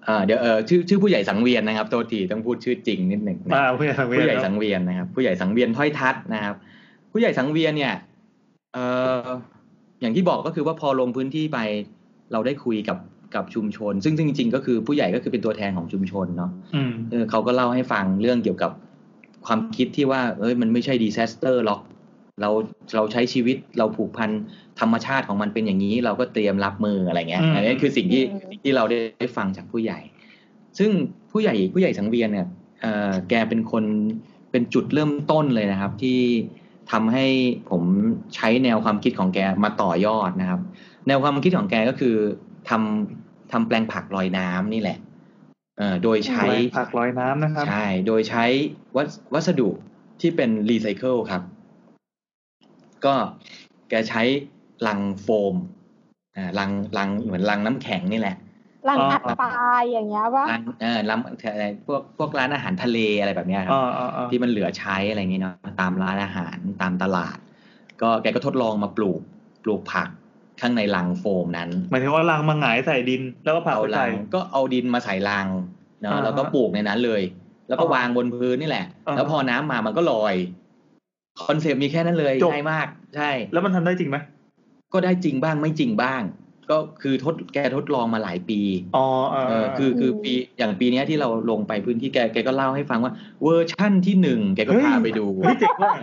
Speaker 3: เอ่อเดี๋ยวเออชื่อชื่อผู้ใหญ่สังเวียนนะครับ โทษทีต้องพูดชื่อจริงนิดหนึ่งนะ
Speaker 1: อ่าผู้ใหญ่สังเวียน
Speaker 3: ผู้ใหญ่
Speaker 1: ครั
Speaker 3: สั
Speaker 1: บ
Speaker 3: งเวียนนะครับ ผู้ใหญ่สังเวียนถ้อยทัศน์นะครับ ผู้ใหญ่สังเวียนเนี่ยเอออย่างที่บอกก็คือว่าพอลงพื้นที่ไป เราได้คุยกับกับชุมชน ซึ่งซึ่งจริงๆก็คือผู้ใหญ่ก็คือเป็นตัวแทนของชุมชนเนาะ
Speaker 1: อืม
Speaker 3: เออเขาก็เล่าให้ฟังเรื่องเกี่ยวกับความคิดที่ว่า เอ้ยมันไม่ใช่ดีเซสเตอร์หรอกเราเราใช้ชีวิตเราผูกพันธรรมชาติของมันเป็นอย่างนี้ เราก็เตรียมรับมืออะไรเงี้ย
Speaker 1: อืม
Speaker 3: อันนี้คือสิ่งที่
Speaker 2: อืม
Speaker 3: ที่เราได้ได้ฟังจากผู้ใหญ่ ซึ่งผู้ใหญ่ผู้ใหญ่สังเวียนเนี่ยเอ่อแกเป็นคนเป็นจุดเริ่มต้นเลยนะครับ ที่ทำให้ผมใช้แนวความคิดของแกมาต่อยอดนะครับ แนวความคิดของแกก็คือทำทำแปลงผักลอยน้ำนี่แหละเอ่อโดยใช้
Speaker 1: แปลงผักลอยน้ำนะครับ
Speaker 3: ใช่ โดยใช้วัสวัสดุที่เป็นรีไซเคิลครับ ก็แกใช้ลังโฟมอ่าลังลังเหมือนลังน้ำแข็งนี่แหละ
Speaker 2: รัง
Speaker 1: อ่า
Speaker 2: อัดปลายอย่างเงี้ยว่า
Speaker 3: ร้านเออร้านอะไรพวกพวกร้านอาหารทะเลอะไรแบบเนี้ยครั
Speaker 1: อ่าอ่าอ่า
Speaker 3: ที่มันเหลือใช้อะไรอย่างเงี้ยเนาะตามร้านอาหารตามตลาด ก็แกก็ทดลองมาปลูกปลูกผักข้างในลังโฟมนั้น
Speaker 1: หมายถึงว่ารังมาหงายใส่ดิน แล้วก็ผัก
Speaker 3: เอา
Speaker 1: ไป
Speaker 3: ลั
Speaker 1: ใส่
Speaker 3: งก็เอาดินมาใส่ลังเนาะ
Speaker 1: อ่าฮะ
Speaker 3: แล้วก็ปลูกในนั้นเลย แล้ว
Speaker 1: อ่าว
Speaker 3: ก็างบนพื้นนี่แหละ
Speaker 1: อ่าฮะ
Speaker 3: แล้วพอน้ำมามันก็ลอยคอนเซปต์มีแค่นั้นเลย
Speaker 1: จบ
Speaker 3: ง่ายมาก ใช่
Speaker 1: แล้วมันทำได้จริงไหม
Speaker 3: ก็ได้จริงบ้างไม่จริงบ้าง ก็คือทดแกทดลองมาหลายปี
Speaker 1: อ๋ออ่า
Speaker 3: เออคือคือ
Speaker 2: อืม
Speaker 3: ปีอย่างปีเนี้ยที่เราลงไปพื้นที่แกแกก็เล่าให้ฟังว่า เวอร์ชั่นที่หนึ่งแกก็พาไปดู
Speaker 1: เฮ้ยเจ๋งมาก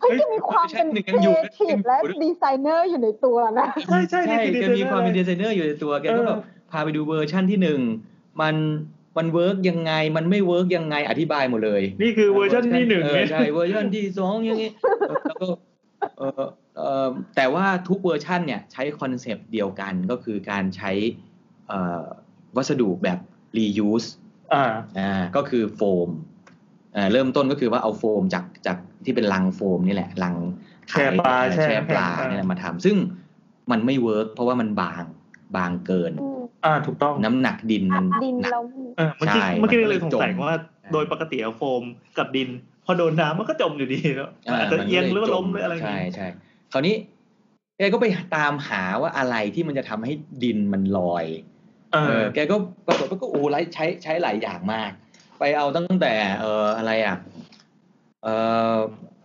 Speaker 2: เฮ้ยจะมีความเป็น
Speaker 3: เฮ้ย
Speaker 2: ครีเอทีฟและ
Speaker 3: ยังอยู่
Speaker 2: ดีไซเนอร์อยู่ในตัวนะ
Speaker 1: ใช่ใช่
Speaker 3: ใช่
Speaker 1: นี่คือ
Speaker 3: แกมี
Speaker 1: ดีไซอร์
Speaker 3: ความเป็น
Speaker 1: ล
Speaker 3: ดี
Speaker 1: ย
Speaker 3: ไซเนอร์อยู่ในตัวแกก็
Speaker 1: เออ
Speaker 3: แบบพาไปดูเวอร์ชั่นที่หนึ่งมันมันเวิร์กยังไงมันไม่เวิร์กยังไงอธิบายหมดเลย
Speaker 1: นี่คือเวอร์ชันที่หนึ่ง
Speaker 3: เออ
Speaker 1: เนี่ย
Speaker 3: ใช่เวอร์ชันที่สองอย่างงี้แล้วก็เออเออแต่ว่าทุกเวอร์ชันเนี่ยใช้คอนเซปต์เดียวกันก็คือการใช้เอ่อวัสดุแบบ reuse
Speaker 1: อ่า
Speaker 3: อ่าก็คือโฟมอ่าเริ่มต้นก็คือว่าเอาโฟมจากจากที่เป็นลังโฟมนี่แหละลัง
Speaker 1: แช่ปลา
Speaker 3: ขย
Speaker 1: แช่
Speaker 3: แช่ปลา
Speaker 1: แช่ปลา
Speaker 3: เนี่ยแหละมาทำซึ่งมันไม่เวิร์กเพราะว่ามันบางบางเกิน
Speaker 2: อืม
Speaker 1: อ่าถูกต้อง
Speaker 3: น้ำหนักดินมัน
Speaker 2: ดิน
Speaker 3: หนัก
Speaker 2: เรา
Speaker 1: เออเมื่อกี้
Speaker 3: ใช่
Speaker 1: เมื่อกี้
Speaker 3: มันก็
Speaker 1: เลยสงสัย
Speaker 3: จม
Speaker 1: ว่า โดยปกติเอาโฟมกับดิน พอโดนน้ำมันก็จมอยู่ดีแล้วอาจจะ
Speaker 3: ามัน
Speaker 1: เอียงหรือว่า
Speaker 3: จ
Speaker 1: ล้มหรืออะไรอย่าง
Speaker 3: ใช่
Speaker 1: งี้
Speaker 3: ใช่คราวนี้แกก็ไปตามหาว่าอะไรที่มันจะทำให้ดินมันลอย
Speaker 1: เอ
Speaker 3: เอ
Speaker 1: อ
Speaker 3: อแกก็ปรากฏว่าก็โอ้ไลใช้ใช้หลายอย่างมาก ไปเอาตั้งแต่ เอออะไรอ่ะเออ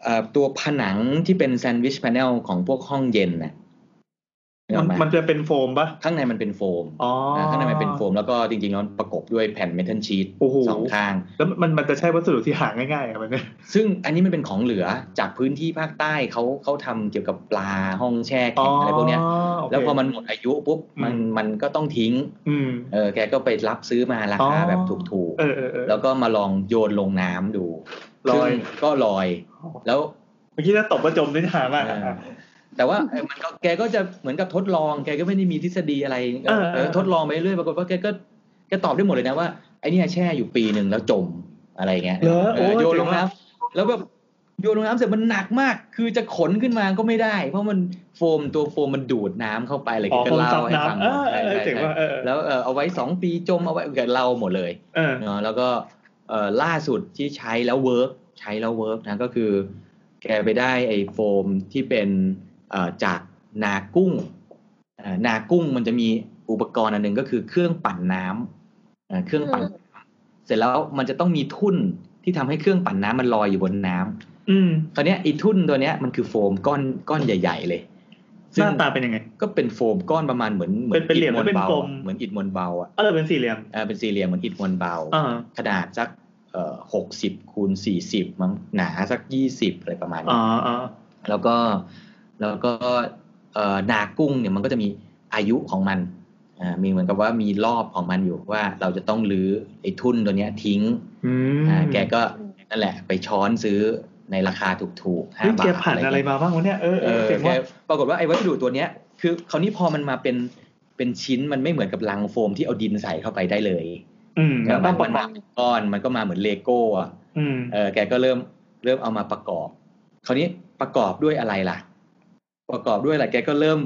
Speaker 3: เออตัวผนังที่เป็นแซนด์วิชแพนเนลของพวกห้องเย็นน่ะนึกอ
Speaker 1: มั
Speaker 3: อน กไห
Speaker 1: มันจะเป็นโฟมปะ
Speaker 3: ข้างในมันเป็นโฟม
Speaker 1: อ๋อ
Speaker 3: นะข้างในมันเป็นโฟม แล้วก็จริงๆแล้วมันประกบด้วยแผ่นเมทัลชีต
Speaker 1: โอ้โห
Speaker 3: สองข้าง
Speaker 1: แล้วมันมันจะใช่วัสดุที่หาง่ายๆอะมันเนี่ย
Speaker 3: ซึ่งอันนี้มันเป็นของเหลือจากพื้นที่ภาคใต้เขาเขาทำเกี่ยวกับปลาห้องแช่แข็งอะไรพวกเนี้ย
Speaker 1: โเค
Speaker 3: แล้วพอมันหมดอายุปุ๊บมัน
Speaker 1: อืม
Speaker 3: มันก็ต้องทิ้ง
Speaker 1: อืม
Speaker 3: เออแกก็ไปรับซื้อมาราคา
Speaker 1: อ๋อ
Speaker 3: แบบถูก
Speaker 1: เออเออเออ
Speaker 3: ๆ แล้วก็มาลองโยนลงน้ำดู
Speaker 1: ลอย
Speaker 3: ซึ่งก็ลอย แล้ว
Speaker 1: เมื่อกี้ถ้าตบประจมนี่หามากอะ
Speaker 3: เออ แต่ว่าเออมันก็แกก็จะเหมือนกับทดลองแกก็ไม่ได้มีทฤษฎีอะไร
Speaker 1: เออเออ
Speaker 3: เออทดลองไปเรื่อยปรากฏว่าแกก็แกตอบได้หมดเลยนะว่าไอเนี่ยแช่อยู่ปีหนึ่งแล้วจมอะไรเงี้ย
Speaker 1: เหรอ
Speaker 3: เอ
Speaker 1: โอ้
Speaker 3: อโยนลง
Speaker 1: เจ๋
Speaker 3: น้ำ
Speaker 1: ว่ะ
Speaker 3: แล้วแบบโยนลงน้ำเสร็จมันหนักมาก คือจะขนขึ้นมาก็ไม่ได้ เพราะมันโฟมตัวโฟมมันดูดน้ำเข้าไปอะไร
Speaker 1: อ๋อ
Speaker 3: เงี้ยก็
Speaker 1: คน
Speaker 3: เล่า
Speaker 1: ซับ
Speaker 3: ให้ฟัง
Speaker 1: น้ำเออเออเออ
Speaker 3: ใช่ใช่
Speaker 1: เจ๋ง
Speaker 3: ใช่
Speaker 1: ว่ะเออเออ
Speaker 3: แล้วเออเอาไว้สองปีจมเอาไว้แกเล่าหมดเลย
Speaker 1: เออ
Speaker 3: เนอะแล้วก็เอ่อล่าสุดที่ใช้แล้วเวิร์กใช้แล้วเวิร์กนะก็คือ แกไปได้ไอ้โฟมที่เป็นเอ่อจากนากุ้งเอ่อนากุ้งมันจะมีอุปกรณ์อันหนึ่งก็คือเครื่องปั่นน้ำเอ่อเครื่องปั่นน้ำเสร็จแล้วมันจะต้องมีทุ่นที่ทำให้เครื่องปั่นน้ำมันลอยอยู่บนน้ำ
Speaker 1: อืม
Speaker 3: คราวเนี้ยไอ้ทุ่นตัวเนี้ยมันคือโฟมก้อนก้อนใหญ่ ๆ เลย
Speaker 1: ห
Speaker 3: ซึ่ง
Speaker 1: น้าตาเป็นยังไง
Speaker 3: ก็เป็นโฟมก้อนประมาณเหมือนเหมือน
Speaker 1: เป็นเหลี่ยมแล้ว
Speaker 3: อิฐมวล
Speaker 1: เป็น
Speaker 3: เบาก
Speaker 1: ลม
Speaker 3: อะเหมือนอิฐมวลเบาอ่ะ
Speaker 1: เออเป็นสี่เหลี่ยม
Speaker 3: เอ่อเป็นสี่เหลี่ยมเหมือนอิฐมวลเบา
Speaker 1: อ่า
Speaker 3: ขนาดสักหกสิบคูณสี่สิบมั้งหนาสักยี่สิบอะไรประมาณ
Speaker 1: อ่า
Speaker 3: นี้
Speaker 1: อ่า
Speaker 3: แล้วก็แล้วก็เอ่อนากุ้งเนี่ยมันก็จะมีอายุของมันอ่ามีเหมือนกับว่ามีรอบของมันอยู่ว่าเราจะต้องรื้อไอ้ทุ่นตัวเนี้ยทิ้ง
Speaker 1: อืม
Speaker 3: อ่าแกก็นั่นแหละไปช้อนซื้อในราคาถูกๆห้า
Speaker 1: เฮ้ย
Speaker 3: บาท
Speaker 1: แกผ่านอะไรมาบ้างวะเนี่ยเออเอ
Speaker 3: เอ
Speaker 1: อ
Speaker 3: อ
Speaker 1: เจ๋ง
Speaker 3: แก
Speaker 1: ว่ะ
Speaker 3: ปรากฏว่าไอ้วัสดุตัวเนี้ยคือคราวนี้พอมันมาเป็นเป็นชิ้นมันไม่เหมือนกับลังโฟมที่เอาดินใส่เข้าไปได้เลย
Speaker 1: อืมแล้วต้องป
Speaker 3: มั
Speaker 1: ระกอ
Speaker 3: นมา
Speaker 1: บ
Speaker 3: เป็นก้อนมันก็มาเหมือนเลโก้อะ
Speaker 1: อืม
Speaker 3: เออแกก็เริ่มเริ่มเอามาประกอบ คราวนี้ประกอบด้วยอะไรล่ะ ประกอบด้วยอะไรแกก็เริ่ม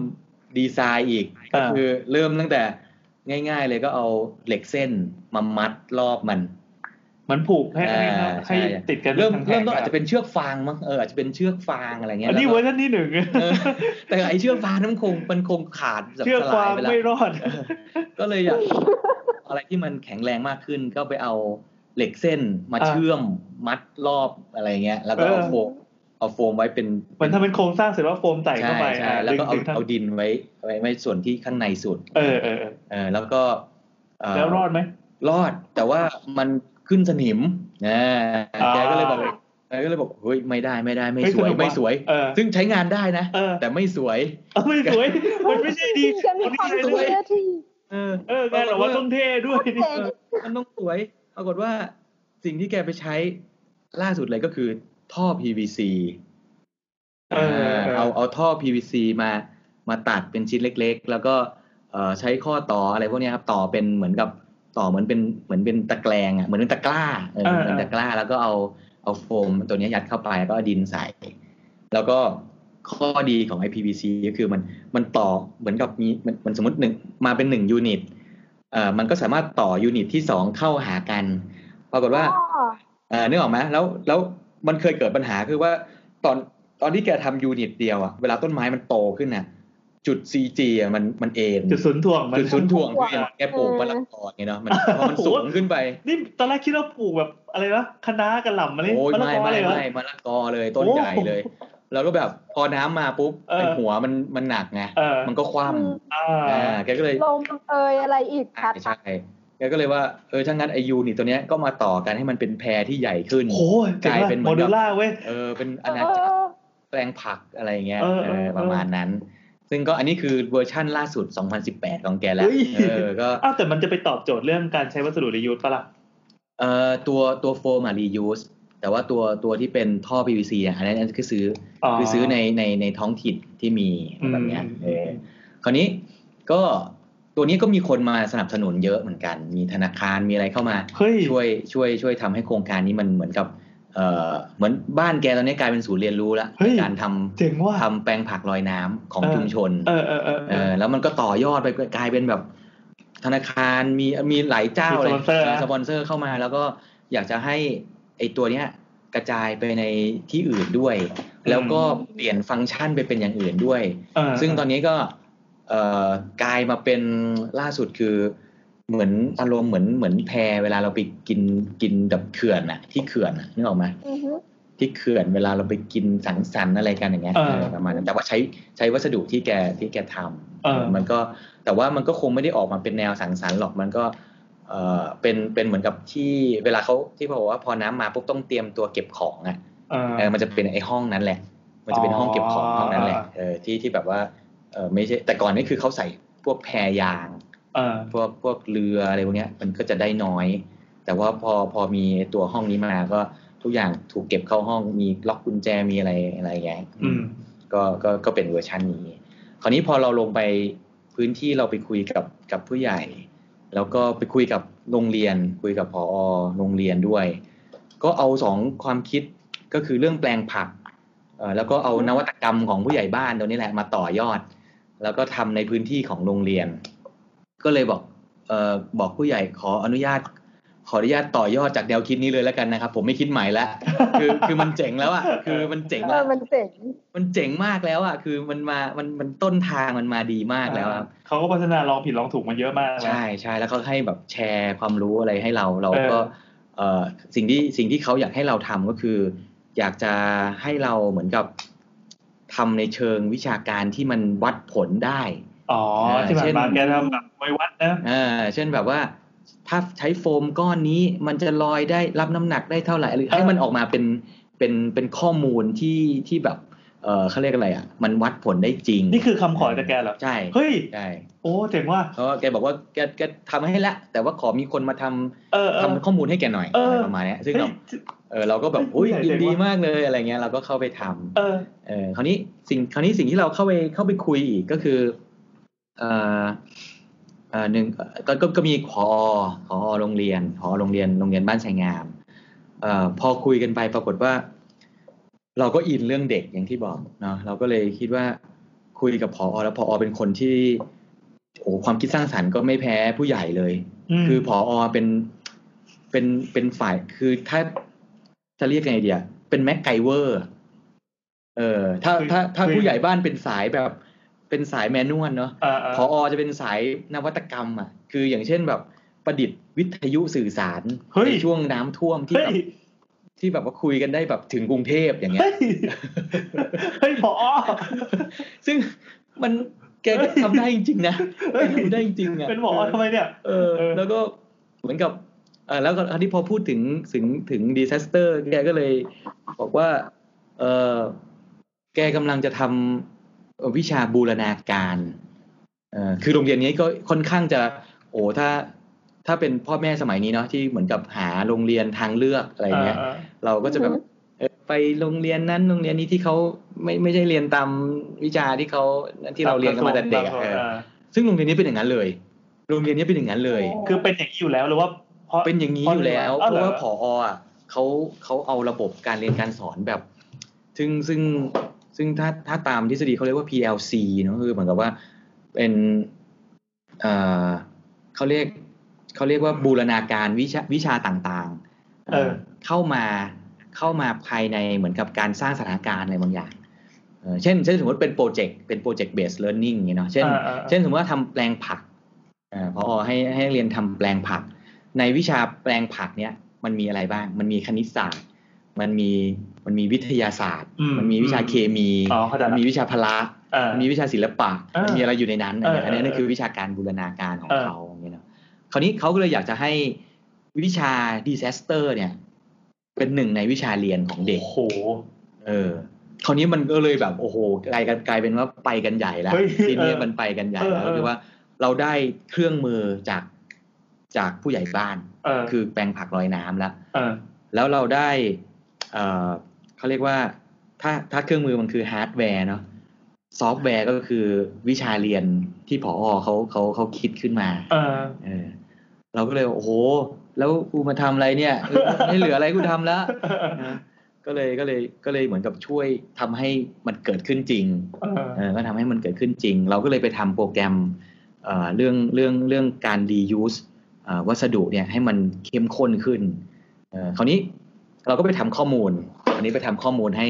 Speaker 3: ดีไซน์อีกก็คือเริ่มตั้งแต่ง่าย ๆ เลยก็เอาเหล็กเส้นมามัดรอบมัน
Speaker 1: มันผูกให้ให้
Speaker 3: อ่า
Speaker 1: ให้
Speaker 3: ใช่
Speaker 1: ติดกัน
Speaker 3: เริ่ม
Speaker 1: ทั้งแผง
Speaker 3: เริ่มต้นอาจจะเป็นเชือกฟางมั้งเอออาจจะเป็นเชือกฟางอะไรเงี้ย
Speaker 1: อันนี้
Speaker 3: แล้ว
Speaker 1: เว
Speaker 3: ก็
Speaker 1: อร์ชันที่หนึ่ง
Speaker 3: เออแต่ไอเชือกฟางนั้นมันคงมันคงขาดแบบ
Speaker 1: เชื่อก
Speaker 3: ส
Speaker 1: คา
Speaker 3: ลาว
Speaker 1: ย ม
Speaker 3: ไปแล้ว
Speaker 1: ไม่รอด
Speaker 3: เออก็เลยอยาก อะไรที่มันแข็งแรงมากขึ้นก็ไปเอาเหล็กเส้นมา
Speaker 1: อ่า
Speaker 3: เชื่อม มัดรอบอะไรเงี้ย แล้วก็เอา
Speaker 1: เออ
Speaker 3: โฟมเอาโฟมไว้เป็น
Speaker 1: เหมือนถ้าเป็นโครงสร้างเสร็จแล้วโฟมใส่เข้าไป
Speaker 3: ใช่ใช่
Speaker 1: อ่ะ
Speaker 3: แล้วก็เอา
Speaker 1: ดึงๆทั้ง
Speaker 3: เอาดินไว้ไว้ไว้ส่วนที่ข้างในสุด
Speaker 1: เออเออเออ
Speaker 3: เออแล้วก็เ
Speaker 1: แล้วรอดไหม
Speaker 3: รอดแต่ว่ามันขึ้นสนิมนะ
Speaker 1: อ่า
Speaker 3: แกก็เลยบอกแกก็เลยบอกเฮ้ยไม่ได้ไม่ได้ไม่
Speaker 1: เฮ้
Speaker 3: สวย
Speaker 1: นุกะ
Speaker 3: ไม่สวย
Speaker 1: เออ
Speaker 3: ซึ่งใช้งานได้นะ
Speaker 1: เออ
Speaker 3: แต่ไม่สวย
Speaker 1: เออไม่สวยมันไม่ใช่ดี
Speaker 2: จะมีความ
Speaker 1: น
Speaker 2: เชื่
Speaker 1: ไใช่ด้วย
Speaker 2: อที่
Speaker 3: เออ
Speaker 1: เอองานหรอว่าต้องเท่ด้วยดิ
Speaker 2: เจ๋ง
Speaker 3: มันต้องสวย ปรากฏว่าสิ่งที่แกไปใช้ล่าสุดเลยก็คือท่อ PVC
Speaker 1: เออเอ
Speaker 3: เอา
Speaker 1: อ
Speaker 3: เอาท่อ PVC มามาตัดเป็นชิ้นเล็ก ๆ แล้วก็เอ่อใช้ข้อต่ออะไรพวกเนี้ยครับต่อเป็นเหมือนกับต่อเหมือนเป็นเหมือนเป็นตะแกรงอ่ะเหมือนเป็นตะกร้าเออ
Speaker 1: เออ
Speaker 3: เหมือนตะกร้า แล้วก็เอาเอาโฟมตัวเนี้ยยัดเข้าไปแล้วก็เอาดินใส่ แล้วก็ข้อดีของไอ PVC ก็คือมันมันต่อเหมือนกับมีมันมันสมมติหนึ่งมาเป็นหนึ่งยูนิตเอ่อมันก็สามารถต่อยูนิตที่สองเข้าหากัน ปรากฏว่า
Speaker 2: อ๋อ
Speaker 3: เออนึกออกไหมแล้วแล้วมันเคยเกิดปัญหาคือว่าตอนตอนที่แกทำยูนิตเดียวอะเวลาต้นไม้มันโตขึ้นน่ะ จุด CG อะมันมันเอ็น
Speaker 1: จุดศูนย์ถ่วงมัน
Speaker 3: จุดศูนย์ถ่วง
Speaker 2: มัน
Speaker 3: คือเอ็นแกปลูกมะละกอไงเนาะมันพอมัน
Speaker 1: โอ้โห
Speaker 3: สูงขึ้นไป
Speaker 1: นี่ตอนแรกคิดว่าปลูกแบบอะไรวะคะน้ากระหล่ำอะไร
Speaker 3: โอ้ย
Speaker 1: มะละกอ
Speaker 3: ไม่ไม่
Speaker 1: เลยเหรอ
Speaker 3: ไม่มะละกอเลยต้น
Speaker 1: โอ้
Speaker 3: ใหญ่เลย แล้วก็แบบพอน้ำมาปุ๊บ
Speaker 1: เออ
Speaker 3: ไอ้หัวมันมันหนักไง
Speaker 1: เออ
Speaker 3: มันก็คว่
Speaker 2: อืม
Speaker 3: ำ
Speaker 1: อ่า
Speaker 3: อ่าแกก็เลย
Speaker 2: ลมเอยอะไรอีกพัด
Speaker 3: ใช่แกก็เลยว่าเออถ้างั้นไอยูนิตตัวเนี้ยก็มาต่อกันให้มันเป็นแพรที่ใหญ่ขึ้น
Speaker 1: โอ้โห
Speaker 3: กลายเป็นเหมื
Speaker 1: โม
Speaker 3: อนกับ
Speaker 1: ดูล่าเว้ย
Speaker 3: เออเป็นอาณา
Speaker 2: เอ
Speaker 3: จักร
Speaker 2: อ
Speaker 3: แปลงผักอะไรเงี้ย
Speaker 1: เออ
Speaker 3: เอ
Speaker 1: เออ
Speaker 3: อ
Speaker 1: เออ
Speaker 3: ประมาณนั้น ซึ่งก็อันนี้คือเวอร์ชั่นล่าสุด 2018 ของแกแล้
Speaker 1: เฮ้
Speaker 3: วย เออก็
Speaker 1: อ้าวแต่มันจะไปตอบโจทย์เรื่องการใช้วัสดุรียูสปะล่ะ
Speaker 3: เออตัวตัวโฟมอ่ะ reuse แต่ว่าตัวตัวที่เป็นท่อ PVC อ่ะอันนั้นอันนั้นคือซื้ออคือซื้อในในในท้องถิ่นที่มีแบบเนี้ยเออคราวนี้ก็ตัวนี้ก็มีคนมาสนับสนุนเยอะเหมือนกัน มีธนาคารมีอะไรเข้ามา
Speaker 1: เฮ้ย
Speaker 3: ช่วยช่วยช่วยทำให้โครงการนี้มันเหมือนกับเออเหมือนบ้านแกตอนนี้กลายเป็นศูนย์เรียนรู้แล้ว
Speaker 1: เฮ้ย
Speaker 3: การทำ
Speaker 1: เจ๋งว่ะ
Speaker 3: ทำแปลงผักลอยน้ำของ
Speaker 1: เออ
Speaker 3: ชุมชน
Speaker 1: เออเออเออ
Speaker 3: เออแล้วมันก็ต่อยอดไปกลายเป็นแบบ ธนาคารมีมีหลายเจ้าเลย
Speaker 1: มีสปอนเซอร์นะ
Speaker 3: สปอนเซอร์เข้ามา แล้วก็อยากจะให้ไอตัวเนี้ยกระจายไปในที่อื่นด้วย แล้วก็เปลี่ยนฟังก์ชันไปเป็นอย่างอื่นด้วย
Speaker 1: เออ
Speaker 3: ซึ่งตอนนี้ก็เอ่อกลายมาเป็นล่าสุดคือเหมือนอารมณ์เหมือนเหมือนแพเวลาเราไปกินกินแบบเขื่อนอะที่เขื่อนอะนึกออกไหม
Speaker 2: อือฮึ
Speaker 3: ที่เขื่อนเวลาเราไปกินสังสรรค์อะไรกันอย่างเงี้ย
Speaker 1: เออ
Speaker 3: เออประมาณนั้นแต่ว่าใช้ใช้วัสดุที่แกที่แกทำ
Speaker 1: เออ
Speaker 3: มันก็แต่ว่ามันก็คงไม่ได้ออกมาเป็นแนวสังสรรค์หรอกมันก็เออเป็นเป็นเหมือนกับที่เวลาเขาที่บอกว่าพอน้ำมาปุ๊บต้องเตรียมตัวเก็บของอ่ะ
Speaker 1: เออ
Speaker 3: เออมันจะเป็นไอ้ห้องนั้นแหละ มันจะเป็นห้องเก็บของห้องนั้นแหละ
Speaker 1: อ๋อ
Speaker 3: เออที่ที่แบบว่าเออไม่ใช่แต่ก่อนนี่คือเขาใส่พวกแพรยาง
Speaker 1: เออ
Speaker 3: พวกพวกเรืออะไรพวกเนี้ยมันก็จะได้น้อย แต่ว่าพอพอมีตัวห้องนี้มาก็ทุกอย่างถูกเก็บเข้าห้องมีล็อกกุญแจมีอะไรอะไรอย่างเงี้ย
Speaker 1: อืม
Speaker 3: ก็ก็ก็เป็นเวอร์ชันนี้ คราวนี้พอเราลงไปพื้นที่เราไปคุยกับกับผู้ใหญ่ แล้วก็ไปคุยกับโรงเรียน คุยกับพอโรงเรียนด้วย ก็เอาสองความคิดก็คือเรื่องแปลงผักเอ่อแล้วก็เอานวัตกรรมของผู้ใหญ่บ้านตัวนี้แหละมาต่อยอด แล้วก็ทำในพื้นที่ของโรงเรียน ก็เลยบอกเออบอกผู้ใหญ่ขออนุญาต ขออนุญาตต่อยอดจากแนวคิดนี้เลยแล้วกันนะครับ ผมไม่คิดใหม่ละคือคือมันเจ๋งแล้วอ่ะคือมันเจ๋ง
Speaker 2: เอ
Speaker 3: แล้
Speaker 2: อ
Speaker 3: ว
Speaker 2: มันเจ๋ง
Speaker 3: มันเจ๋งมากแล้วอ่ะ คือมันมา มัน มันต้นทางมันมาดีมากแล้วครับ
Speaker 1: เขาก็พัฒนาลองผิดลองถูกมาเยอะมากนะ
Speaker 3: ใช่ใช่ แล้วเขาให้แบบแชร์ความรู้อะไรให้เรา เราก็
Speaker 1: เออ
Speaker 3: เอ่อ สิ่งที่ สิ่งที่เขาอยากให้เราทำก็คือ อยากจะให้เราเหมือนกับทำในเชิงวิชาการที่มันวัดผลได้
Speaker 1: อ๋อที่ผ่านมาแกทำแบบไว้วัดนะ
Speaker 3: เออเช่นแบบว่าถ้าใช้โฟมก้อนนี้มันจะลอยได้รับน้ำหนักได้เท่าไหร่หรือ
Speaker 1: เออ
Speaker 3: ให้มันออกมาเป็นเป็นเป็นข้อมูลที่ที่แบบเออเขาเรียกอะไรอ่ะมันวัดผลได้จริง
Speaker 1: นี่คือคำขอจากแกเหรอ
Speaker 3: ใช่
Speaker 1: เฮ้ย
Speaker 3: ใช่
Speaker 1: โอ้เจ๋งว่ะ
Speaker 3: เพราะว่าแกบอกว่าแกแกทำให้ละ แต่ว่าขอมีคนมาทำ
Speaker 1: เออเออ
Speaker 3: ทำข้อมูลให้แกหน่อย
Speaker 1: เอออ
Speaker 3: ะไรประมาณเนี้ยซึ่ง
Speaker 1: เฮ้
Speaker 3: เรา
Speaker 1: ย
Speaker 3: เออเราก็แบบอุ้ย
Speaker 1: ใหญ่
Speaker 3: ยิ
Speaker 1: เจ๋
Speaker 3: น
Speaker 1: ง
Speaker 3: ดี
Speaker 1: ว่ะ
Speaker 3: มากเลยอะไรเงี้ยเราก็เข้าไปทำ
Speaker 1: เออ
Speaker 3: เออคราวนี้สิ่งคราวนี้สิ่งที่เราเข้าไปเข้าไปคุยอีกก็คือเอ่อเอ่อหนึ่งก็ก็ก็มีพอพอโรงเรียนพอโรงเรียนโรงเรียนบ้านชายงามเอ่อพอคุยกันไปปรากฏว่า เราก็อินเรื่องเด็กอย่างที่บอกเนาะเราก็เลยคิดว่าคุยกับพอแล้วพอเป็นคนที่โอ้ความคิดสร้างสรรค์ก็ไม่แพ้ผู้ใหญ่เลย
Speaker 1: อืม
Speaker 3: คือพอเป็น เป็นเป็นฝ่ายคือถ้าจะเรียกไงเดียเป็นแม็กไกเวอร์ เออ ถ้าถ้าถ้าผู้ใหญ่บ้านเป็นสายแบบ เป็นสายแมนนวลเนาะ
Speaker 1: อ่าอ่า
Speaker 3: พอจะเป็นสายนวัตกรรมอ่ะ คืออย่างเช่นแบบประดิษฐ์วิทยุสื่อสาร
Speaker 1: เฮ้ย
Speaker 3: ในช่วงน้ำท่วมที่
Speaker 1: เฮ้
Speaker 3: แบ
Speaker 1: ย
Speaker 3: บที่แบบว่าคุยกันได้แบบถึงกรุงเทพอย่างเงี้ย
Speaker 1: เฮ้ยเฮ้ยพอ
Speaker 3: ซึ่งมันแกก็ทำได้จริงๆนะ
Speaker 1: เฮ้ย
Speaker 3: แกทำได้จริงๆอ่ะ
Speaker 1: เป็นหมอทำไมเนี่ย
Speaker 3: เออ
Speaker 1: เออ
Speaker 3: แล้วก็เหมือนกับเออแล้วก็อันนี้พอพูดถึงถึงถึงดีเซสเตอร์แกก็เลยบอกว่า เออแกกำลังจะทำเอ่อวิชาบูรณาการเออคือโรงเรียนนี้ก็ค่อนข้างจะ โอ้ถ้า ถ้าเป็นพ่อแม่สมัยนี้เนาะที่เหมือนกับหาโรงเรียนทางเลือกอะไรเงี้ย
Speaker 1: อ่า
Speaker 3: เราก็จะแบบ
Speaker 2: อือฮึ
Speaker 3: เออไปโรงเรียนนั้นโรงเรียนนี้ที่เขาไม่ไม่ใช่เรียนตามวิชาที่เขาที่เราเรียนกันมาแต่เด็กอะเออซึ่งโรงเรียนนี้เป็นอย่างนั้นเลย โรงเรียนนี้เป็นอย่างนั้นเลย
Speaker 1: คือเป็นอย่างนี้อยู่แล้วหรือว่าเพราะ
Speaker 3: เป็นอย่างนี้อยู่แล้ว
Speaker 1: อ๋อ
Speaker 3: เพ
Speaker 1: เหรอ
Speaker 3: ราะว่าผออ่ะเขาเขาเอาระบบการเรียนการสอนแบบ ซึ่งซึ่งซึ่งถ้าถ้าตามทฤษฎีเขาเรียกว่า PLC เนอะคือเหมือนกับว่าเป็นเอ่อเขาเรียกเขาเรียกว่าบูรณาการวิชาวิชาต่างๆ
Speaker 1: เออ
Speaker 3: เข้ามาเข้ามาภายในเหมือนกับการสร้างสถานการณ์อะไรบางอย่างเออเช่นเช่นสมมติเป็นโปรเจกต์เป็นโปรเจกต์เบสเลิร์นนิ่งอย่างเงี้ยเนาะเช่น
Speaker 1: อ่าอ่า
Speaker 3: เช่นสมมติว่าทำแปลงผักเอ่อพอให้ให้นักเรียนทำแปลงผัก ในวิชาแปลงผักเนี่ยมันมีอะไรบ้าง มันมีคณิตศาสตร์ มันมีมันมีวิทยาศาสตร์
Speaker 1: อืม
Speaker 3: มันมีวิชาเคมี
Speaker 1: อ๋อเข้าใจละ
Speaker 3: มัมีวิชาพละ
Speaker 1: อ่ามั
Speaker 3: มันมีวิชาศิลปะ
Speaker 1: อ่ามั
Speaker 3: มันมีอะไรอยู่ในนั้น
Speaker 1: เออ
Speaker 3: อันนี้อันนี้
Speaker 1: เออ
Speaker 3: นั่นคือวิชาการบูรณาการของ
Speaker 1: เออ
Speaker 3: เขาอย่างเงี้ยเนาะคราวนี้เขาก็เลยอยากจะให้วิชาดีเซสเตอร์เนี่ย เป็นหนึ่งในวิชาเรียนของเด็ก
Speaker 1: โอ้โห
Speaker 3: เออ คราวนี้มันก็เลยแบบโอ้โหกลายกันกลายเป็นว่าไปกันใหญ่แล้ว
Speaker 1: เฮ้ย
Speaker 3: ทีนี้
Speaker 1: เออ
Speaker 3: มันไปกันใหญ่แล้
Speaker 1: เออ
Speaker 3: ว
Speaker 1: เออ
Speaker 3: คือว่าเราได้เครื่องมือจากจากผู้ใหญ่บ้าน
Speaker 1: เออ
Speaker 3: คือแปลงผักลอยน้ำแล้ว
Speaker 1: เออ
Speaker 3: แล้วเราได้เออเขาเรียกว่าถ้าถ้าเครื่องมือมันคือฮาร์ดแวร์เนาะซอฟต์แวร์ก็คือวิชาเรียนที่ผอเขาเขาเขาคิดขึ้นมา
Speaker 1: เออ
Speaker 3: เออ เราก็เลยโอ้โห แล้วกูมาทำอะไรเนี่ยเออไม่เหลืออะไรกูทำแล้ว นะก็เลยก็เลยก็เลยเหมือนกับช่วยทำให้มันเกิดขึ้นจริง
Speaker 1: เออ
Speaker 3: เออก็ทำให้มันเกิดขึ้นจริง เราก็เลยไปทำโปรแกรมเอ่อเรื่องเรื่องเรื่องการ reuse เอ่อวัสดุเนี่ยให้มันเข้มข้นขึ้นเอ่อคราวนี้เราก็ไปทำข้อมูลคราวนี้ไปทำข้อมูลให้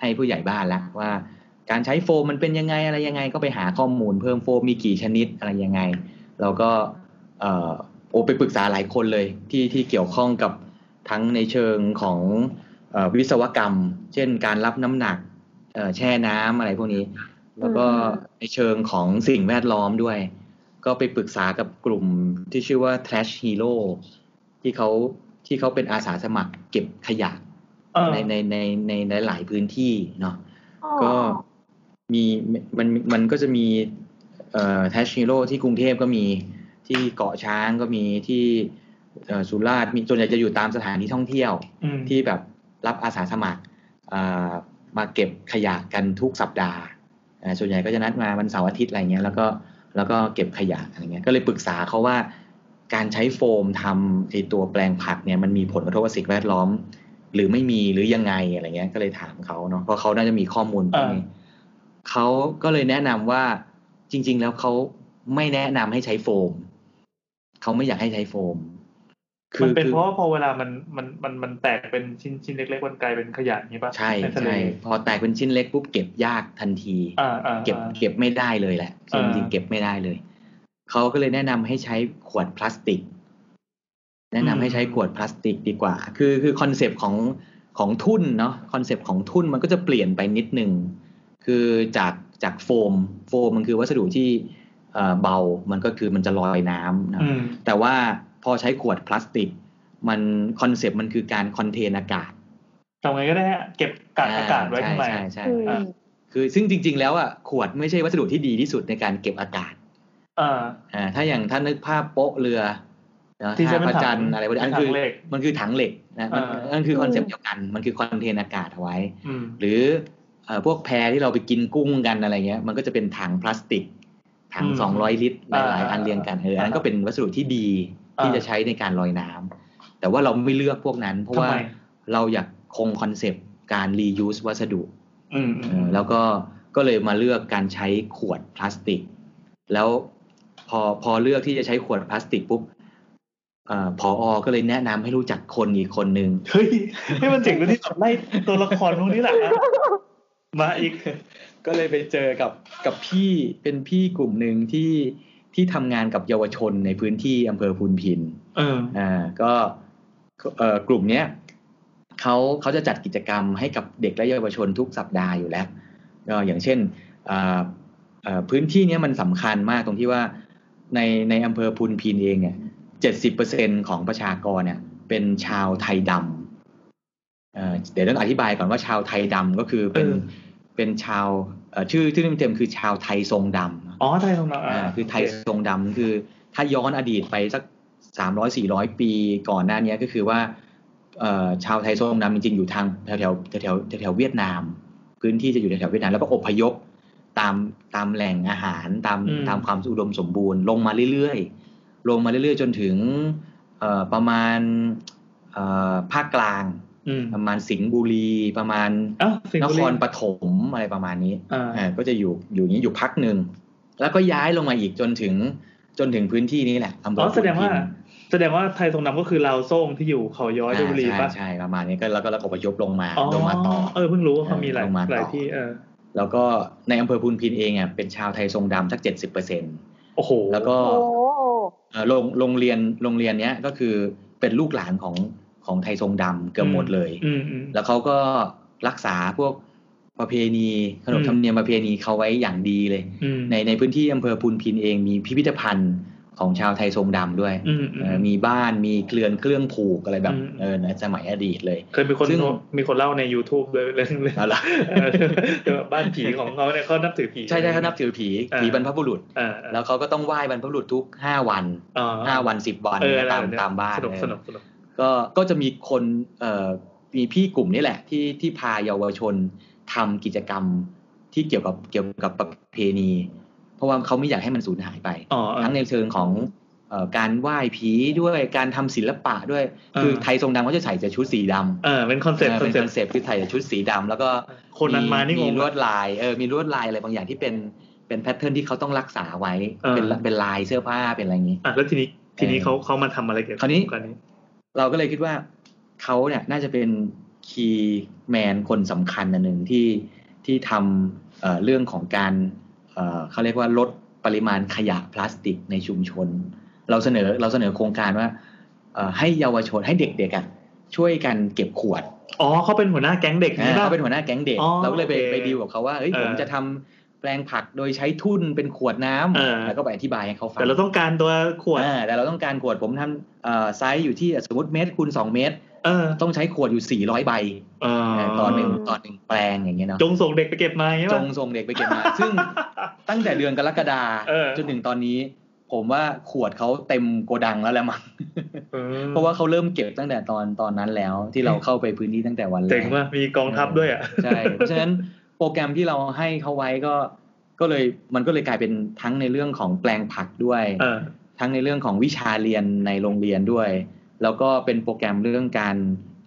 Speaker 3: ให้ผู้ใหญ่บ้านละว่า การใช้โฟมมันเป็นยังไงอะไรยังไง ก็ไปหาข้อมูลเพิ่มโฟมมีกี่ชนิดอะไรยังไง แล้วก็เอ่อโอไปปรึกษาหลายคนเลยที่ที่เกี่ยวข้องกับทั้งในเชิงของเอ่อวิศวกรรม เช่นการรับน้ำหนักเอ่อแช่น้ำอะไรพวกนี้ แล้วก็ในเชิงของสิ่งแวดล้อมด้วย ก็ไปปรึกษากับกลุ่มที่ชื่อว่า Trash Hero ที่เขาที่เขาเป็นอาสาสมัครเก็บขยะ
Speaker 1: เออ
Speaker 3: ในในในในในหลายพื้นที่เนาะ
Speaker 2: อ๋อ
Speaker 3: ก็มีมันมันก็จะมีเอ่อแทชชิโร่ที่กรุงเทพก็มีที่เกาะช้างก็มีที่เอ่อสุราษฎร์มีส่วนใหญ่จะอยู่ตามสถานที่ท่องเที่ยว
Speaker 1: อืม
Speaker 3: ที่แบบรับอาสาสมัครอ่ามาเก็บขยะกันทุกสัปดาห์อ่าส่วนใหญ่ก็จะนัดมาวันเสาร์อาทิตย์อะไรเงี้ยแล้วก็แล้วก็เก็บขยะอะไรเงี้ยก็เลยปรึกษาเขาว่าการใช้โฟมทำไอตัวแปลงผักเนี่ยมันมีผลกระทบกับสิ่งแวดล้อม หรือไม่มีหรือยังไงอะไรเงี้ยก็เลยถามเขาเนาะเพราะเขาน่าจะมีข้อมูลพวกนี้เขาก็เลยแนะนำว่าจริง ๆ แล้วเขาไม่แนะนำให้ใช้โฟมเขาไม่อยากให้ใช้โฟม
Speaker 1: มันเป็นเพราะว่าพอเวลามันมันมันมันแตกเป็นชิ้นชิ้นเล็กๆมันกลายเป็นขยะอย่างนี้ป่ะ
Speaker 3: ใช่
Speaker 1: นทะเล
Speaker 3: ใช่พอแตกเป็นชิ้นเล็กปุ๊บเก็บยากทันที
Speaker 1: อ่าอ่า
Speaker 3: เก็บเก็บไม่ได้เลยแหละ
Speaker 1: อ่า
Speaker 3: จริงๆเก็บไม่ได้เลย เขาก็เลยแนะนำให้ใช้ขวดพลาสติก แนะนำให้ใช้ขวดพลาสติกดีกว่า คือคือคอนเซปต์ของของทุ่นเนาะคอนเซปต์ของทุ่นมันก็จะเปลี่ยนไปนิดนึงคือจากจากโฟม โฟมมันคือวัสดุที่เอ่อเบามันก็คือมันจะลอยน้ำนะ
Speaker 1: อืม
Speaker 3: แต่ว่าพอใช้ขวดพลาสติก มันคอนเซปต์มันคือการคอนเทนอากาศ
Speaker 1: ทำไงก็ได้ฮะเก็บกากอากาศไว้ข้างใน
Speaker 3: ใช่ใช่
Speaker 2: อืม
Speaker 3: ใช่
Speaker 1: อ่ะ
Speaker 3: คือซึ่งจริง ๆ แล้วอ่ะขวดไม่ใช่วัสดุที่ดีที่สุดในการเก็บอากาศ
Speaker 1: อ่า
Speaker 3: อ่าถ้าอย่างท่านนึกภาพโป๊ะเรือนะ
Speaker 1: ที่ใช้
Speaker 3: ท่า
Speaker 1: เป็นถั
Speaker 3: พระ
Speaker 1: ง
Speaker 3: จันทร์อะไรพวกนี้อัน
Speaker 1: ถัง
Speaker 3: คือ
Speaker 1: เหล็ก
Speaker 3: มันคือถังเหล็กนะมัน
Speaker 1: อ่านั่
Speaker 3: นั่นคือคอนเซปต์เดียวกัน มันคือคอนเทนอากาศเอาไว้
Speaker 1: อืม
Speaker 3: หรือเอ่อพวกแพที่เราไปกินกุ้งกันอะไรเงี้ย มันก็จะเป็นถังพลาสติก ถัง
Speaker 1: อืม
Speaker 3: สองร้อยลิตรห
Speaker 1: อ่า
Speaker 3: ลายๆอันเรียงกันเอออันนั้นก็เป็นวัสดุที่ดี
Speaker 1: อ่า
Speaker 3: ที่จะใช้ในการลอยน้ำแต่ว่าเราไม่เลือกพวกนั้น เพราะ
Speaker 1: ทำ
Speaker 3: ว่า
Speaker 1: ไม
Speaker 3: เราอยากคงคอนเซปต์การ reuse วัสดุ
Speaker 1: อืมอื
Speaker 3: เอ
Speaker 1: ม
Speaker 3: อแล้วก็ก็เลยมาเลือกการใช้ขวดพลาสติก แล้วพอพอเลือกที่จะใช้ขวดพลาสติกปุ๊บ เอ่อผอก็เลยแนะนำให้รู้จักคนอีกคนนึง
Speaker 1: เฮ้ยให้มันเจ๋งตรงที่แบบไล่ตัวละครพวกนี้แหละ มาอีก
Speaker 3: ก็เลยไปเจอกับกับพี่เป็นพี่กลุ่มหนึ่งที่ที่ทำงานกับเยาวชนในพื้นที่อำเภอพูนพิน
Speaker 1: เออ
Speaker 3: อ่าก็เอ่อกลุ่มเนี้ยเขาเขาจะจัดกิจกรรมให้กับเด็กและเยาวชนทุกสัปดาห์อยู่แล้วก็อย่างเช่นอ่าเอ่อพื้นที่เนี้ยมันสำคัญมากตรงที่ว่าในในอำเภอพูนพินเองเนี่ยเจ็ดสิบเปอร์เซ็นของประชากรเนี่ยเป็นชาวไทยดำเอ่อเดี๋ยวต้องอธิบายก่อนว่าชาวไทยดำก็คือเป็น
Speaker 1: เออ
Speaker 3: เป็นชาวเอ่อชื่อชื่อเต็มๆคือชาวไทยทรงดำ
Speaker 1: อ๋อไทยทองเรา
Speaker 3: อ่า
Speaker 1: อ่า
Speaker 3: คือไทยทรงดำคือ ถ้าย้อนอดีตไปสักสามร้อยสี่ร้อยปีก่อนหน้านี้ก็คือว่าเอ่อชาวไทยทรงดำจริงๆ อยู่ทางแถวแถวแถวแถวแถวเวียดนาม พื้นที่จะอยู่แถวแถวเวียดนามแล้วก็อพยพตามตามแหล่งอาหารตามตามความอุดมสมบูรณ์ลงมาเรื่อยๆ ลงมาเรื่อยๆ จนถึงเอ่อประมาณเอ่อภาคกลาง
Speaker 1: อืม
Speaker 3: ประมาณสิงห์บุรีประมาณ
Speaker 1: เอ้าสิง
Speaker 3: น
Speaker 1: ห์บุ
Speaker 3: ค
Speaker 1: รี
Speaker 3: รปฐมอะไรประมาณนี้
Speaker 1: อ่า
Speaker 3: อ่าก็จะอยู่อยู่อย่างนี้อยู่พักหนึ่ง แล้วก็ย้ายลงมาอีกจนถึงจนถึงพื้นที่นี้แหละอำเภ
Speaker 1: อ๋อ
Speaker 3: อ
Speaker 1: แสดงว่า
Speaker 3: พุนพิน
Speaker 1: แสดงว่าไทยทองดำก็คือลาวโซ่งที่อยู่เขาย้อยชลบุรี
Speaker 3: อ่า
Speaker 1: ป่ะ
Speaker 3: ใช่ใช่ประมาณนี้ก็แล้วก็แล้วก็อพยพลงมา
Speaker 1: อ๋อ
Speaker 3: ลงมาต่อ
Speaker 1: เออเพิ่งรู้ว่าเขามีหลาย
Speaker 3: ลงมาต่อ
Speaker 1: หลายที่เออ
Speaker 3: แล้วก็ในอำเภอพูนพินเองอ่ะเป็นชาวไทยทรงดำสักเจ็ดสิบเปอร์เซ็น
Speaker 1: โอ้โห
Speaker 3: แล้วก็
Speaker 2: โอ้
Speaker 3: เอ่อโรงโรงเรียนโรงเรียนเนี้ยก็คือเป็นลูกหลานของของไทยทรงดำเกือบหมดเลย
Speaker 1: อืมอืม
Speaker 3: แล้วเขาก็รักษาพวกประเพณีขน
Speaker 1: อื
Speaker 3: บ
Speaker 1: ม
Speaker 3: ธรรมเนียมประเพณีเขาไว้อย่างดีเลย
Speaker 1: อืม
Speaker 3: ในในพื้นที่อำเภอพูนพินเองมีพิพิธภัณฑ์ของชาวไทยทรงดำด้วย
Speaker 1: อืมอื
Speaker 3: เอ่อ
Speaker 1: ม
Speaker 3: มีบ้านมีเกลือนเครื่องผูกอะไรแบบ
Speaker 1: อืม
Speaker 3: เออในสมัยอดีตเลย
Speaker 1: เคยมีคน
Speaker 3: ซึ่ง
Speaker 1: มีคนเล่าใน YouTube เลยเรื่องเรื่อง
Speaker 3: เอา ล่ะ
Speaker 1: เออเรื่องบ้านผีของเขาเนี่ยเขานับถือผี
Speaker 3: ใช่ใช่เขานับถือผี
Speaker 1: เออ
Speaker 3: ผีบรรพบุรุษ
Speaker 1: เออเออ
Speaker 3: แล้วเขาก็ต้องไหว้บรรพบุรุษทุกห้าวัน
Speaker 1: อ๋อ
Speaker 3: ห้าวันสิบวัน
Speaker 1: เอออะไร
Speaker 3: ตาม
Speaker 1: แบบเนี้ย
Speaker 3: ตามบ้าน
Speaker 1: สนุก
Speaker 3: เออ
Speaker 1: สนุกสนุก
Speaker 3: ก็ก็จะมีคนเอ่อมีพี่กลุ่มนี่แหละ ที่ที่พาเยาวชนทำกิจกรรมที่เกี่ยวกับเกี่ยวกับประเพณี เพราะว่าเขาไม่อยากให้มันสูญหายไป
Speaker 1: อ๋อเออ
Speaker 3: ทั้งในเชิงของเอ่อการไหว้ผีด้วยการทำศิลปะด้วย
Speaker 1: เออ
Speaker 3: คือไทยทรงดำเขาจะใส่แต่ชุดสีดำ
Speaker 1: เออเป็นคอนเซ็ปต์ค
Speaker 3: เป็
Speaker 1: อน
Speaker 3: น
Speaker 1: เซ็
Speaker 3: ค
Speaker 1: ป
Speaker 3: อน
Speaker 1: ต์
Speaker 3: เซปต์คือใส่ชุดสีดำแล้วก็
Speaker 1: คนนั้นมานี่งง
Speaker 3: ลวดลายเออมีลวดลายอะไรบางอย่างที่เป็นเป็นแพทเทิร์นที่เขาต้องรักษาไว้
Speaker 1: เออ
Speaker 3: เป็นเป็นลายเสื้อผ้าเป็นอะไรอย่างนี้
Speaker 1: อ่ะแล้วทีนี้ทีนี้
Speaker 3: เออ
Speaker 1: เขาเขามาทำอะไรเกี่ยวกับ
Speaker 3: คราวนี้
Speaker 1: กรณี
Speaker 3: เราก็เลยคิดว่าเขาเนี่ยน่าจะเป็นคีย์แมนคนสำคัญอันหนึ่งที่ที่ทำเอ่อเรื่องของการเอ่อเขาเรียกว่าลดปริมาณขยะพลาสติกในชุมชน เราเสนอเราเสนอโครงการว่าเอ่อให้เยาวชนให้เด็กๆอ่ะช่วยกันเก็บขวด
Speaker 1: อ๋อเขาเป็นหัวหน้าแก๊งเด็ก
Speaker 3: อ่า
Speaker 1: นี่ป่ะ
Speaker 3: เขาเป็นหัวหน้าแก๊งเด็ก
Speaker 1: อ๋อ
Speaker 3: เราก็เลยไป
Speaker 1: โอเค
Speaker 3: ไปดีลกับเขาว่าเฮ้ย
Speaker 1: เออ
Speaker 3: ผมจะทำแปลงผักโดยใช้ทุ่นเป็นขวดน้ำ
Speaker 1: เออ
Speaker 3: แล้วก็ไปอธิบายให้เขาฟัง
Speaker 1: แต่เราต้องการตัวขวด
Speaker 3: อ่าแต่เราต้องการขวดผมทำเอ่อไซส์อยู่ที่สมมติเมตรคูณ2เมตร
Speaker 1: เออ
Speaker 3: ต้องใช้ขวดอยู่ 400 ใบ
Speaker 1: เออ
Speaker 3: นะต่อหนึ่งต่อหนึ่งแปลงอย่างเงี้ยเนาะ
Speaker 1: จงส่งเด็กไปเก็บมาใช่
Speaker 3: จ
Speaker 1: ป่ะ
Speaker 3: งส่งเด็กไปเก็บมา ซึ่งตั้งแต่เดือนกรกฎา
Speaker 1: เออ
Speaker 3: จนถึงตอนนี้ ผมว่าขวดเขาเต็มโกดังแล้วแหละมั้ง
Speaker 1: ออ
Speaker 3: เพราะว่าเขาเริ่มเก็บตั้งแต่ตอนตอนนั้นแล้ว ที่เราเข้าไปพื้นที่ตั้งแต่วันแรก
Speaker 1: เจ๋งว่ะมีกองทัพด้วยอ่ะ
Speaker 3: ใช่เพราะฉะนั้นโปรแกรมที่เราให้เขาไว้ก็ ก็เลยมันก็เลยกลายเป็นทั้งในเรื่องของแปลงผักด้วย
Speaker 1: เออ
Speaker 3: ทั้งในเรื่องของวิชาเรียนในโรงเรียนด้วย แล้วก็เป็นโปรแกรมเรื่องการ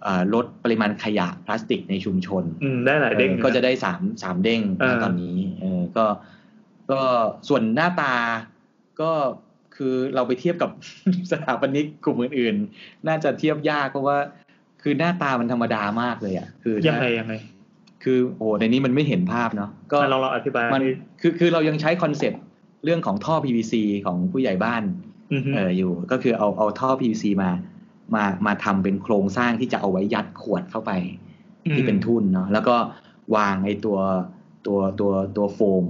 Speaker 3: เอ่อลดปริมาณขยะพลาสติกในชุมชน
Speaker 1: อืมได้หลายเด้งอยู่น
Speaker 3: ก็จะได้สามสามเด้ง
Speaker 1: เออ
Speaker 3: ตอนนี้เออก็ก็ส่วนหน้าตาก็คือเราไปเทียบ กับ สถาปนิกกลุ่มอื่นๆ น่าจะเทียบยากเพราะว่าคือหน้าตามันธรรมดามากเลยอ่ะคือถ้า
Speaker 1: ยังไงยังไง
Speaker 3: คือโอ้โหในนี้มันไม่เห็นภาพเนาะก็
Speaker 1: อ่ะลองเราอธิบาย
Speaker 3: มันคือคือเรายังใช้คอนเซปต์เรื่องของท่อ PVC ของผู้ใหญ่บ้าน
Speaker 1: อือฮึ
Speaker 3: เอออยู่ ก็คือเอาเอาท่อ PVC มามามาทำเป็นโครงสร้างที่จะเอาไว้ยัดขวดเข้าไป ที่เป็นทุ่นเนาะแล้วก็วางไอ้ตัวตัวตัวตัวโฟม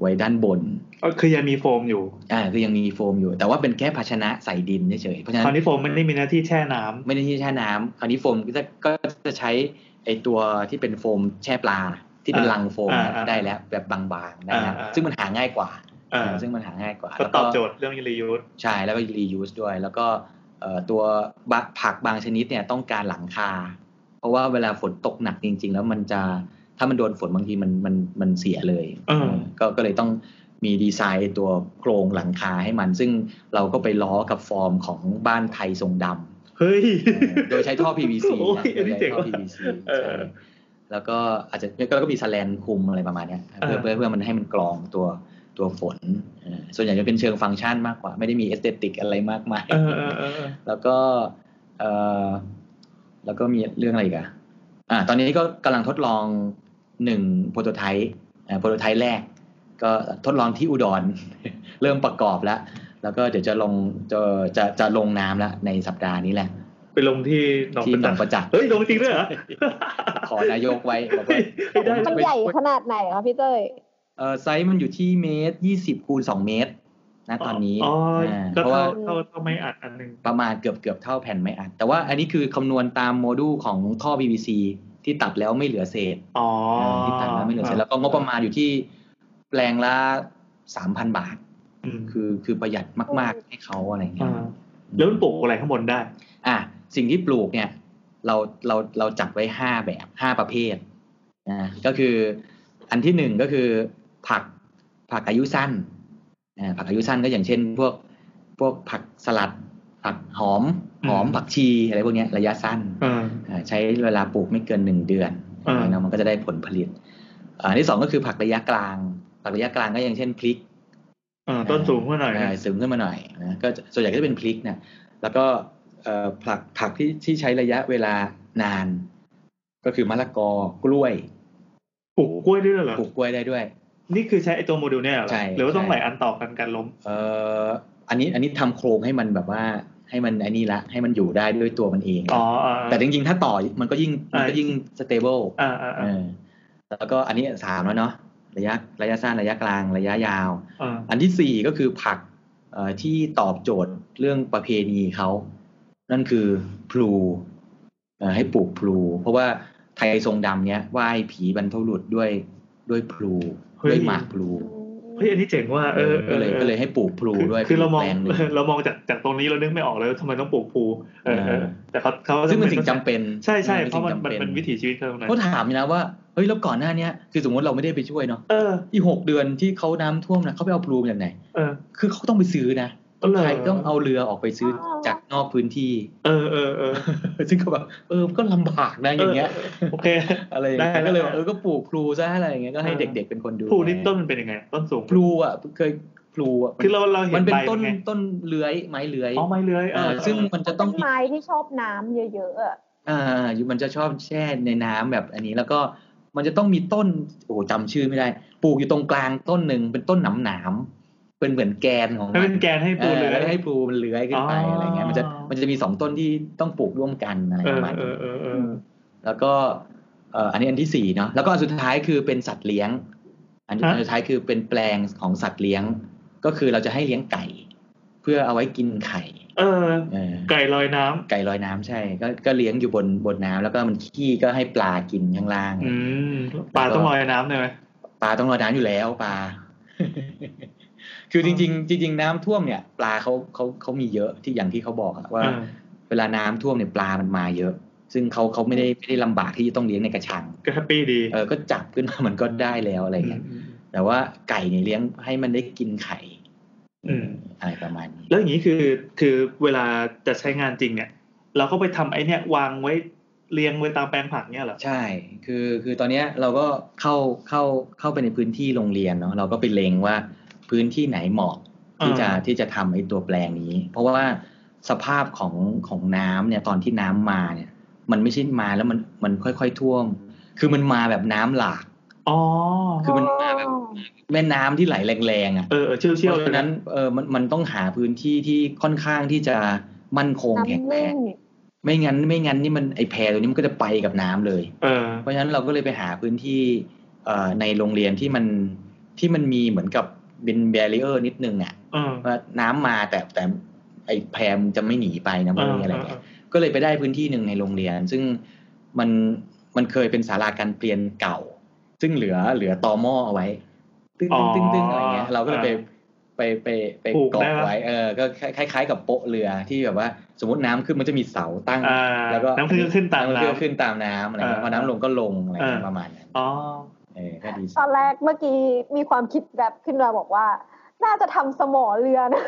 Speaker 3: ไว้ด้านบน
Speaker 1: ก็คือยังมีโฟมอยู่
Speaker 3: อ่าคือยังมีโฟมอยู่ แต่ว่าเป็นแค่ภาชนะใส่ดินเฉยๆเพราะฉะนั้
Speaker 1: คราน วนี้โฟมมันไม่ได้มีหน้าที่แช่น้ำ
Speaker 3: ไม่ได้ที่แช่น้ำคราวนี้โฟมก็จะก็จะใช้ไอตัวที่เป็นโฟมแช่ปลา ที่เป็น
Speaker 1: อ่า
Speaker 3: ลังโฟม
Speaker 1: อ่าอ่า
Speaker 3: ได้แล้วแบบบางๆได้แล้ว
Speaker 1: อ่าอ่า
Speaker 3: ซึ่งมันหาง่ายกว่า
Speaker 1: เออ
Speaker 3: เออซึ่งมันหาง่ายกว่า
Speaker 1: ก็
Speaker 3: แล้ว
Speaker 1: ตอบโจทย์เรื่อง reuse
Speaker 3: ใช่แล้วก็ reuse ด้วย แล้วก็เอ่อตัวบะผักบางชนิดเนี่ยต้องการหลังคา เพราะว่าเวลาฝนตกหนักจริง ๆ แล้วมันจะถ้ามันโดนฝนบางทีมันมันมันเสียเลย
Speaker 1: เออ
Speaker 3: เออก็ก็เลยต้องมีดีไซน์ตัวโครงหลังคาให้มัน ซึ่งเราก็ไปล้อกับฟอร์มของบ้านไทยทรงดำ
Speaker 1: เฮ้ย
Speaker 3: โดยใช้ท่อ PVC
Speaker 1: โอ้ย
Speaker 3: นะ
Speaker 1: อันนี้เจ๋ง
Speaker 3: ท่อ
Speaker 1: ว่ะ
Speaker 3: PVC
Speaker 1: เออ
Speaker 3: ใช่แล้วก็อาจจะแล้วก็มีสแลนคุมอะไรประมาณเนี้ย
Speaker 1: เอ
Speaker 3: เพื่อ
Speaker 1: อ
Speaker 3: เพื่อเพื่อมันให้มันกรองตัว ตัวฝนอ่าส่วนใหญ่จะเป็นเชิงฟังก์ชันมากกว่า ไม่ได้มีเอสเตติกอะไรมากมาย
Speaker 1: เออเออเออเออ
Speaker 3: แล้วก็เอ่อแล้วก็มีเรื่องอะไรอีกอะอ่า ตอนนี้ก็กำลังทดลองหนึ่งโปรโตไทป์อ่าโปรโตไทป์แรก ก็ทดลองที่อุดร เริ่มประกอบแล้ว แล้วก็เดี๋ยวจะลงจะจะจะลงน้ำแล้วในสัปดาห์นี้แหละ
Speaker 1: ไปลงที่หนอง
Speaker 3: ที่
Speaker 1: ประ
Speaker 3: หน
Speaker 1: จั
Speaker 3: อก ง
Speaker 1: ษ์
Speaker 3: ประจักษ์
Speaker 1: เฮ้ยลงจริงด้วยเหรอ
Speaker 3: ขอนายกไว้บอก
Speaker 1: เฮ้
Speaker 3: ว่า
Speaker 1: ยไม่ได้
Speaker 2: มัน
Speaker 3: ไม่
Speaker 2: ใหญ่ขนาดไหนคะพี่เต้ย
Speaker 3: เออไซส์มันอยู่ที่เมตรยี่สิบคูณสองเมตร นะตอนนี้
Speaker 1: อ๋อ
Speaker 3: อ่า
Speaker 1: ก็
Speaker 3: เพราะ
Speaker 1: เท่า
Speaker 3: ว่า
Speaker 1: เท่าเท่าไม่อัดอันหนึ่ง
Speaker 3: ประมาณเกือบเกือบเท่าแผ่นไม้อัด แต่ว่าอันนี้คือคำนวณตามโมดูลของท่อ PVC ที่ตัดแล้วไม่เหลือเศษ
Speaker 1: อ๋อ
Speaker 3: ที่ตัดแล้วไม่เหลือเศษ แล้วก็งบประมาณอยู่ที่แปลงละสามพันบาท
Speaker 1: อืม
Speaker 3: คือคือประหยัดมาก ๆ ให้เขาอะไรเงี้ย
Speaker 1: อ่าแล้วมันปลูกอะไรข้างบนได้
Speaker 3: อ่ะสิ่งที่ปลูกเนี่ยเราเราเราจัดไว้ห้าแบบห้าประเภทนะก็คืออันที่หนึ่งก็คือผักผักอายุสั้นอ่าผักอายุสั้นก็อย่างเช่น พวกพวกผักสลัด ผักหอมหอม
Speaker 1: อืม
Speaker 3: ผักชีอะไรพวกเนี้ยระยะสั้น
Speaker 1: เออ
Speaker 3: อ่าใช้เวลาปลูกไม่เกินหนึ่งเดือน
Speaker 1: อ่า
Speaker 3: เนาะมันก็จะได้ผลผลิตอ่าอันที่สองก็คือผักระยะกลาง ผักระยะกลางก็อย่างเช่นพริก
Speaker 1: เออต้นสูงขึ้นหน่อยนะ
Speaker 3: อ่าสูงขึ้นมาหน่อยนะก็จะส่วนใหญ่ก็จะเป็นพริกนะแล้วก็เอ่อผักผักที่ที่ใช้ระยะเวลานาน ก็คือมะละกอกล้วย
Speaker 1: ปลูกกล้วยด้วยเหรอ
Speaker 3: ปลูกกล้วยได้ด้วย
Speaker 1: นี่คือใช้ไอ้ตัวโมดูลเนี่ยเหรอ
Speaker 3: ใช่
Speaker 1: หรือว่าต้อง
Speaker 3: ใช่
Speaker 1: หลายอันต่อกันการล้ม
Speaker 3: เอ่ออันนี้อันนี้ทำโครงให้มันแบบว่าให้มันไอันนี้ละให้มันอยู่ได้ด้วยตัวมันเอง
Speaker 1: อ๋ออ่า
Speaker 3: แต่จริงๆถ้าต่อมันก็ยิ่งมันก็
Speaker 1: อ่ายิ่
Speaker 3: ยิ่งสเตเบิล
Speaker 1: อ่าอ่าอ่า
Speaker 3: เออแล้วก็อันนี้สามแล้วเนาะระยะระยะสั้นระยะกลางระยะยาว
Speaker 1: อ่า
Speaker 3: อันที่สี่ก็คือผักเอ่อที่ตอบโจทย์เรื่องประเพณีเขานั่นคือพลูเอ่อให้ปลูกพลู เพราะว่าไทยทรงดำเนี้ยไหว้ผีบรรพบุรุษด้วยด้วยพลูด้วยหมากพลู
Speaker 1: เฮ้ยอันนี้เจ๋งว่าเออ
Speaker 3: ก็เลยก็เลยให้ปลูกพลู
Speaker 1: คือ
Speaker 3: ด้วย
Speaker 1: คือเรามอง
Speaker 3: ป็นแปลหนึ่ง
Speaker 1: เรามองจากจากตรงนี้เรานึกไม่ออกเลยว่าทำไมต้องปลูกภูเออเออ
Speaker 3: เออ
Speaker 1: แต่เขาเขา
Speaker 3: ซึ่งเป็นสิ่งจำเป็น
Speaker 1: ใช่ใช่
Speaker 3: ออ
Speaker 1: เพราะมันมัน
Speaker 3: สิ่งจำ
Speaker 1: เป็นวิถีชีวิตเขาตรงนั้น
Speaker 3: เขาถามอยู่นะว่าเฮ้ยแล้วก่อนหน้าเนี้ยคือสมมติเราไม่ได้ไปช่วยเนาะ
Speaker 1: เออ
Speaker 3: อีหกเดือนที่เขาน้ำท่วมนะเขาไปเอาพลูมาจากไหน
Speaker 1: เออ
Speaker 3: คือเขาต้องไปซื้อนะ
Speaker 1: เออเหรอ
Speaker 3: ไทยต้องเอาเรือออกไปซื้อ
Speaker 2: อ
Speaker 3: จากนอกพื้นที่
Speaker 1: เออเออเออ
Speaker 3: ซึ่งก็แบบเออก็ลำบากนะอย่างเงี้ย
Speaker 1: โอเค
Speaker 3: อะไรอย่างเงี้ย
Speaker 1: ได้
Speaker 3: ก็เลย
Speaker 1: ได้
Speaker 3: ว่าเออก็ปลูกพลูซะอะไรอย่างเงี้ยก็ให้
Speaker 1: เออ
Speaker 3: เด็กๆเป็นคนดู
Speaker 1: พลูนี่
Speaker 3: แล
Speaker 1: ต้นมันเป็นยังไง ต้นสูง
Speaker 3: พลูอ่ะเคยพลูอ่ะ
Speaker 1: คือเราเราเห็
Speaker 3: มัน
Speaker 1: น
Speaker 3: เป็น
Speaker 1: ใบ
Speaker 3: ต้น
Speaker 1: ไง
Speaker 3: ต้นเลื้อยไม้เลื้อย
Speaker 1: อ๋อไม้เลื้อยเอ
Speaker 3: เอ
Speaker 1: อ
Speaker 3: อซึ่งมันจะต้อง
Speaker 2: ต้นไม้ที่ชอบน้ำเยอะๆอะ
Speaker 3: อ่าอยู่มันจะชอบแช่ในน้ำแบบอันนี้แล้วก็มันจะต้องมีต้นโอ้โหจำชื่อไม่ได้ ปลูกอยู่ตรงกลางต้นหนึ่งเป็นต้นหนามหนามๆเป็นเหมือนแกนของ
Speaker 1: ให้
Speaker 3: มั
Speaker 1: เป็นแกนให้ปู
Speaker 3: เออ
Speaker 1: เลื้อย
Speaker 3: แล้วก็ให้พลูมันเลื้อยขึ้นไป
Speaker 1: อ๋ออ
Speaker 3: อะไรเงี้ยมันจะมันจะมีสองต้นที่ต้องปลูกร่วมกันอะไร
Speaker 1: เอ
Speaker 3: ป
Speaker 1: อ
Speaker 3: ระมาณ
Speaker 1: เอ
Speaker 3: นี้
Speaker 1: อเออเออ
Speaker 3: แล้วก็เอ่ออันนี้อันที่สี่เนาะแล้วก็อันสุดท้ายคือเป็นสัตว์เลี้ยง อันอันสุดท้ายคือเป็นแปลงของสัตว์เลี้ยง ก็คือเราจะให้เลี้ยงไก่ เพื่อเอาไว้กินไข่
Speaker 1: เออ
Speaker 3: เออ
Speaker 1: ไก่ลอยน้ำ
Speaker 3: ไก่ลอยน้ำใช่ ก็ก็เลี้ยงอยู่บนบนน้ำแล้วก็มันขี้ก็ให้ปลากินข้างล่าง
Speaker 1: อืมปลาต้องลอยน้ำเลยไหม
Speaker 3: ปลาต้องรอน้ำอยู่แล้วปลา คือจริง ๆ จริง ๆ น้ำท่วมเนี่ย ปลาเขาเขาเขามีเยอะที่อย่างที่เขาบอกอะว่า
Speaker 1: อ่า
Speaker 3: เวลาน้ำท่วมเนี่ยปลามันมาเยอะ ซึ่งเขาเขาไม่ได้ไม่ได้ลำบากที่จะต้องเลี้ยงในกระชัง
Speaker 1: ก็แฮปปี้ดี
Speaker 3: เออก็จับขึ้นมา มันก็ได้แล้วอะไรเงี้ย
Speaker 1: อืม
Speaker 3: แต่ว่าไก่เนี่ยเลี้ยงให้มันได้กินไข่
Speaker 1: อืม
Speaker 3: อะไรประมาณนี้
Speaker 1: แล้วอย่างนี้คือคือเวลาจะใช้งานจริงเนี่ย เราก็ไปทำไอ้เนี่ยวางไว้เรียงไว้ตามแปลงผักเนี่ยเหรอ
Speaker 3: ใช่ คือคือตอนเนี้ยเราก็เข้าเข้าเข้าไปในพื้นที่โรงเรียนเนาะเราก็ไปเลงว่าพื้นที่ไหนเหมาะที่จะ
Speaker 1: อ่า
Speaker 3: ที่จะทำไอ้ตัวแปลงนี้ เพราะว่าสภาพของของน้ำเนี่ยตอนที่น้ำมาเนี่ย มันไม่ใช่มาแล้วมันมันค่อย ๆ ท่วม คือมันมาแบบน้ำหลาก
Speaker 1: อ๋อ
Speaker 3: คือมันมาแบบ แม่น้ำที่ไหลแรงๆอ่ะ
Speaker 1: เออเออเชี่ยว
Speaker 3: เพ
Speaker 1: เชี่ยว
Speaker 3: ราะฉะนั้นเออมันมันต้องหาพื้นที่ที่ค่อนข้างที่จะมั่นคงแข็ง
Speaker 2: น้ำ
Speaker 3: แร
Speaker 2: นิ่
Speaker 3: ง
Speaker 2: ง
Speaker 3: ไม่งั้นไม่งั้นนี่มันไอแพรตัวนี้มันก็จะไปกับน้ำเลย
Speaker 1: เออ
Speaker 3: เพราะฉะนั้นเราก็เลยไปหาพื้นที่เอ่อในโรงเรียนที่มันที่มันมีเหมือนกับเป็นแบรีเออร์นิดนึงอ่ะ
Speaker 1: เออ
Speaker 3: ว่าน้ำมาแต่แต่ไอแพรมันจะไม่หนีไปนะ
Speaker 1: เอ
Speaker 3: มัน
Speaker 1: อ
Speaker 3: มี
Speaker 1: เอ
Speaker 3: อะไร
Speaker 1: อ
Speaker 3: เงี้ยก็เลยไปได้พื้นที่หนึ่งในโรงเรียน ซึ่งมันมันเคยเป็นศาลาการเปลี่ยนเก่า ซึ่งเหลือเหลือตอหม้อเอาไว้ ตึ้งตึ้งตึ้งตึ้งอะไรเงี้ยเราก็เลยไป ไปไปไป
Speaker 1: ผูก
Speaker 3: เกาะ
Speaker 1: ได้ปะ
Speaker 3: ไว้เออก็คล้ายคล้ายๆกับโป๊ะเรือที่แบบว่าสมมติน้ำขึ้นมันจะมีเสาตั้ง
Speaker 1: อ่า
Speaker 3: แล้วก็
Speaker 1: น้ำขึ้นก็ขึ้นตาม
Speaker 3: น้ำ
Speaker 1: น้ำ
Speaker 3: ขึ้นก็ขึ้นตามน้ำอะไรเงี้ย
Speaker 1: อ่า
Speaker 3: พอน้ำลงก็ลงอะไรเงี้ย
Speaker 1: อ่า
Speaker 3: ประมาณนั้น
Speaker 1: อ๋อ
Speaker 3: เออก็ดี
Speaker 2: ตอนแรกเมื่อกี้มีความคิดแบบขึ้นมาบอกว่า น่าจะทำสมอเรือนะ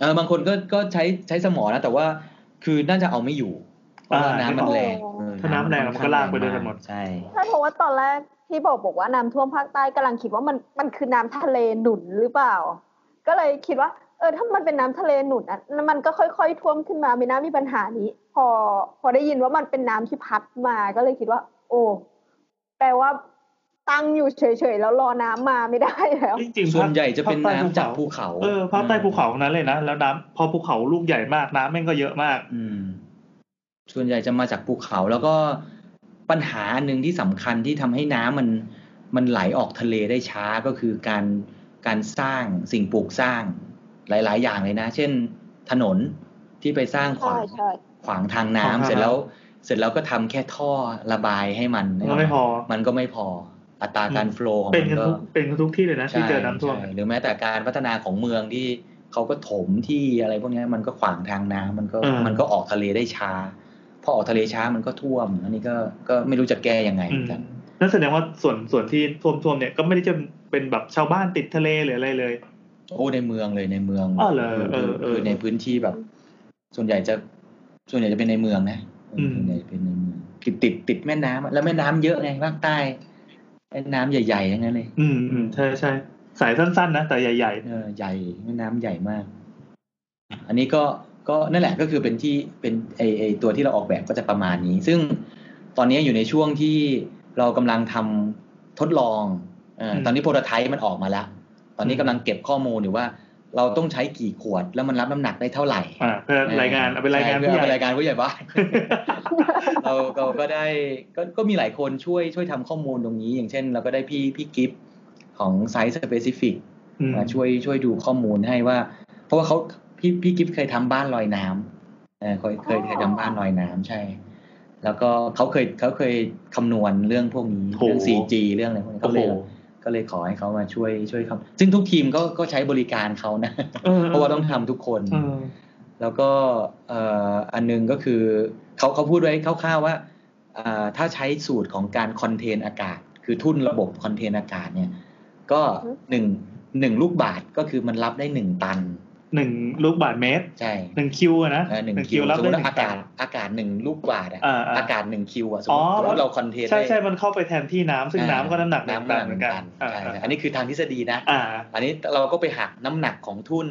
Speaker 3: เออบางคนก็ก็ใช้ใช้สมอนะแต่ว่าคือน่าจะเอาไม่อยู่ เพราะว่าน้ำมันแรง
Speaker 2: โอ้โห
Speaker 3: เออ
Speaker 1: ถ้าน้ำแรงมันก็ลากไปด้วยกันหมด
Speaker 3: ใช่
Speaker 2: ใช่เพราะว่าตอนแรกที่บอกบอกว่าน้ำท่วมภาคใต้กำลังคิดว่ามันมันคือน้ำทะเลหนุนหรือเปล่า ก็เลยคิดว่า เออถ้ามันเป็นน้ำทะเลหนุนอ่ะมันก็ค่อยๆท่วมขึ้นมาไม่น่ามีปัญหานี้ พอพอได้ยินว่ามันเป็นน้ำที่พัดมาก็เลยคิดว่า โอ้แปลว่าตั้งอยู่เฉยๆแล้วรอน้ำมาไม่ได้แล้ว
Speaker 1: จริงๆ
Speaker 3: ส่วน
Speaker 1: ภาค
Speaker 3: ใหญ่จะเป็น
Speaker 1: ภคใต้
Speaker 3: น้ำจากภูเขา
Speaker 1: เออภาคใต้ภูเขาทั้งนั้นเลยนะแล้วน้ำพอภูเขาลูกใหญ่มากน้ำแม่งก็เยอะมาก
Speaker 3: อืม ส่วนใหญ่จะมาจากภูเขา แล้วก็ปัญหาอันหนึ่งที่สำคัญที่ทำให้น้ำมัน มันไหลออกทะเลได้ช้าก็คือการการสร้างสิ่งปลูกสร้างหลาย ๆ อย่างเลยนะ เช่น ถนนที่ไปสร้างข
Speaker 2: ใช่
Speaker 3: วาง
Speaker 2: ใช่
Speaker 3: ขวางทาง
Speaker 1: ขวา
Speaker 3: น้ำ
Speaker 1: งทาง
Speaker 3: เสร็จแล้ว
Speaker 1: น้
Speaker 3: เสร็จแล้วก็ทำแค่ท่อระบายให้มัน
Speaker 1: มันไม่พอ
Speaker 3: มันก็ไม่พออัตราการ
Speaker 1: อืม
Speaker 3: โฟลของ
Speaker 1: เป็นกัน
Speaker 3: มันก็
Speaker 1: ทุกเป็นกันทุกที่เลยนะที่เจอน้ำท่วม
Speaker 3: ใช่หรือแม้แต่การพัฒนาของเมืองที่เขาก็ถมที่อะไรพวกเนี้ยมันก็ขวางทางน้ำมันก็
Speaker 1: เออ
Speaker 3: มันก็ออกทะเลได้ช้า พอออกทะเลช้ามันก็ท่วม อันนี้ก็ก็ไม่รู้จะแก้ยังไงเห
Speaker 1: อื
Speaker 3: มือ
Speaker 1: ม
Speaker 3: นกัน
Speaker 1: นั่นแสดงว่าส่วนส่วนที่ท่วมท่วมเนี่ยก็ไม่ได้จะเป็นแบบชาวบ้านติดทะเลหรืออะไรเลย
Speaker 3: โอ้ในเมืองเลยในเมือง
Speaker 1: อ้าวเหรอ
Speaker 3: คือ
Speaker 1: เออเออ
Speaker 3: คือในพื้นที่แบบ ส่วนใหญ่จะส่วนใหญ่จะเป็นในเมืองนะ
Speaker 1: อืม
Speaker 3: ส่วนใหญ่เป็นในเมืองติดติดติดแม่น้ำแล้วแม่น้ำเยอะไงภาคใต้แม่น้ำใหญ่ๆทั้งนั้นเลย
Speaker 1: อืมอืมใช่ใช่สายสั้นๆนะแต่ใหญ่
Speaker 3: เออใหญ่แม่น้ำใหญ่มาก อันนี้ก็ก็นั่นแหละก็คือเป็นที่เป็นไอไอตัวที่เราออกแบบก็จะประมาณนี้ ซึ่งตอนนี้อยู่ในช่วงที่เรากำลังทำทดลองเออ
Speaker 1: อืม
Speaker 3: ตอนนี้โปรโตไทป์มันออกมาแล้ว ตอนนี้กำลังเก็บข้อมูลอยู่ว่าเราต้องใช้กี่ขวดแล้วมันรับน้ำหนักได้เท่าไหร่
Speaker 1: ๆอ่าเพื่อรายงานเอาไปรายงาน
Speaker 3: ใช่
Speaker 1: ผู้
Speaker 3: เพื่อ
Speaker 1: ใหญ่
Speaker 3: เอไปรายงานผู้ใหญ่บ้าน เราเราก็ได้ก็ก็มีหลายคนช่วยช่วยทำข้อมูลตรงนี้ อย่างเช่น เราก็ได้พี่พี่กิฟต์ของไซส์สเปซิฟิก
Speaker 1: อืม
Speaker 3: มาช่วยช่วยดูข้อมูลให้ว่า เพราะว่าเขาพี่พี่กิฟต์เคยทำบ้านลอยน้ำเออเคยเคยเคยทำบ้านลอยน้ำใช่ แล้วก็เขาเคยเขาเคยคำนวณเรื่องพวกนี้เรื่อง 4G เรื่องอะไรพวกนี้
Speaker 1: โอ้
Speaker 3: ก็
Speaker 1: โห
Speaker 3: เลยก็เลยขอให้เขามาช่วยช่วยคำซึ่งทุกทีมก็ก็ใช้บริการเขานะ
Speaker 1: ออ
Speaker 3: เพราะว่าต้องทำทุกคน
Speaker 1: เออ
Speaker 3: แล้วก็เอ่ออันหนึงก็คือเขาเขาพูดไว้คร่าวๆว่าเอ่อถ้าใช้สูตรของการคอนเทนอากาศ คือทุ่นระบบคอนเทนอากาศเนี่ยก็หนึ่งหนึ่งลูกบาทก็คือมันรับได้หนึ่งตัน
Speaker 1: หนึ่งลูกบาทเมตร
Speaker 3: ใช่
Speaker 1: หนึ่งคิวอะนะ
Speaker 3: เอ่อหนึ่งคิว
Speaker 1: รับ
Speaker 3: สมม
Speaker 1: ได้หนึ่ง
Speaker 3: ติว่าอากา
Speaker 1: ตั
Speaker 3: ศ
Speaker 1: น
Speaker 3: อากาศหนึ่งลูกบาทอะ
Speaker 1: อ่าๆ
Speaker 3: อากาศหนึ่งคิวอะสม
Speaker 1: อ๋
Speaker 3: ม
Speaker 1: อ
Speaker 3: ติสมมติเราคอนเทน
Speaker 1: ใช่ใช่มันเข้าไปแทนที่น้ำซึ่งน้ำก็น้ำหนักหนึ่งตันเหมือนกัน
Speaker 3: ใช่ๆอันนี้คือทางทฤษฎีนะ
Speaker 1: อ่า
Speaker 3: อันนี้เราก็ไปหักน้ำหนักของทุน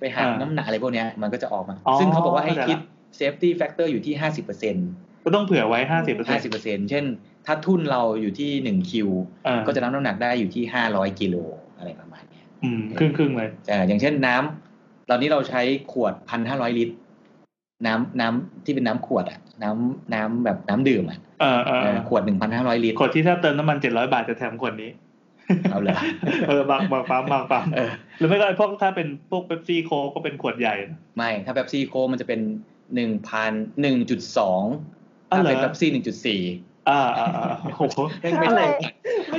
Speaker 3: ไปหัก
Speaker 1: อ่า
Speaker 3: น้ำหนักอะไรพวกเนี้ยมันก็จะออกมา
Speaker 1: อ๋อ
Speaker 3: ซึ่งเขาบอกว่าให้
Speaker 1: เข้าใจละ
Speaker 3: คิด safety factor อยู่ที่ 50%
Speaker 1: ก็ต้องเผื่อไว้ห้าสิบเปอร์เซ็นต์
Speaker 3: 50%เช่น ถ้าทุนเราอยู่ที่1คิวก็จะรับน้ำหนักได้อยู่ที่ 500 กิโลอะไรประมาณเนี้ย
Speaker 1: อืมครึ่งครึ่งๆเลย
Speaker 3: แต่อย่างเช่นน้ำตอนนี้เราใช้ขวด 1,500 ลิตร น้ำน้ำที่เป็นน้ำขวดอะน้ำน้ำแบบน้ำดื่มอะ
Speaker 1: เออเออเอ
Speaker 3: เอ
Speaker 1: อ
Speaker 3: อขวด 1,500 ลิตร
Speaker 1: ขวดที่ถ้าเติมน้ำมันเจ็ดร้อยบาทจะแถมขวดนี้
Speaker 3: เอาเลย
Speaker 1: เออบางบางปั๊มบางปั๊ม
Speaker 3: เออ
Speaker 1: หรือไม่ก็ไอ้พวกถ้าเป็นพวกเป๊ปซี่โคก็เป็นขวดใหญ่นะ
Speaker 3: ไม่ถ้าเป๊ปซี่โคกมันจะเป็นหนึ่งพันหนึ่งจุดสอง
Speaker 1: อ๋อ
Speaker 3: ถ้า
Speaker 1: เหรอ
Speaker 3: เป็นเป๊ปซี่หนึ่งจุดสี่
Speaker 1: อ่าอ่าอ่าโอ้โห
Speaker 3: ไม่ไม่
Speaker 2: อะไร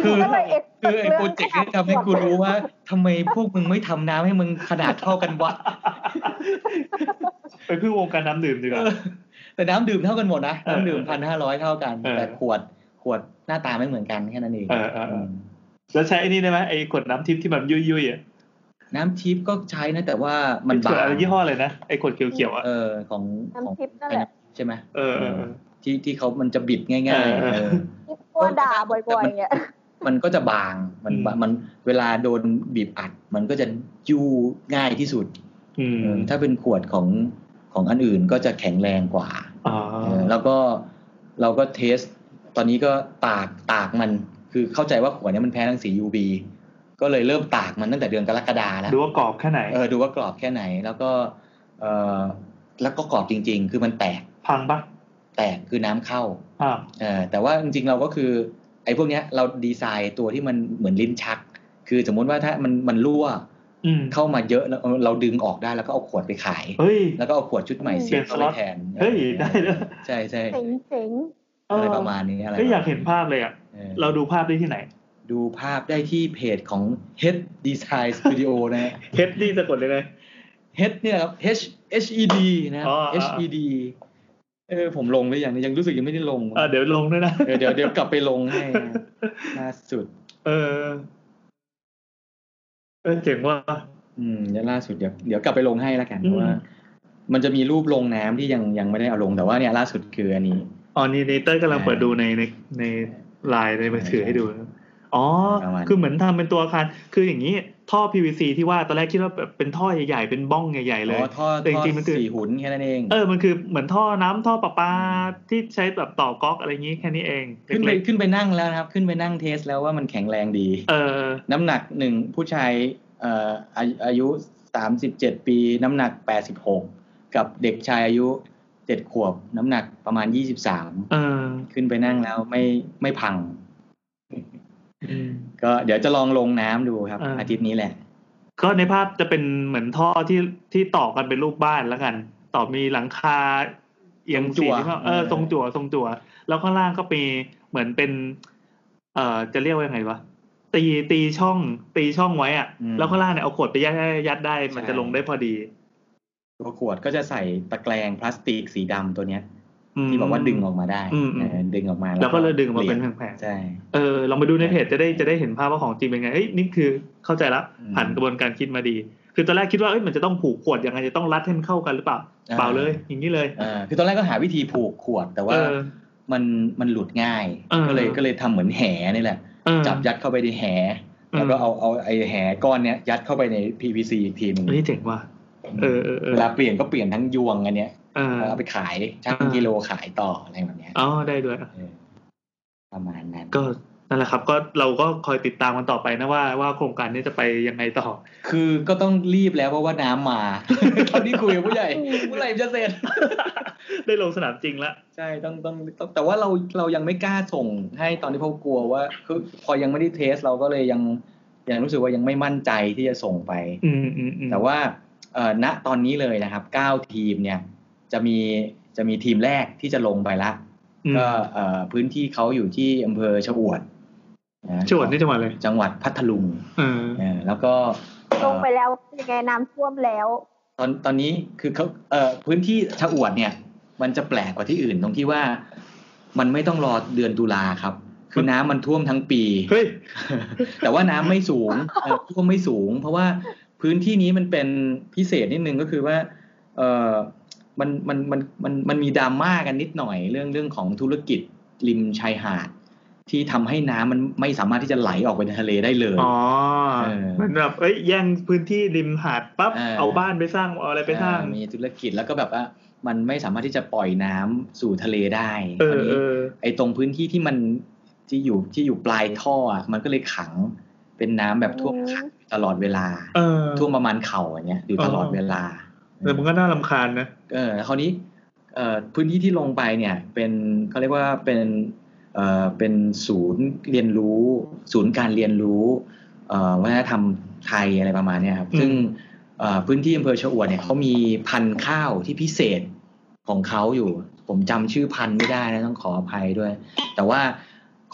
Speaker 3: ใช่คือ
Speaker 2: ก็เลยเอ็กซ์
Speaker 3: คือ ไอ้โปรเจกต์นี้ทำให้กูรู้ว่าทำไมพวกมึงไม่ทำน้ำให้มึงขนาดเท่ากันวะ
Speaker 1: ไปพึ่งวงการน้ำดื่มดีก
Speaker 3: เอ
Speaker 1: ว่า
Speaker 3: อแต่น้ำดื่มเท่ากันหมดนะ น้ำดื่ม
Speaker 1: เอ
Speaker 3: พันห้าร้อยเท่ากัน
Speaker 1: เออ
Speaker 3: แต่ขวดขวดหน้าตาไม่เหมือนกันแค่นั้นเอง
Speaker 1: เออเออเออ
Speaker 3: ม
Speaker 1: แล้วใช้ไอ้นี่ได้ไหมไอ้ขวดน้ำทิพย์ที่แบบยุ่ยยุ่ยๆอ่ะ
Speaker 3: น้ำทิปก็ใช้นะแต่ว่ามัน
Speaker 1: เป็นขด
Speaker 3: บาวง
Speaker 1: อะไรยี่ห้อเลยนะไอ้ขวดเขียวๆอ่ะ
Speaker 3: เออของของ
Speaker 2: น้ำทิพย์นั่นแหละ
Speaker 3: ใช่ไหม
Speaker 1: เออเออเออ
Speaker 3: ที่ที่เขามันจะบิดง่าย ๆ
Speaker 1: เออเออ
Speaker 3: เออ
Speaker 2: ที่ตัวด่าบ่อยๆ เนี่ย
Speaker 3: มันก็จะบาง มัน
Speaker 1: อืม
Speaker 3: มันเวลาโดนบีบอัด มันก็จะยู่ง่ายที่สุด
Speaker 1: อืม
Speaker 3: เออถ้าเป็นขวดของของอันอื่นก็จะแข็งแรงกว่า
Speaker 1: อ๋อ
Speaker 3: เออแล้วก็เราก็เทส ตอนนี้ก็ตากตากมัน คือเข้าใจว่าขวดเนี้มันแพ้รังสี UV ก็เลยเริ่มตากมันตั้งแต่เดือนกรกฎาแล้ว
Speaker 1: ดูว่ากรอบแค่ไหน
Speaker 3: เออดูว่ากรอบแค่ไหน แล้วก็เออแล้วก็กรอบจริง ๆ คือมันแตก
Speaker 1: พังปะ
Speaker 3: แตกคือน้ำเข้า
Speaker 1: อ่าว
Speaker 3: เออแต่ว่าจริงๆเราก็คือไอ้พวกเนี้ยเราดีไซน์ตัวที่มันเหมือนลิ้นชัก คือสมมุติว่าถ้ามันมันรั่ว
Speaker 1: อืม
Speaker 3: เข้ามาเยอะแล้วเราดึงออกได้แล้วก็เอาขวดไปขาย
Speaker 1: เฮ้ย
Speaker 3: แล้วก็เอาขวดชุดใหม่เสียบเข้าไปแทน
Speaker 1: เฮ้ยได้ด้วย
Speaker 3: ใช่ใช่
Speaker 2: เจ๋งเจ๋ง
Speaker 3: อะไรประมาณนี้อะไร
Speaker 1: เอ้ยอยากเห็นภาพเลยอ่ะ
Speaker 3: ออ
Speaker 1: เราดูภาพได้ที่ไหน
Speaker 3: ดูภาพได้ที่เพจของ Head Design Studio นะฮะ
Speaker 1: เฮดดี้สะกดเลยไหม
Speaker 3: Head เนี่ยครับ H H E D นะ
Speaker 1: อ๋ออ๋อ
Speaker 3: H E D เออผมลงหรือยังเนี่ยยังรู้สึกยังไม่ได้ลง
Speaker 1: อ่าเดี๋ยวลงด้วยนะ
Speaker 3: เออเดี๋ยวเดี๋ยวกลับไปลงให้นะล่าสุด
Speaker 1: เออ เออเจ๋งว่า
Speaker 3: อืมเดี๋ยวล่าสุดเดี๋ยวเดี๋ยวกลับไปลงให้แล้วกัน
Speaker 1: อืม
Speaker 3: เพราะว่า มันจะมีรูปลงน้ำที่ยังยังไม่ได้เอาลงแต่ว่าเนี่ยล่าสุดคืออันนี้
Speaker 1: อ๋อนี่นี่เต้ยกำลังเปิดดูในในในไลน์ในมือถือให้ดูนะอ๋อ
Speaker 3: ประมาณนี้
Speaker 1: คือเหมือนทำเป็นตัวอาคาร คืออย่างนี้ท่อ PVC ที่ว่าตอนแรกคิดว่าแบบเป็นท่อใหญ่ๆ เป็นบ้องใหญ่ๆ เลย
Speaker 3: อ๋อท่อ
Speaker 1: แต่จริงๆมันคือ
Speaker 3: สี่หุ่นแค่นั้นเอง
Speaker 1: เออ มันคือเหมือนท่อน้ำท่อประปาที่ใช้แบบต่อก๊อกอะไรอย่างนี้แค่นี้เอง
Speaker 3: ขึ้นไป
Speaker 1: เล็ก
Speaker 3: ขึ้นไปนั่งแล้วนะครับ ขึ้นไปนั่งเทสแล้วว่ามันแข็งแรงดี
Speaker 1: ๆเออ
Speaker 3: น้ำหนักหนึ่งผู้ชายเอ่ออายุอายุสามสิบเจ็ดปี น้ำหนักแปดสิบหกกับเด็กชายอายุเจ็ดขวบ น้ำหนักประมาณยี่สิบสาม
Speaker 1: เออ
Speaker 3: ขึ้นไปนั่งแล้วไม่ไม่พัง
Speaker 1: อืม
Speaker 3: ก็เดี๋ยวจะลองลงน้ำดูครับ
Speaker 1: อ่า
Speaker 3: อาทิตย์นี้แหละ
Speaker 1: ก็ในภาพจะเป็นเหมือนท่อที่ที่ต่อกันเป็นรูปบ้านแล้วกัน ต่อมีหลังคาเอียง
Speaker 3: ทรงจั่
Speaker 1: สี
Speaker 3: ว
Speaker 1: ที่เขาเออ
Speaker 3: เออ
Speaker 1: ทรงจั่วทรงจั่วแล้วข้างล่างก็มีเหมือนเป็น เอ่อจะเรียกว่ายังไงวะตีตีช่อง ตีช่องไว้อะ
Speaker 3: อืม
Speaker 1: แล้วข้างล่างเนี่ยเอาขวดไปยัดยัดได้ มัน
Speaker 3: ใช่
Speaker 1: จะลงได้พอดี
Speaker 3: ตัวขวดก็จะใส่ตะแกรงพลาสติกสีดำตัวเนี้ย
Speaker 1: ม
Speaker 3: ที่บอกว่าดึงออกมาได้
Speaker 1: อืมอืม
Speaker 3: เออดึงออกมา
Speaker 1: แล้วก็เลยดึงออกมา
Speaker 3: ป
Speaker 1: เป็
Speaker 3: ย
Speaker 1: นแผง
Speaker 3: ใช่
Speaker 1: ๆเออลองไปดูในเพจจะได้จะได้เห็นภาพว่าของจริงเป็นไงเอ้ยนี่คือเข้าใจละ
Speaker 3: อืม
Speaker 1: ผ่านกระบวนการคิดมาดี คือตอนแรกคิดว่าเอ้ยมันจะต้องผูกขวดยังไงจะต้องรัดให้มันเข้ากันหรือเปล่าเปล่าเลย อย่างนี้เลย
Speaker 3: เออคือตอนแรกก็หาวิธีผูกขวด แต่ว่า
Speaker 1: เออ
Speaker 3: มันมันหลุดง่าย
Speaker 1: เออ
Speaker 3: ก็เลยก็เลยทำเหมือนแหนี่แหละ
Speaker 1: เออ
Speaker 3: จับยัดเข้าไปในแห
Speaker 1: อืม
Speaker 3: แล้วก็เอาเอาไอ้แหก้อนเนี้ยยัดเข้าไปใน PVC อีกทีหนึ่ง
Speaker 1: เฮ้ยเจ๋งว่ะ เออเออเออ
Speaker 3: เวลาเปลี่ยนก็เปลี่ยนทั้งยวงอันเนี้ย
Speaker 1: เออ
Speaker 3: เอาไปขายช่าง
Speaker 1: เออ
Speaker 3: กิโลขายต่ออะไรแบบเนี้ย
Speaker 1: อ๋อได้ด้วยอ่ะ
Speaker 3: เออประมาณนั้น
Speaker 1: ก็นั่นแหละครับก็เราก็คอยติดตามกันต่อไปนะว่าว่าโครงการนี้จะไปยังไงต่อ
Speaker 3: คือก็ต้องรีบแล้วเพราะว่าน้ำมา ตอนนี้คุยกับผู้ใหญ่
Speaker 2: อืม
Speaker 3: เมื่อไหร่จะเสร็จ
Speaker 1: ได้ลงสนามจริงละ
Speaker 3: ใช่ต้องต้องต้องแต่ว่าเราเรายังไม่กล้าส่งให้ตอนนี้เพราะกลัวว่าคือพอยังไม่ได้เทสเราก็เลยยังยังรู้สึกว่ายังไม่มั่นใจที่จะส่งไป
Speaker 1: อืมอืมอืม
Speaker 3: แต่ว่าเอ่อณตอนนี้เลยนะครับ 9 ทีมเนี่ยจะมีจะมีทีมแรกที่จะลงไปละ
Speaker 1: อืม
Speaker 3: ก็เอ่อพื้นที่เขาอยู่ที่อำเภอชะอวดนะ
Speaker 1: จังหวัดนี่จังหวัดเลย
Speaker 3: จังหวัดพัทลุง
Speaker 1: เออ
Speaker 3: เออแล้วก็
Speaker 2: ล
Speaker 3: เอ่
Speaker 2: ง
Speaker 3: อ
Speaker 2: ไปแล้วยังไงน้ำท่วมแล้ว
Speaker 3: ตอนตอนนี้คือเขาเอ่อพื้นที่ชะอวดเนี่ย มันจะแปลกกว่าที่อื่นตรงที่ว่ามันไม่ต้องรอเดือนตุลาครับ คือน้ำมันท่วมทั้งปี
Speaker 1: เฮ้ย
Speaker 3: แต่ว่าน้ำไม่สูงเอ่อท่วมไม่สูง เพราะว่าพื้นที่นี้มันเป็นพิเศษนิดนึงก็คือว่าเออมันมันมันมันมันมีดราม่ากันนิดหน่อยเรื่องเรื่องของธุรกิจริมชายหาด ที่ทำให้น้ำมันไม่สามารถที่จะไหลออกไปในทะเลได้เลย
Speaker 1: อ๋อ
Speaker 3: เออ
Speaker 1: เหมือนแบบเอ้ยแย่งพื้นที่ริมหาดปั๊บ
Speaker 3: เออ
Speaker 1: เอาบ้านไปสร้างเอาอะไรไปสร้าง
Speaker 3: เออมีธุรกิจแล้วก็แบบว่ามันไม่สามารถที่จะปล่อยน้ำสู่ทะเลได้
Speaker 1: เอ
Speaker 3: ครา
Speaker 1: อ
Speaker 3: วนี้
Speaker 1: เออ
Speaker 3: ไอ้ตรงพื้นที่ที่มันที่อยู่ที่อยู่ปลายท่ออ่ะมันก็เลยขังเป็นน้ำแบบท่วมขังตลอดเวลา
Speaker 1: เออ
Speaker 3: ท่วมประมาณเข่าอย่างเงี้ยอยู่ตลอดเวลา
Speaker 1: แต่มันก็น่าลำคาญนะ
Speaker 3: เออคราวนี้เอ่อพื้นที่ที่ลงไปเนี่ย เป็นเขาเรียกว่าเป็นเอ่อเป็นศูนย์เรียนรู้ ศูนย์การเรียนรู้เอ่อวัฒนธรรมไทยอะไรประมาณเนี้ยครับ
Speaker 1: อืม
Speaker 3: ซึ่งเอ่อพื้นที่อำเภอชะอวดเนี่ยเขามีพันธุ์ข้าวที่พิเศษของเขาอยู่ ผมจำชื่อพันธุ์ไม่ได้นะต้องขออภัยด้วย แต่ว่า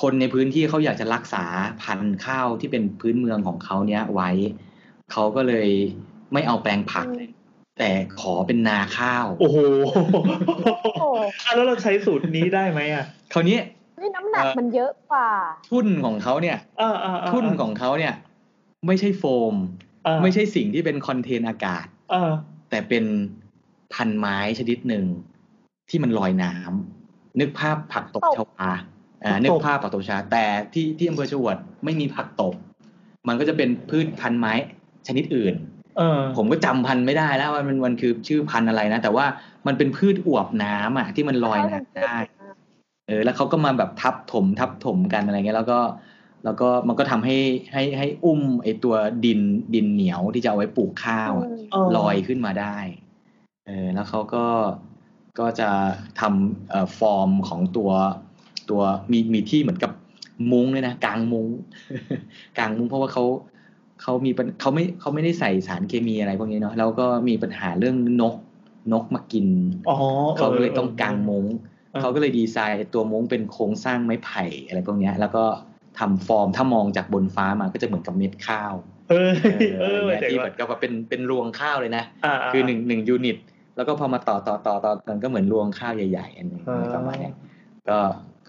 Speaker 3: คนในพื้นที่เขาอยากจะรักษาพันธุ์ข้าวที่เป็นพื้นเมืองของเขาเนี้ยไว้ เขาก็เลยไม่เอาแปลงผัก
Speaker 2: อืม
Speaker 3: แต่ขอเป็นนาข้าว
Speaker 1: โอ้ โห
Speaker 2: โอ้โห
Speaker 1: อ่ะแล้วเราใช้สูตรนี้ได้ไหมอ่ะ
Speaker 3: คราวนี้
Speaker 2: นี่น้ำหนักมันเยอะกว่า
Speaker 3: ทุ่นของเขาเนี่ย
Speaker 1: อ่าอ่าอ่า
Speaker 3: ทุ่นของเขาเนี่ย ไม่ใช่โฟม
Speaker 1: อ่า
Speaker 3: ไม่ใช่สิ่งที่เป็นคอนเทนต์อากาศ
Speaker 1: อ่า
Speaker 3: แต่เป็นพันไม้ชนิดหนึ่งที่มันลอยน้ำนึกภาพผักตบ
Speaker 2: ตบ
Speaker 3: ชวาอ่า
Speaker 1: ผักตบ
Speaker 3: นึกภาพผักตบชวาแต่ที่ที่อำเภอชะอวดไม่มีผักตบ มันก็จะเป็นพืชพันไม้ชนิดอื่น
Speaker 1: เออ
Speaker 3: ผมก็จำพันธุ์ไม่ได้แล้วว่ามันมันคือชื่อพันธุ์อะไรนะ แต่ว่ามันเป็นพืชอวบน้ำอ่ะที่มันลอยน้ำได้ เออแล้วเขาก็มาแบบทับถมทับถมกันอะไรเงี้ยแล้วก็แล้วก็มันก็ทำให้ให้ให้อุ้มไอตัวดินดินเหนียวที่จะเอาไว้ปลูกข้าวอะ
Speaker 2: อืม
Speaker 1: เออ
Speaker 3: ลอยขึ้นมาได้เออแล้วเขาก็ก็จะทำเอ่อฟอร์มของตัวตัวมีมีที่เหมือนกับมุ้งเลยนะกลางมุ้ง กลางมุ้งเพราะว่าเขาเขามีปัญเขาไม่เขาไม่ได้ใส่สารเคมีอะไรพวกนี้เนาะแล้วก็มีปัญหาเรื่องนกนกมากิน
Speaker 1: อ๋อ
Speaker 3: เขาก็เลยต้องกางมุ้ง
Speaker 1: เออ
Speaker 3: เขาก็เลยดีไซน์ตัวมุ้งเป็นโครงสร้างไม้ไผ่อะไรพวกเนี้ย แล้วก็ทำฟอร์มถ้ามองจากบนฟ้ามาก็จะเหมือนกับเม็ดข้าว
Speaker 1: เออ
Speaker 3: เอ
Speaker 1: เอ
Speaker 3: อ
Speaker 1: อ
Speaker 3: อะไรเงี้ย
Speaker 1: เจ๋ง
Speaker 3: ที่เห
Speaker 1: ว่ะ
Speaker 3: มือนกับว่าเป็นเป็นรวงข้าวเลยนะ
Speaker 1: าา
Speaker 3: คือหนึ่งหนึ่งยูนิต แล้วก็พอมาต่อต่อต่อต่อกันก็เหมือนรวงข้าวใหญ่ๆอันหนึง
Speaker 1: อ่
Speaker 3: ประมาณเนี้ยก็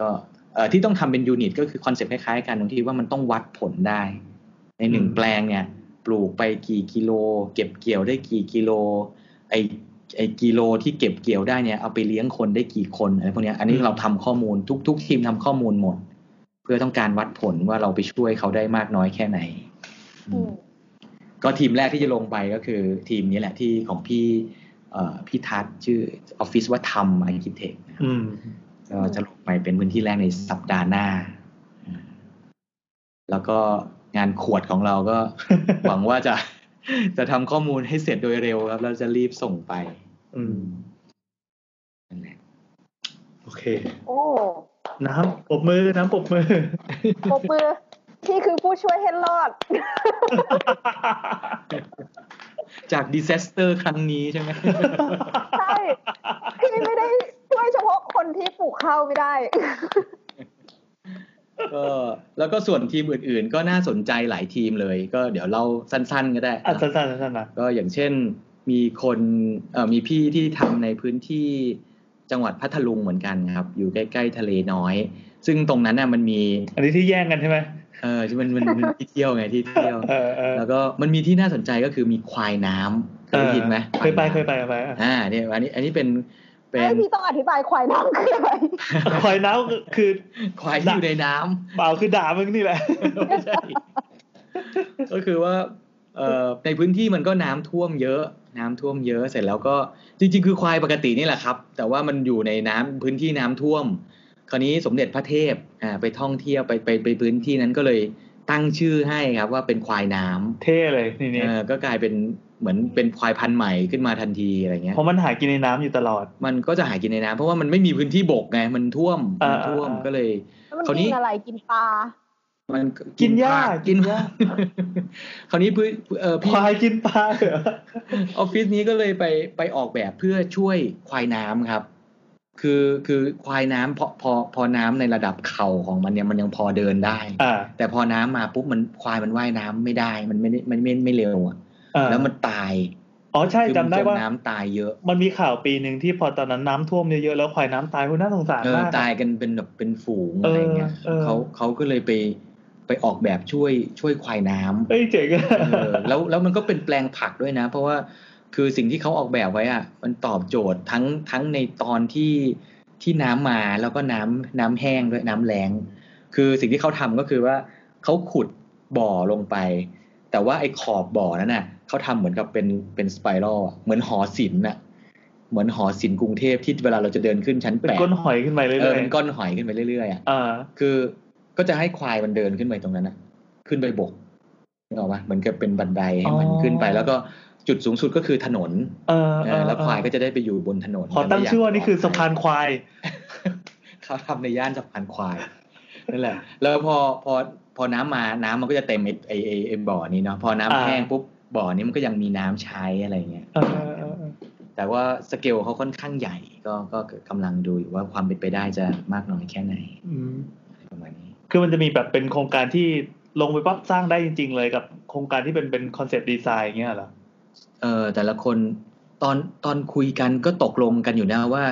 Speaker 3: ก็เอ่อที่ต้องทำเป็นยูนิตก็คือคอนเซ็ปต์คล้ายๆกันตรงที่ว่ามันต้องวัดผลได้ ในหนึ่งแปลงเนี่ย ปลูกไปกี่กิโล เก็บเกี่ยวได้กี่กิโล ไอ ไอ้กิโลที่เก็บเกี่ยวได้เนี่ยเอาไปเลี้ยงคนได้กี่คนอะไรพวกเนี้ยอันนี้เราทำข้อมูลทุกทุกทีมทำข้อมูลหมด เพื่อต้องการวัดผลว่าเราไปช่วยเขาได้มากน้อยแค่ไหน
Speaker 2: อื
Speaker 3: อื
Speaker 2: ม
Speaker 3: มก็ทีมแรกที่จะลงไปก็คือทีมนี้แหละที่ของพี่เอ่อพี่ทัศน์ชื่อออฟฟิศว่าทำอาร์คิเทค
Speaker 1: อืม
Speaker 3: ก็จะลงไปเป็นพื้นที่แรกในสัปดาห์หน้าอืมแล้วก็งานขวดของเราก็ หวังว่าจะ จะทำข้อมูลให้เสร็จโดยเร็วครับเราจะรีบส่งไป
Speaker 1: อืม
Speaker 3: นั่นแหละ
Speaker 1: โอเค
Speaker 2: โอ้
Speaker 1: น้ำปรบมือ น้ำปรบมือ
Speaker 2: ปรบมือที่คือผู้ช่วยให้รอด
Speaker 3: จากดิเซสเตอร์ครั้งนี้ใช่ไหม
Speaker 2: ใช่ พี่ไม่ได้ช่วยเฉพาะคนที่ปลูกข้าวไม่ได้
Speaker 3: ก็แล้วก็ส่วนทีมอื่นๆ ก็น่าสนใจหลายทีมเลย ก็เดี๋ยวเล่าสั้นๆ ก็ได้
Speaker 1: อ่ะสั้นๆสั้นๆนะ
Speaker 3: ก็อย่างเช่นมีคนเอ่อมีพี่ที่ทำในพื้นที่จังหวัดพัทลุงเหมือนกันครับ อยู่ใกล้ๆทะเลน้อย ซึ่งตรงนั้นน่ะมันมี
Speaker 1: อันนี้ที่แย่งกันใช่ไหม
Speaker 3: เออที่มันมันมันมันที่เที่ยวไงที่เที่ยว
Speaker 1: เออเออ
Speaker 3: แล้วก็มันมีที่น่าสนใจก็คือมีควายน้ำเคยได้ยินไหม
Speaker 1: เคยไปเคยไปเคยไป
Speaker 3: อ่าเนี่ยอันนี้อันนี้เป็นเป็
Speaker 2: ไอ้
Speaker 3: น
Speaker 2: ยพี่ต้องอธิบายควายน้ำคืออะไร
Speaker 1: ควายน้ำคือ
Speaker 3: ควายที่อยู่ในน้ำ
Speaker 1: เปล่าคือด่ามึงนี่แหละ
Speaker 3: ไม่ใช่ ก็คือว่าเอ่อในพื้นที่มันก็น้ำท่วมเยอะ น้ำท่วมเยอะเสร็จแล้วก็จริง ๆ คือควายปกตินี่แหละครับ แต่ว่ามันอยู่ในน้ำพื้นที่น้ำท่วม คราวนี้สมเด็จพระเทพอ่าไปท่องเที่ยวไปไปไปพื้นที่นั้นก็เลยตั้งชื่อให้ครับว่าเป็นควายน้ำ
Speaker 1: เท่เลยทีนี้
Speaker 3: เออก็กลายเป็นเหมือนเป็นควายพันธุ์ใหม่ขึ้นมาทันทีอะไรเงี้ย
Speaker 1: เพราะมันหากินในน้ำอยู่ตลอด
Speaker 3: มันก็จะหากินในน้ำเพราะว่ามันไม่มีพื้นที่บกไงมันท่วมมันท่วม
Speaker 1: อ่าอ่า
Speaker 3: ก็เลย
Speaker 2: แล้วมัน
Speaker 3: คราวนี้
Speaker 2: กินอะไรกินปลา
Speaker 3: มัน
Speaker 1: กินหญ้ากินหญ้า
Speaker 3: คราวนี้ พื้นเอ่อพี่
Speaker 1: ควายกินปลาเหรอ
Speaker 3: ออฟฟิศนี้ก็เลยไปไปออกแบบเพื่อช่วยควายน้ำครับ คือคือควายน้ำพอพอพอน้ำในระดับเข่าของมันเนี่ยมันยังพอเดินได้
Speaker 1: อ่า
Speaker 3: แต่พอน้ำมาปุ๊บมันควายมันว่ายน้ำไม่ได้มันไม่ได้มันไม่ไม่ไม่เร็วอะ
Speaker 1: อ่า
Speaker 3: แล้วมันตาย
Speaker 1: อ๋อใช่
Speaker 3: คือ
Speaker 1: จำ
Speaker 3: มัน
Speaker 1: ได้ว่า
Speaker 3: มน้ำตายเยอะ
Speaker 1: มันมีข่าวปีหนึ่งที่พอตอนนั้นน้ำท่วมเยอะๆแล้วควายน้ำตายคุณน่าสงสาร
Speaker 3: เออ
Speaker 1: มาก
Speaker 3: ตายกันเป็นแบบเป็นฝูงอะไรเงี้ย
Speaker 1: เออเออ
Speaker 3: เขาเขาก็เลยไปไปออกแบบช่วยช่วยควายน้ำ
Speaker 1: เอ้ยเจ๋งอะ
Speaker 3: เออแล้วแล้วมันก็เป็นแปลงผักด้วยนะ เพราะว่าคือสิ่งที่เขาออกแบบไว้อะมันตอบโจทย์ทั้งทั้งในตอนที่ที่น้ำมาแล้วก็น้ำน้ำแห้งด้วยน้ำแล้ง คือสิ่งที่เขาทำก็คือว่าเขาขุดบ่อลงไป แต่ว่าไอ้ขอบบ่อนั้นน่ะเขาทำเหมือนกับเป็นเป็นสไปรัลอะเหมือนหอศิลป์น่ะเหมือนหอศิลป์กรุงเทพที่เวลาเราจะเดินขึ้นชั้น
Speaker 1: เป็
Speaker 3: แป
Speaker 1: น
Speaker 3: ด
Speaker 1: ก้นหอยขึ้นไปเรื่
Speaker 3: เออ
Speaker 1: อย
Speaker 3: เป็นก้อนหอยขึ้นไปเรื่อยๆอะ
Speaker 1: ๆอ่า
Speaker 3: คือก็จะให้ควายมันเดินขึ้นไปตรงนั้นนะขึ้นไปบกนึกออกปะเหมือนกับเป็นบันไดให้มัน
Speaker 1: อ๋อ
Speaker 3: ขึ้นไป แล้วก็จุดสูงสุดก็คือถนน
Speaker 1: เออ
Speaker 3: เอ
Speaker 1: เออ
Speaker 3: อแล้วควายก็จะได้ไปอยู่บนถนน
Speaker 1: ขอตั้งชื่อว่านี่คือสะพานควาย
Speaker 3: เขาทำในย่านสะพานควาย นั่นแหละ แล้วพอพอพอน้ำมาน้ำมันก็จะเต็มไอ้ไอ้ไอ้ไอ้บ่อนี้เนาะพอน้ำ
Speaker 1: อ่า
Speaker 3: แห้งปุ๊บบ่อนี้มันก็ยังมีน้ำใช้อะไรเงี้ย
Speaker 1: เออเออเออเออ
Speaker 3: แต่ว่าสเกลเขาค่อนข้างใหญ่ก็ก็กำลังดูอยู่ว่าความเป็นไปได้จะมากน้อยแค่ไหน
Speaker 1: อืม
Speaker 3: ประมาณนี้
Speaker 1: คือมันจะมีแบบเป็นโครงการที่ลงไปปั๊บสร้างได้จริง ๆ เลยกับโครงการที่เป็นเป็นคอนเซปต์ดีไซน์อย่างเงี้ยเหรอ
Speaker 3: เออแต่ละคนตอนตอนคุยกันก็ตกลงกันอยู่นะว่า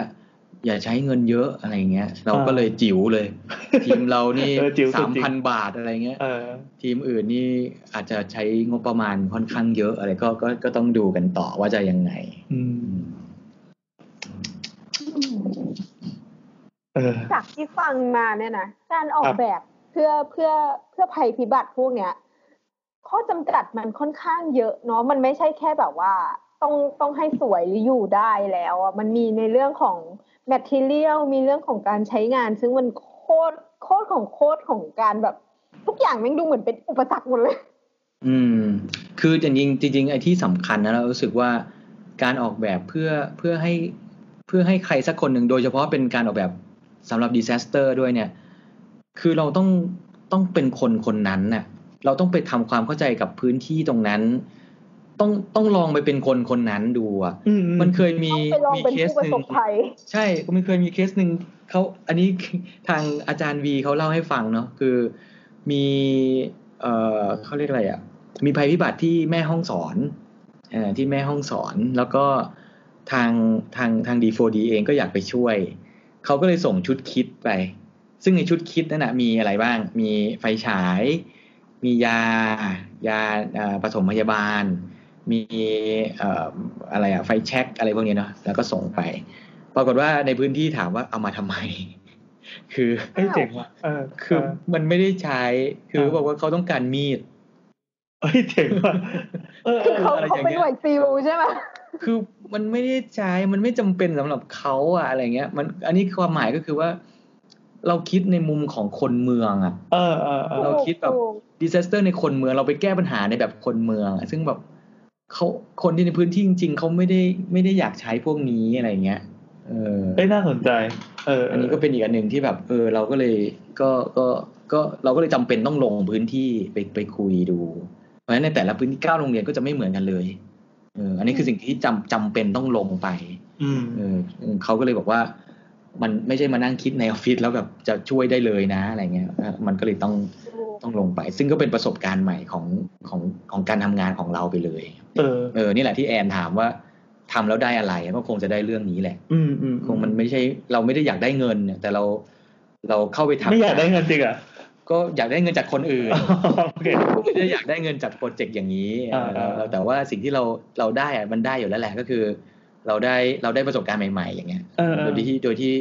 Speaker 3: อย่าใช้เงินเยอะอะไรเงี้ย เราก็เลยจิ๋วเลย ทีมเรานี่
Speaker 1: เออจิ๋วสุ
Speaker 3: สา
Speaker 1: ด
Speaker 3: ม
Speaker 1: จริ
Speaker 3: พัน
Speaker 1: ง
Speaker 3: บาทอะไรเงี้ย
Speaker 1: เออ
Speaker 3: ทีมอื่นนี่อาจจะใช้งบประมาณค่อนข้างเยอะอะไรก็ก็ก็ต้องดูกันต่อว่าจะยังไง
Speaker 1: อืม
Speaker 3: อืม
Speaker 1: เออ
Speaker 2: จากที่ฟังมาเนี่ยนะการออ
Speaker 1: ค
Speaker 2: ก
Speaker 1: รับ
Speaker 2: แบบเพื่อเพื่อเพื่อภัยพิบัติพวกเนี้ย ข้อจำกัดมันค่อนข้างเยอะเนาะมันไม่ใช่แค่แบบว่า ต้องต้องให้สวยหรืออยู่ได้แล้วอ่ะมันมีในเรื่องของแมทเทียลมีเรื่องของการใช้งาน ซึ่งมันโคตรโคตรของโคตรของการแบบ ทุกอย่างแม่งดูเหมือนเป็นอุปสรรคหมดเลย
Speaker 3: อืม คือจริงๆจริงๆไอ้ที่สำคัญนะเรารู้สึกว่าการออกแบบเพื่อเพื่อให้เพื่อให้ใครสักคนหนึ่งโดยเฉพาะเป็นการออกแบบสำหรับดี s ซสเตอร์ด้วยเนี่ย คือเราต้องต้องเป็นคนคนนั้นน่ะ เราต้องไปทำความเข้าใจกับพื้นที่ตรงนั้น ต้องต้องลองไปเป็นคนคนนั้นดูอ่ะ
Speaker 1: อืม
Speaker 3: มันเคยมี
Speaker 2: ไปลอง
Speaker 3: มี
Speaker 2: เป็น
Speaker 3: เคส
Speaker 2: ผู้ประ
Speaker 3: หนึ่
Speaker 2: ส
Speaker 3: ง
Speaker 2: บภัย
Speaker 3: ใช่ผมเคยมีเคสหนึ่งเขาอันนี้ ทางอาจารย์วีเขาเล่าให้ฟังเนาะคือมีเออเขาเรียกอะไรอะ่ะ มีภัยพิบัติที่แม่ห้องสอนเออที่แม่ห้องสอน แล้วก็ทางทางทางดีโฟดีเองก็อยากไปช่วย เขาก็เลยส่งชุดคิดไป ซึ่งในชุดคิดนั่นนะมีอะไรบ้าง มีไฟฉาย มียา ยาเอ่อปฐมพยาบาล มีเอ่ออะไรอะไฟแช็กอะไรพวกเนี้ยเนาะแล้วก็ส่งไป ปรากฏว่าในพื้นที่ถามว่าเอามาทำไม คือ
Speaker 1: เอ้ยเจ๋งว่ะเออ
Speaker 3: คือ
Speaker 1: เออ
Speaker 3: มันไม่ได้ใช้ คือ
Speaker 1: เออ
Speaker 3: เขาบอกว่าเขาต้องการมีด
Speaker 1: เอ้ยเจ๋งว่ะเออเอ
Speaker 2: คือ
Speaker 1: อ
Speaker 2: เขา
Speaker 3: อะไร
Speaker 2: เขา
Speaker 3: อย่าง
Speaker 2: เป็นห
Speaker 3: เงี้ย
Speaker 2: น่วยซีลใช่ไหม
Speaker 3: คือมันไม่ได้ใช้ มันไม่จำเป็นสำหรับเขาอะอะไรเงี้ย มัน อันนี้ความหมายก็คือว่า เราคิดในมุมของคนเมืองอะ
Speaker 1: เออเออเออ
Speaker 3: เราคิดแบบ
Speaker 2: ถูก
Speaker 3: ดิซ a สเตอร์ในคนเมืองเราไปแก้ปัญหาในแบบคนเมืองอะซึ่งแบบเขาคนที่ในพื้นที่จริง ๆเขาไม่ได้ไม่ได้อยากใช้พวกนี้อะไรเงี้ย เออ
Speaker 1: เอ้ยน่าสนใจ เออ
Speaker 3: อันนี้ก็เป็นอีกอันหนึ่งที่แบบเออเราก็เลยก็ก็ก็เราก็เลยจำเป็นต้องลงพื้นที่ไปไปคุยดู เพราะฉะนั้นในแต่ละพื้นที่เก้าโรงเรียนก็จะไม่เหมือนกันเลยเอออันนี้คือสิ่งที่จำจำเป็นต้องลงไป
Speaker 1: อืม
Speaker 3: เออเออเขาก็เลยบอกว่า มันไม่ใช่มานั่งคิดในออฟฟิศแล้วแบบจะช่วยได้เลยนะอะไรเงี้ยเออมันก็เลยต้อง
Speaker 2: ถูก
Speaker 3: ต้องลงไป ซึ่งก็เป็นประสบการณ์ใหม่ของของของการทำงานของเราไปเลย
Speaker 1: เออ
Speaker 3: เออนี่แหละที่แอนถามว่าทำแล้วได้อะไรก็คงจะได้เรื่องนี้แหละ
Speaker 1: อืมอืม
Speaker 3: คงมันไม่ใช่เราไม่ได้อยากได้เงินเนี่ยแต่เราเราเข้าไปทำ
Speaker 1: ไม่อยากได้เงินจริงเหรอ่ะ
Speaker 3: ก็อยากได้เงินจากคนอื่น
Speaker 1: โอเค
Speaker 3: ไม่ได้อยากได้เงินจากโปรเจกต์อย่างนี้
Speaker 1: อ่า
Speaker 3: เออเราแต่ว่าสิ่งที่เราเราได้อะมันได้อยู่แล้วแหละก็คือ เราได้เราได้ประสบการณ์ใหม่ๆอย่างเงี้ย
Speaker 1: เออเอ
Speaker 3: โด
Speaker 1: อย
Speaker 3: ที่โดยที่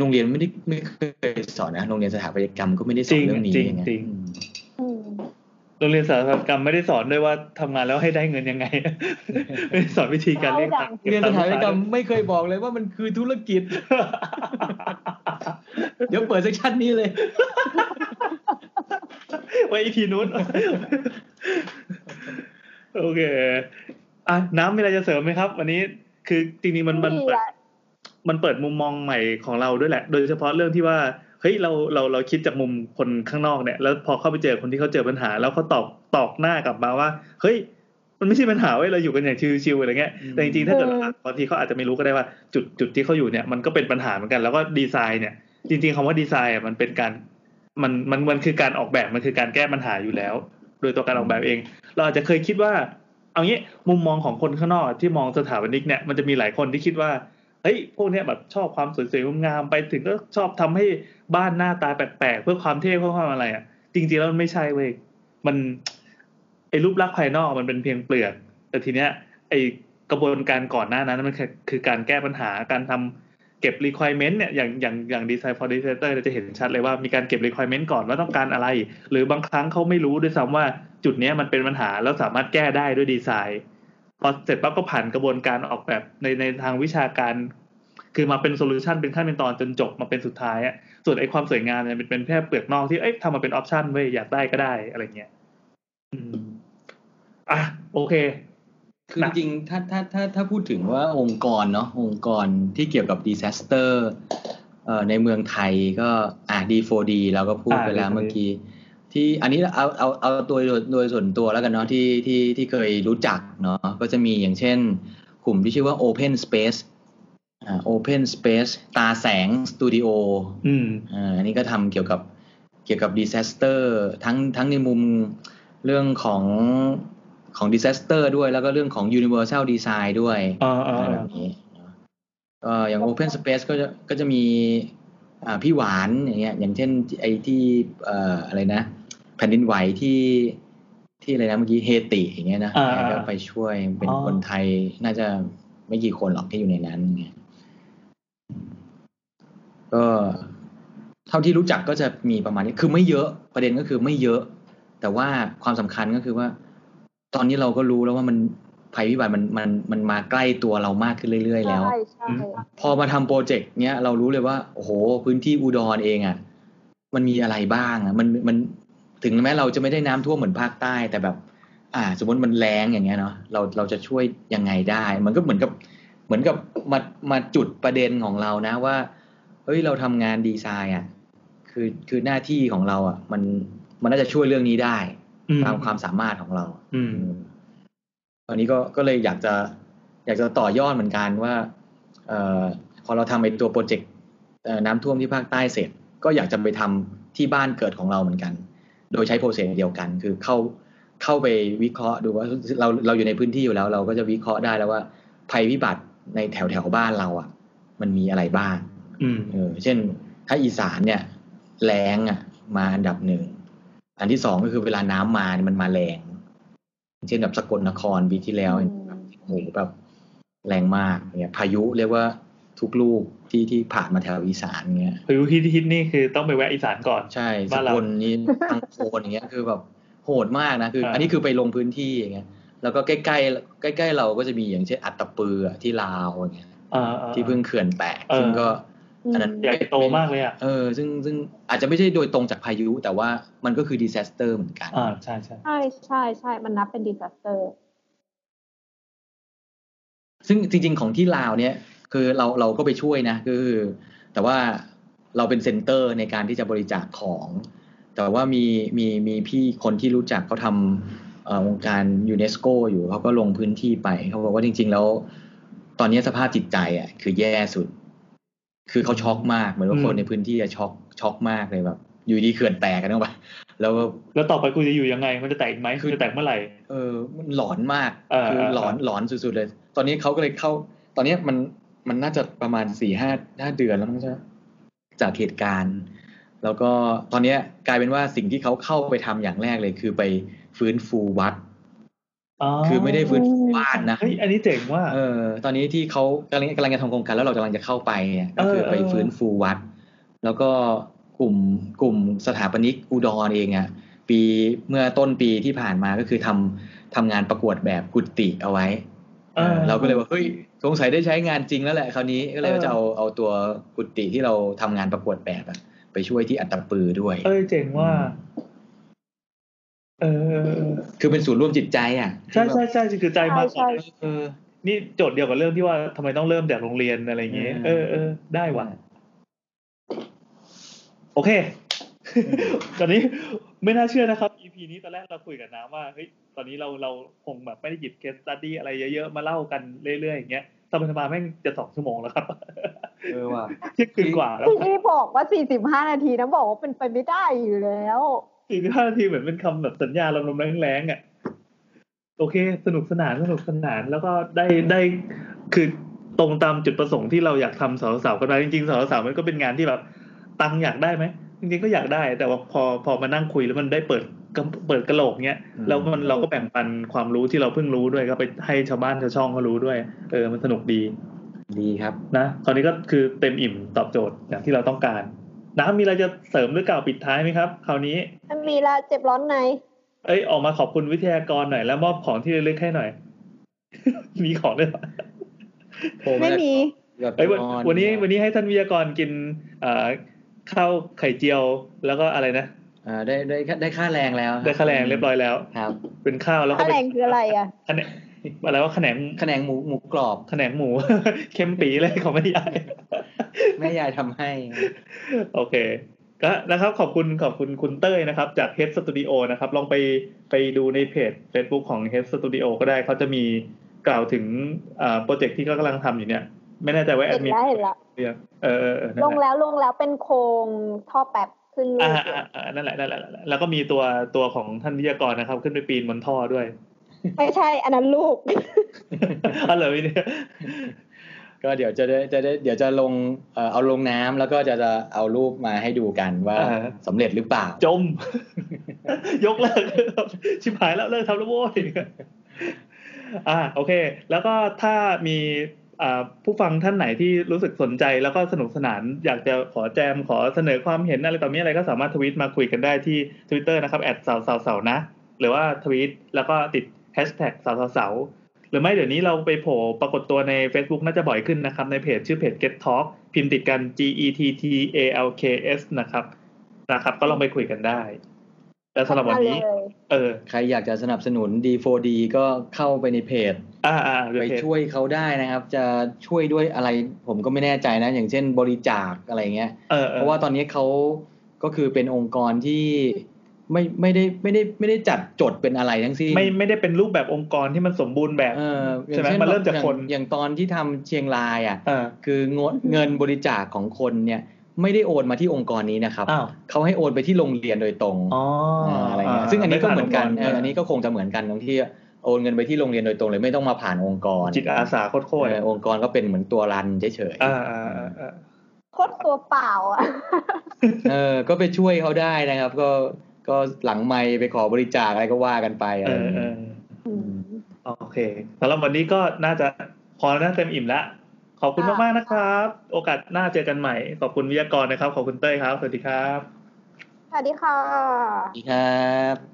Speaker 3: โรงเรียนไม่ได้ไม่เคยสอนนะโรงเรียนสถาปัตยกรรมก็ไม่ได้ส
Speaker 1: จ
Speaker 3: อ
Speaker 1: ริ
Speaker 3: น
Speaker 1: ง
Speaker 3: เรื่องนี้
Speaker 1: จริง
Speaker 3: อย่างเงี้ย
Speaker 1: จริง
Speaker 3: อืม
Speaker 2: อืม
Speaker 1: โรงเรียนสถาปัตยกรรมไม่ได้สอนด้วยว่าทำงานแล้วให้ได้เงินยัง ไง ไม่ได้สอนวิธีการเรียกตังค์
Speaker 3: เรียนสถาปัตยกรรม
Speaker 1: เ
Speaker 3: ไม่เคยบอกเลยว่ามันคือธุรกิจ เดี๋ยวเปิดเซกชันนี้เลย
Speaker 1: ไว้อีพี นู้น โอเค อ่ะ น้ำมีอะไรจะเสริมไหมครับ วันนี้คือจริงๆมันมัน
Speaker 2: ดี
Speaker 1: เปิด
Speaker 2: อะ
Speaker 1: มันเปิดมุมมองใหม่ของเราด้วยแหละ โดยเฉพาะเรื่องที่ว่า เฮ้ย เรา เรา เราคิดจากมุมคนข้างนอกเนี่ย แล้วพอเข้าไปเจอคนที่เขาเจอปัญหา แล้วเขาตอบตอกหน้ากลับมาว่า เฮ้ย มันไม่ใช่ปัญหาเว้ย เราอยู่กันอย่างชิวๆอะไรเงี้ย
Speaker 3: อืม
Speaker 1: แต่จริงๆ ถ้าเกิดเราบางทีเขาอาจจะไม่รู้ก็ได้ว่า จุด จุดที่เขาอยู่เนี่ย มันก็เป็นปัญหาเหมือนกัน แล้วก็ดีไซน์เนี่ย จริงๆคำว่าดีไซน์อ่ะ มันเป็นการ มัน มัน มันคือการออกแบบ มันคือการแก้ปัญหาอยู่แล้ว โดยตัวการออกแบบเอง เราอาจจะเคยคิดว่า เอางี้มุมมองของคนข้างนอกที่มองสถาปนิกเนี่ยมันจะมีหลายคนที่คิดว่าเฮ้ยพวกเนี้ยแบบชอบความสวยๆงามๆไปถึงก็ชอบทำให้บ้านหน้าตาแปลกๆเพื่อความเท่เพื่อความอะไรอ่ะ จริงๆแล้วมันไม่ใช่เว้ยมันไอ้รูปลักษณ์ภายนอกมันเป็นเพียงเปลือก แต่ทีเนี้ยไอ้กระบวนการก่อนหน้านั้นมันคือคือการแก้ปัญหาการทำเก็บ requirement เนี่ยอย่างอย่างอย่างดีไซน์ for designer เราจะเห็นชัดเลยว่ามีการเก็บ requirement ก่อนว่าต้องการอะไร หรือบางครั้งเขาไม่รู้ด้วยซ้ำว่าจุดเนี้ยมันเป็นปัญหาแล้วสามารถแก้ได้ด้วยดีไซน์ พอเสร็จปั๊บก็ผ่านกระบวนการออกแบบในในทางวิชาการ คือมาเป็นโซลูชันเป็นขั้นเป็นตอนจนจบมาเป็นสุดท้ายอะส่วนไอ้ความสวยงามเนี่ยมันเป็นแค่เปลือกนอกที่เอ้ยทำมาเป็นออปชันเว้ยอยากได้ก็ได้อะไรเงี้ยอืมอ่ะโอเค
Speaker 3: คือ
Speaker 1: นะ
Speaker 3: จริงๆถ้าถ้าถ้าถ้าพูดถึงว่าองค์กรเนาะองค์กรที่เกี่ยวกับดี s ซสเตอร์ในเมืองไทยก็อ่ะ D4D เราก็พูดไปแล้วเมื่อกี้ ที่อันนี้เอาเอาเอาตัวโดยโดยส่วนตัวแล้วกันเนาะที่ที่ที่เคยรู้จักเนาะก็จะมีอย่างเช่น กลุ่มที่ชื่อว่า Open Space อ่า Open Space ตาแสงสตูดิโอ
Speaker 1: อืม
Speaker 3: อ่าอันนี้ก็ทำเกี่ยวกับเกี่ยวกับดี s ซสเตอร์ทั้งทั้งในมุมเรื่องของของดี s ซสเตอร์ด้วยแล้วก็เรื่องของ universal design ด้วย
Speaker 1: อ่า
Speaker 3: อะไรแบ
Speaker 1: อ่า
Speaker 3: บนี้เนอะก็อย่าง open space ก็จะก็จะมีอ่าพี่หวานอย่างเงี้ยอย่างเช่นไอที่เอ่ออะไรนะ แผ่นดินไหวที่ที่อะไรนะเมื่อกี้เฮติอย่างเงี้ยนะ
Speaker 1: อ่า
Speaker 3: แกก็ไปช่วยเป็น
Speaker 1: อ๋อ
Speaker 3: คนไทยน่าจะไม่กี่คนหรอกที่อยู่ในนั้นอย่างเงี้ย ก็เท่าที่รู้จักก็จะมีประมาณนี้ คือไม่เยอะประเด็นก็คือไม่เยอะ แต่ว่าความสำคัญก็คือว่า ตอนนี้เราก็รู้แล้วว่ามันภัยพิบัติมันมันมันมาใกล้ตัวเรามากขึ้นเรื่อย ๆ แล้ว
Speaker 2: ใช่ใช่
Speaker 1: อืม
Speaker 3: พอมาทำโปรเจกต์เนี้ยเรารู้เลยว่า โอ้โห พื้นที่อุดรเองอะ่ะมันมีอะไรบ้างอะ่ะมันมันถึงแม้เราจะไม่ได้น้ำท่วมเหมือนภาคใต้ แต่แบบ อ่า สมมติมันแรงอย่างเงี้ยเนาะเราเราจะช่วยยังไงได้ มันก็เหมือนกับเหมือนกับมามาจุดประเด็นของเรานะว่าเฮ้ยเราทำงานดีไซน์อะ่ะคือคือหน้าที่ของเราอะ่ะ มันมันน่าจะช่วยเรื่องนี้ได้
Speaker 1: อืม
Speaker 3: ตามความสามารถของเรา
Speaker 1: อืม
Speaker 3: ตอนนี้ก็ก็เลยอยากจะอยากจะต่อยอดเหมือนกันว่าเออพอเราทำไอ้ตัวโปรเจกต์เอ่อน้ำท่วมที่ภาคใต้เสร็จ ก็อยากจะไปทำที่บ้านเกิดของเราเหมือนกัน โดยใช้โปรเซสเดียวกัน คือเข้าเข้าไปวิเคราะห์ดูว่าเราเราอยู่ในพื้นที่อยู่แล้ว เราก็จะวิเคราะห์ได้แล้วว่าภัยพิบัติในแถวแถวๆบ้านเราอ่ะ มันมีอะไรบ้าง
Speaker 1: อืม
Speaker 3: เออเช่น ถ้าอีสานเนี่ย แรงอ่ะ มาอันดับหนึ่ง อันที่สองก็คือเวลาน้ำมาเนี่ยมันมาแรง อย่างเช่นแบบสกลนครปีที่แล้ว
Speaker 2: อืม
Speaker 3: แบบโอ้โหแบบแรงมากเนี่ยพายุเรียกว่าทุกลูกที่ที่ผ่านมาแถวอีสานเงี้ย
Speaker 1: พายุฮิตฮิตนี่คือต้องไปแวะอีสานก่อน
Speaker 3: ใช่ส
Speaker 1: บ้านเรา
Speaker 3: กลนี่ทางโคนอย่างเงี้ยคือแบบโหดมากนะคือ
Speaker 1: อ่า
Speaker 3: อันนี้คือไปลงพื้นที่อย่างเงี้ยแล้วก็ใกล้ๆใกล้ๆเราก็จะมีอย่างเช่นอัตตปืออะที่ลาวอย่างเงี้ย
Speaker 1: อ่าอ่า
Speaker 3: ที่เพิ่งเขื่อนแตก
Speaker 1: เออ
Speaker 3: ซึ่งก็
Speaker 2: อืม
Speaker 3: อันนั้น
Speaker 1: ใหญ่โตมากเลยอ่ะ
Speaker 3: เออซึ่งซึ่งอาจจะไม่ใช่โดยตรงจากพายุ แต่ว่ามันก็คือดีเซสเตอร์เหมือนกัน
Speaker 1: อ่าใช่ใช่
Speaker 2: ใช่ใช่ใช่ มันนับเป็นดิส a สเตอร์
Speaker 3: ซึ่งจริง ๆ ของที่ลาวเนี่ย คือเราเราก็ไปช่วยนะคือ แต่ว่าเราเป็นเซ็นเตอร์ในการที่จะบริจาคของ แต่ว่ามีมีมีพี่คนที่รู้จักเขาทำเอ่อองค์การยูเนสโกอยู่เขาก็ลงพื้นที่ไปเขาบอกว่าจริง ๆ แล้ว ตอนนี้สภาพจิตใจอ่ะคือแย่สุด คือเขาช็อกมากเหมือนว่าคนในพื้นที่อะช็อกช็อกมากเลยแบบอยู่ดีเขื่อนแตกกันเข้าไปแล้วก็
Speaker 1: แล้วต่อไปกูจะอยู่ยังไง มันจะแตกอีกไหม
Speaker 3: คื
Speaker 1: คือ อจะแตกเมื่อไหร่
Speaker 3: เออมันหลอนมาก
Speaker 1: เออ
Speaker 3: คือ
Speaker 1: เออ
Speaker 3: หลอนหลอนสุดๆเลย ตอนนี้เขาก็เลยเข้า ตอนนี้มันมันน่าจะประมาณสี่ห้าห้าเดือนแล้วมั้งใช่ไหมจากเหตุการณ์ แล้วก็ตอนนี้กลายเป็นว่าสิ่งที่เขาเข้าไปทำอย่างแรกเลย คือไปฟื้นฟูวัด คือไม่ได้ฟื้นฟูบ้านนะ
Speaker 1: เฮ้ยอันนี้เจ๋งว่า
Speaker 3: เออ ตอนนี้ที่เขากำลังกำลังจะทำโครงการแล้วเรากำลังจะเข้าไปเนี่ยก็คือ
Speaker 1: เออเออ
Speaker 3: ไปฟื้นฟูวัด แล้วก็กลุ่มกลุ่มสถาปนิกอุดรเองอะ ปีเมื่อต้นปีที่ผ่านมาก็คือทำทำงานประกวดแบบกุฏิเอาไว้
Speaker 1: เออ
Speaker 3: เออเราก็เลยว่าเฮ้ยสงสัยได้ใช้งานจริงแล้วแหละคราวนี้ก็เลยว่าจะเอาเอาตัวกุฏิที่เราทำงานประกวดแบบอะไปช่วยที่อัตตปือด้วย
Speaker 1: เอ้ยเจ๋งว่า เออเออเออ
Speaker 3: คือเป็นศูนย์ร่วมจิตใจอ่ะ
Speaker 1: ใช่ใช่ใช่คือใจมาก
Speaker 2: ใช่ใช่
Speaker 1: เออ นี่โจทย์เดียวกับเรื่องที่ว่าทำไมต้องเริ่มจากโรงเรียนอะไรอย่างเงี้ยเออเออได้ว่ะ โอเค ตอนนี้ไม่น่าเชื่อนะครับ EP นี้ตอนแรกเราคุยกับน้ำว่าเฮ้ยตอนนี้เราเราคงแบบไม่ได้หยิบเคสตัดดี้อะไรเยอะๆ มาเล่ากันเรื่อยๆอย่างเงี้ยตอนมาแม่งจะสองชั่วโมงแล้วครับ
Speaker 3: เออว่ะ
Speaker 1: เที่ยงคืนกว่าแล้ว
Speaker 2: พี่พี่บอกว่า 45 นาทีนะบอกว่าเป็นไปไม่ได้อยู่แล้ว
Speaker 1: สี่สิบห้านาทีเหมือนเป็นคำแบบสัญญาลมๆแรงๆอ่ะโอเค สนุกสนานสนุกสนานแล้วก็ได้ได้คือตรงตามจุดประสงค์ที่เราอยากทำสาวสาวกันไปจริงๆสาวสาวมันก็เป็นงานที่แบบ ตังค์อยากได้ไหมจริงๆก็อยากได้ แต่ว่าพอพอมานั่งคุยแล้วมันได้เปิดกระเปิดกระโหลกเนี้ย
Speaker 3: อืม
Speaker 1: แล้วมันเราก็แบ่งปันความรู้ที่เราเพิ่งรู้ด้วยก็ไปให้ชาวบ้านชาวช่องเขารู้ด้วย เออมันสนุกดี
Speaker 3: ดีครับ
Speaker 1: นะคราวนี้ก็คือเต็มอิ่มตอบโจทย์อย่างที่เราต้องการ น้ำมีอะไรจะเสริมหรือกล่าวปิดท้ายไหมครับ คราวนี้
Speaker 2: มันมีละเจ็บร้อนใน
Speaker 1: เอ้ยออกมาขอบคุณวิทยากรหน่อยแล้วมอบของที่ระลึกให้หน่อย มีของด้วยเหรอ
Speaker 2: ไม่มี
Speaker 1: เอ้ยวันวันนี้วันนี้ให้ท่านวิทยากรกินเอ่อข้าวไข่เจียว แล้วก็อะไรนะ
Speaker 3: อ่าได้ได้ได้ค่าแรงแล้วบ
Speaker 1: ได้ค่าแรงเรียบร้อยแล้ว
Speaker 3: ครับ
Speaker 1: เป็นข้าวแล้วก็
Speaker 2: ค่า
Speaker 1: เป็น
Speaker 2: แรงคืออะไรอ่ะ
Speaker 1: คะแนนอะไรว่าแขนง
Speaker 3: คะแนนหมูหมูกรอบ
Speaker 1: แขนงหมู เค็มปีเลยของแม่ย าย
Speaker 3: แม่ยายทำให้
Speaker 1: โอเคก็นะครับขอบคุณขอบคุณคุณเต้ยนะครับ จาก Head Studio นะครับ ลองไปไปดูในเพจ Facebook ของ Head Studio ก็ได้เขาจะมีกล่าวถึงอ่าโปรเจกต์ที่เขากำลังทำอยู่เนี่ย ไม่แน่ใจว่าแอด
Speaker 2: เห็น
Speaker 1: มิน
Speaker 2: แล้วเห็นแล้ว
Speaker 1: เรียกเออเออเออนั่น
Speaker 2: ล
Speaker 1: แหละ
Speaker 2: งแล้วลงแล้วเป็นโครงท่อแป๊บขึ้นรู
Speaker 1: อ่า
Speaker 2: ป
Speaker 1: อ่าอ่านั่นแหละนั่นแหละนั่นแหละแล้วก็มีตัวตัวของท่านวิทยากรนะครับ ขึ้นไปปีนบนท่อด้วย
Speaker 2: ไม่ใช่อันนั้นลูก
Speaker 1: อ๋อเหรอพี่เนี่ย
Speaker 3: ก็เดี๋ยวจะได้จะได้เดี๋ยวจะลงเอ่อเอาลงน้ำแล้วก็จะจะเอารูปมาให้ดูกันว่า
Speaker 1: อ่า
Speaker 3: สำเร็จหรือเปล่า
Speaker 1: จ ม ยกเลิกชิบหายแล้วเลิกทำแล้วโว้ยอ่าโอเค แล้วก็ถ้ามีอ่าผู้ฟังท่านไหนที่รู้สึกสนใจแล้วก็สนุกสนาน อยากจะขอแจมขอเสนอความเห็นอะไรต่อมีอะไรก็สามารถทวีตมาคุยกันได้ที่ Twitter นะครับแอดสาวสาวสาวนะ หรือว่าทวีตแล้วก็ติดแฮชแท็กสาวสาวสาวหรือไม่เดี๋ยวนี้เราไปโผล่ปรากฏตัวใน Facebook น่าจะบ่อยขึ้นนะครับ ในเพจชื่อเพจ Get Talk พิมพ์ติดกัน G E T T A L K S นะครับ นะครับ ก็ลองไปคุยกันได้ แล้วสำหรับวันนี้
Speaker 2: มาเลย
Speaker 1: เออ
Speaker 3: ใครอยากจะสนับสนุน D4D ก็เข้าไปในเพจ
Speaker 1: อ่าอ่าเดี๋ย
Speaker 3: ไป
Speaker 1: วเพจ
Speaker 3: ช่วยเขาได้นะครับ จะช่วยด้วยอะไรผมก็ไม่แน่ใจนะ อย่างเช่นบริจาคอะไรเงี้ย
Speaker 1: เออ
Speaker 3: เพราะว่าตอนนี้เขาก็คือเป็นองค์กรที่ไม่ไม่ได้ไม่ได้ไม่ได้จัดจดเป็นอะไรทั้งสิ้น
Speaker 1: ไม่ไม่ได้เป็นรูปแบบองค์กรที่มันสมบูรณ์แบบ
Speaker 3: เอออย่ง
Speaker 1: ใช่ไหม
Speaker 3: ช่
Speaker 1: มันเริ่มจากคน
Speaker 3: อย่งอย่างตอนที่ทำเชียงรายอ่ะ
Speaker 1: เออ
Speaker 3: คืองดเงินบริจาคของคนเนี่ย ไม่ได้โอนมาที่องค์กรนี้นะครับ
Speaker 1: อ้าว
Speaker 3: เขาให้โอนไปที่โรงเรียนโดยตรง
Speaker 1: อ๋ออา
Speaker 3: อะไรเงี้ยซึ่งอันนี้ก็เหมือนกัน
Speaker 1: ไผ่
Speaker 3: เอออันนี้ก็คงจะเหมือนกันตรงที่โอนเงินไปที่โรงเรียนโดยตรงเลยไม่ต้องมาผ่านองค์กร
Speaker 1: จิตอาสาโคตร
Speaker 3: เอ
Speaker 1: ๆ
Speaker 3: อ
Speaker 1: อ่ะ
Speaker 3: องค์กรก็เป็นเหมือนตัวรันเฉย
Speaker 1: อ่าอ่าอ่าอ่า
Speaker 2: โคตรตัวเปล่าอ่ะ
Speaker 3: ๆเออ ก็ไปช่วยเขาได้นะครับ ก็ก็หลังไมค์ไปขอบริจาคอะไรก็ว่ากันไปอะไร
Speaker 1: เออ
Speaker 3: อ
Speaker 1: ย่าง เอ
Speaker 3: เงี้ย
Speaker 1: อ
Speaker 2: อืม
Speaker 1: โอเคสำหรับวันนี้ก็น่าจะพอน่าเต็มอิ่มละขอบคุณ
Speaker 2: ค่ะ
Speaker 1: มากๆนะครับ โอกาสหน้าเจอกันใหม่ ขอบคุณวิทยากรนะครับ ขอบคุณเต้ยครับ สวัสดีครับ
Speaker 2: สวัสดีค่ะ
Speaker 3: ดีครับ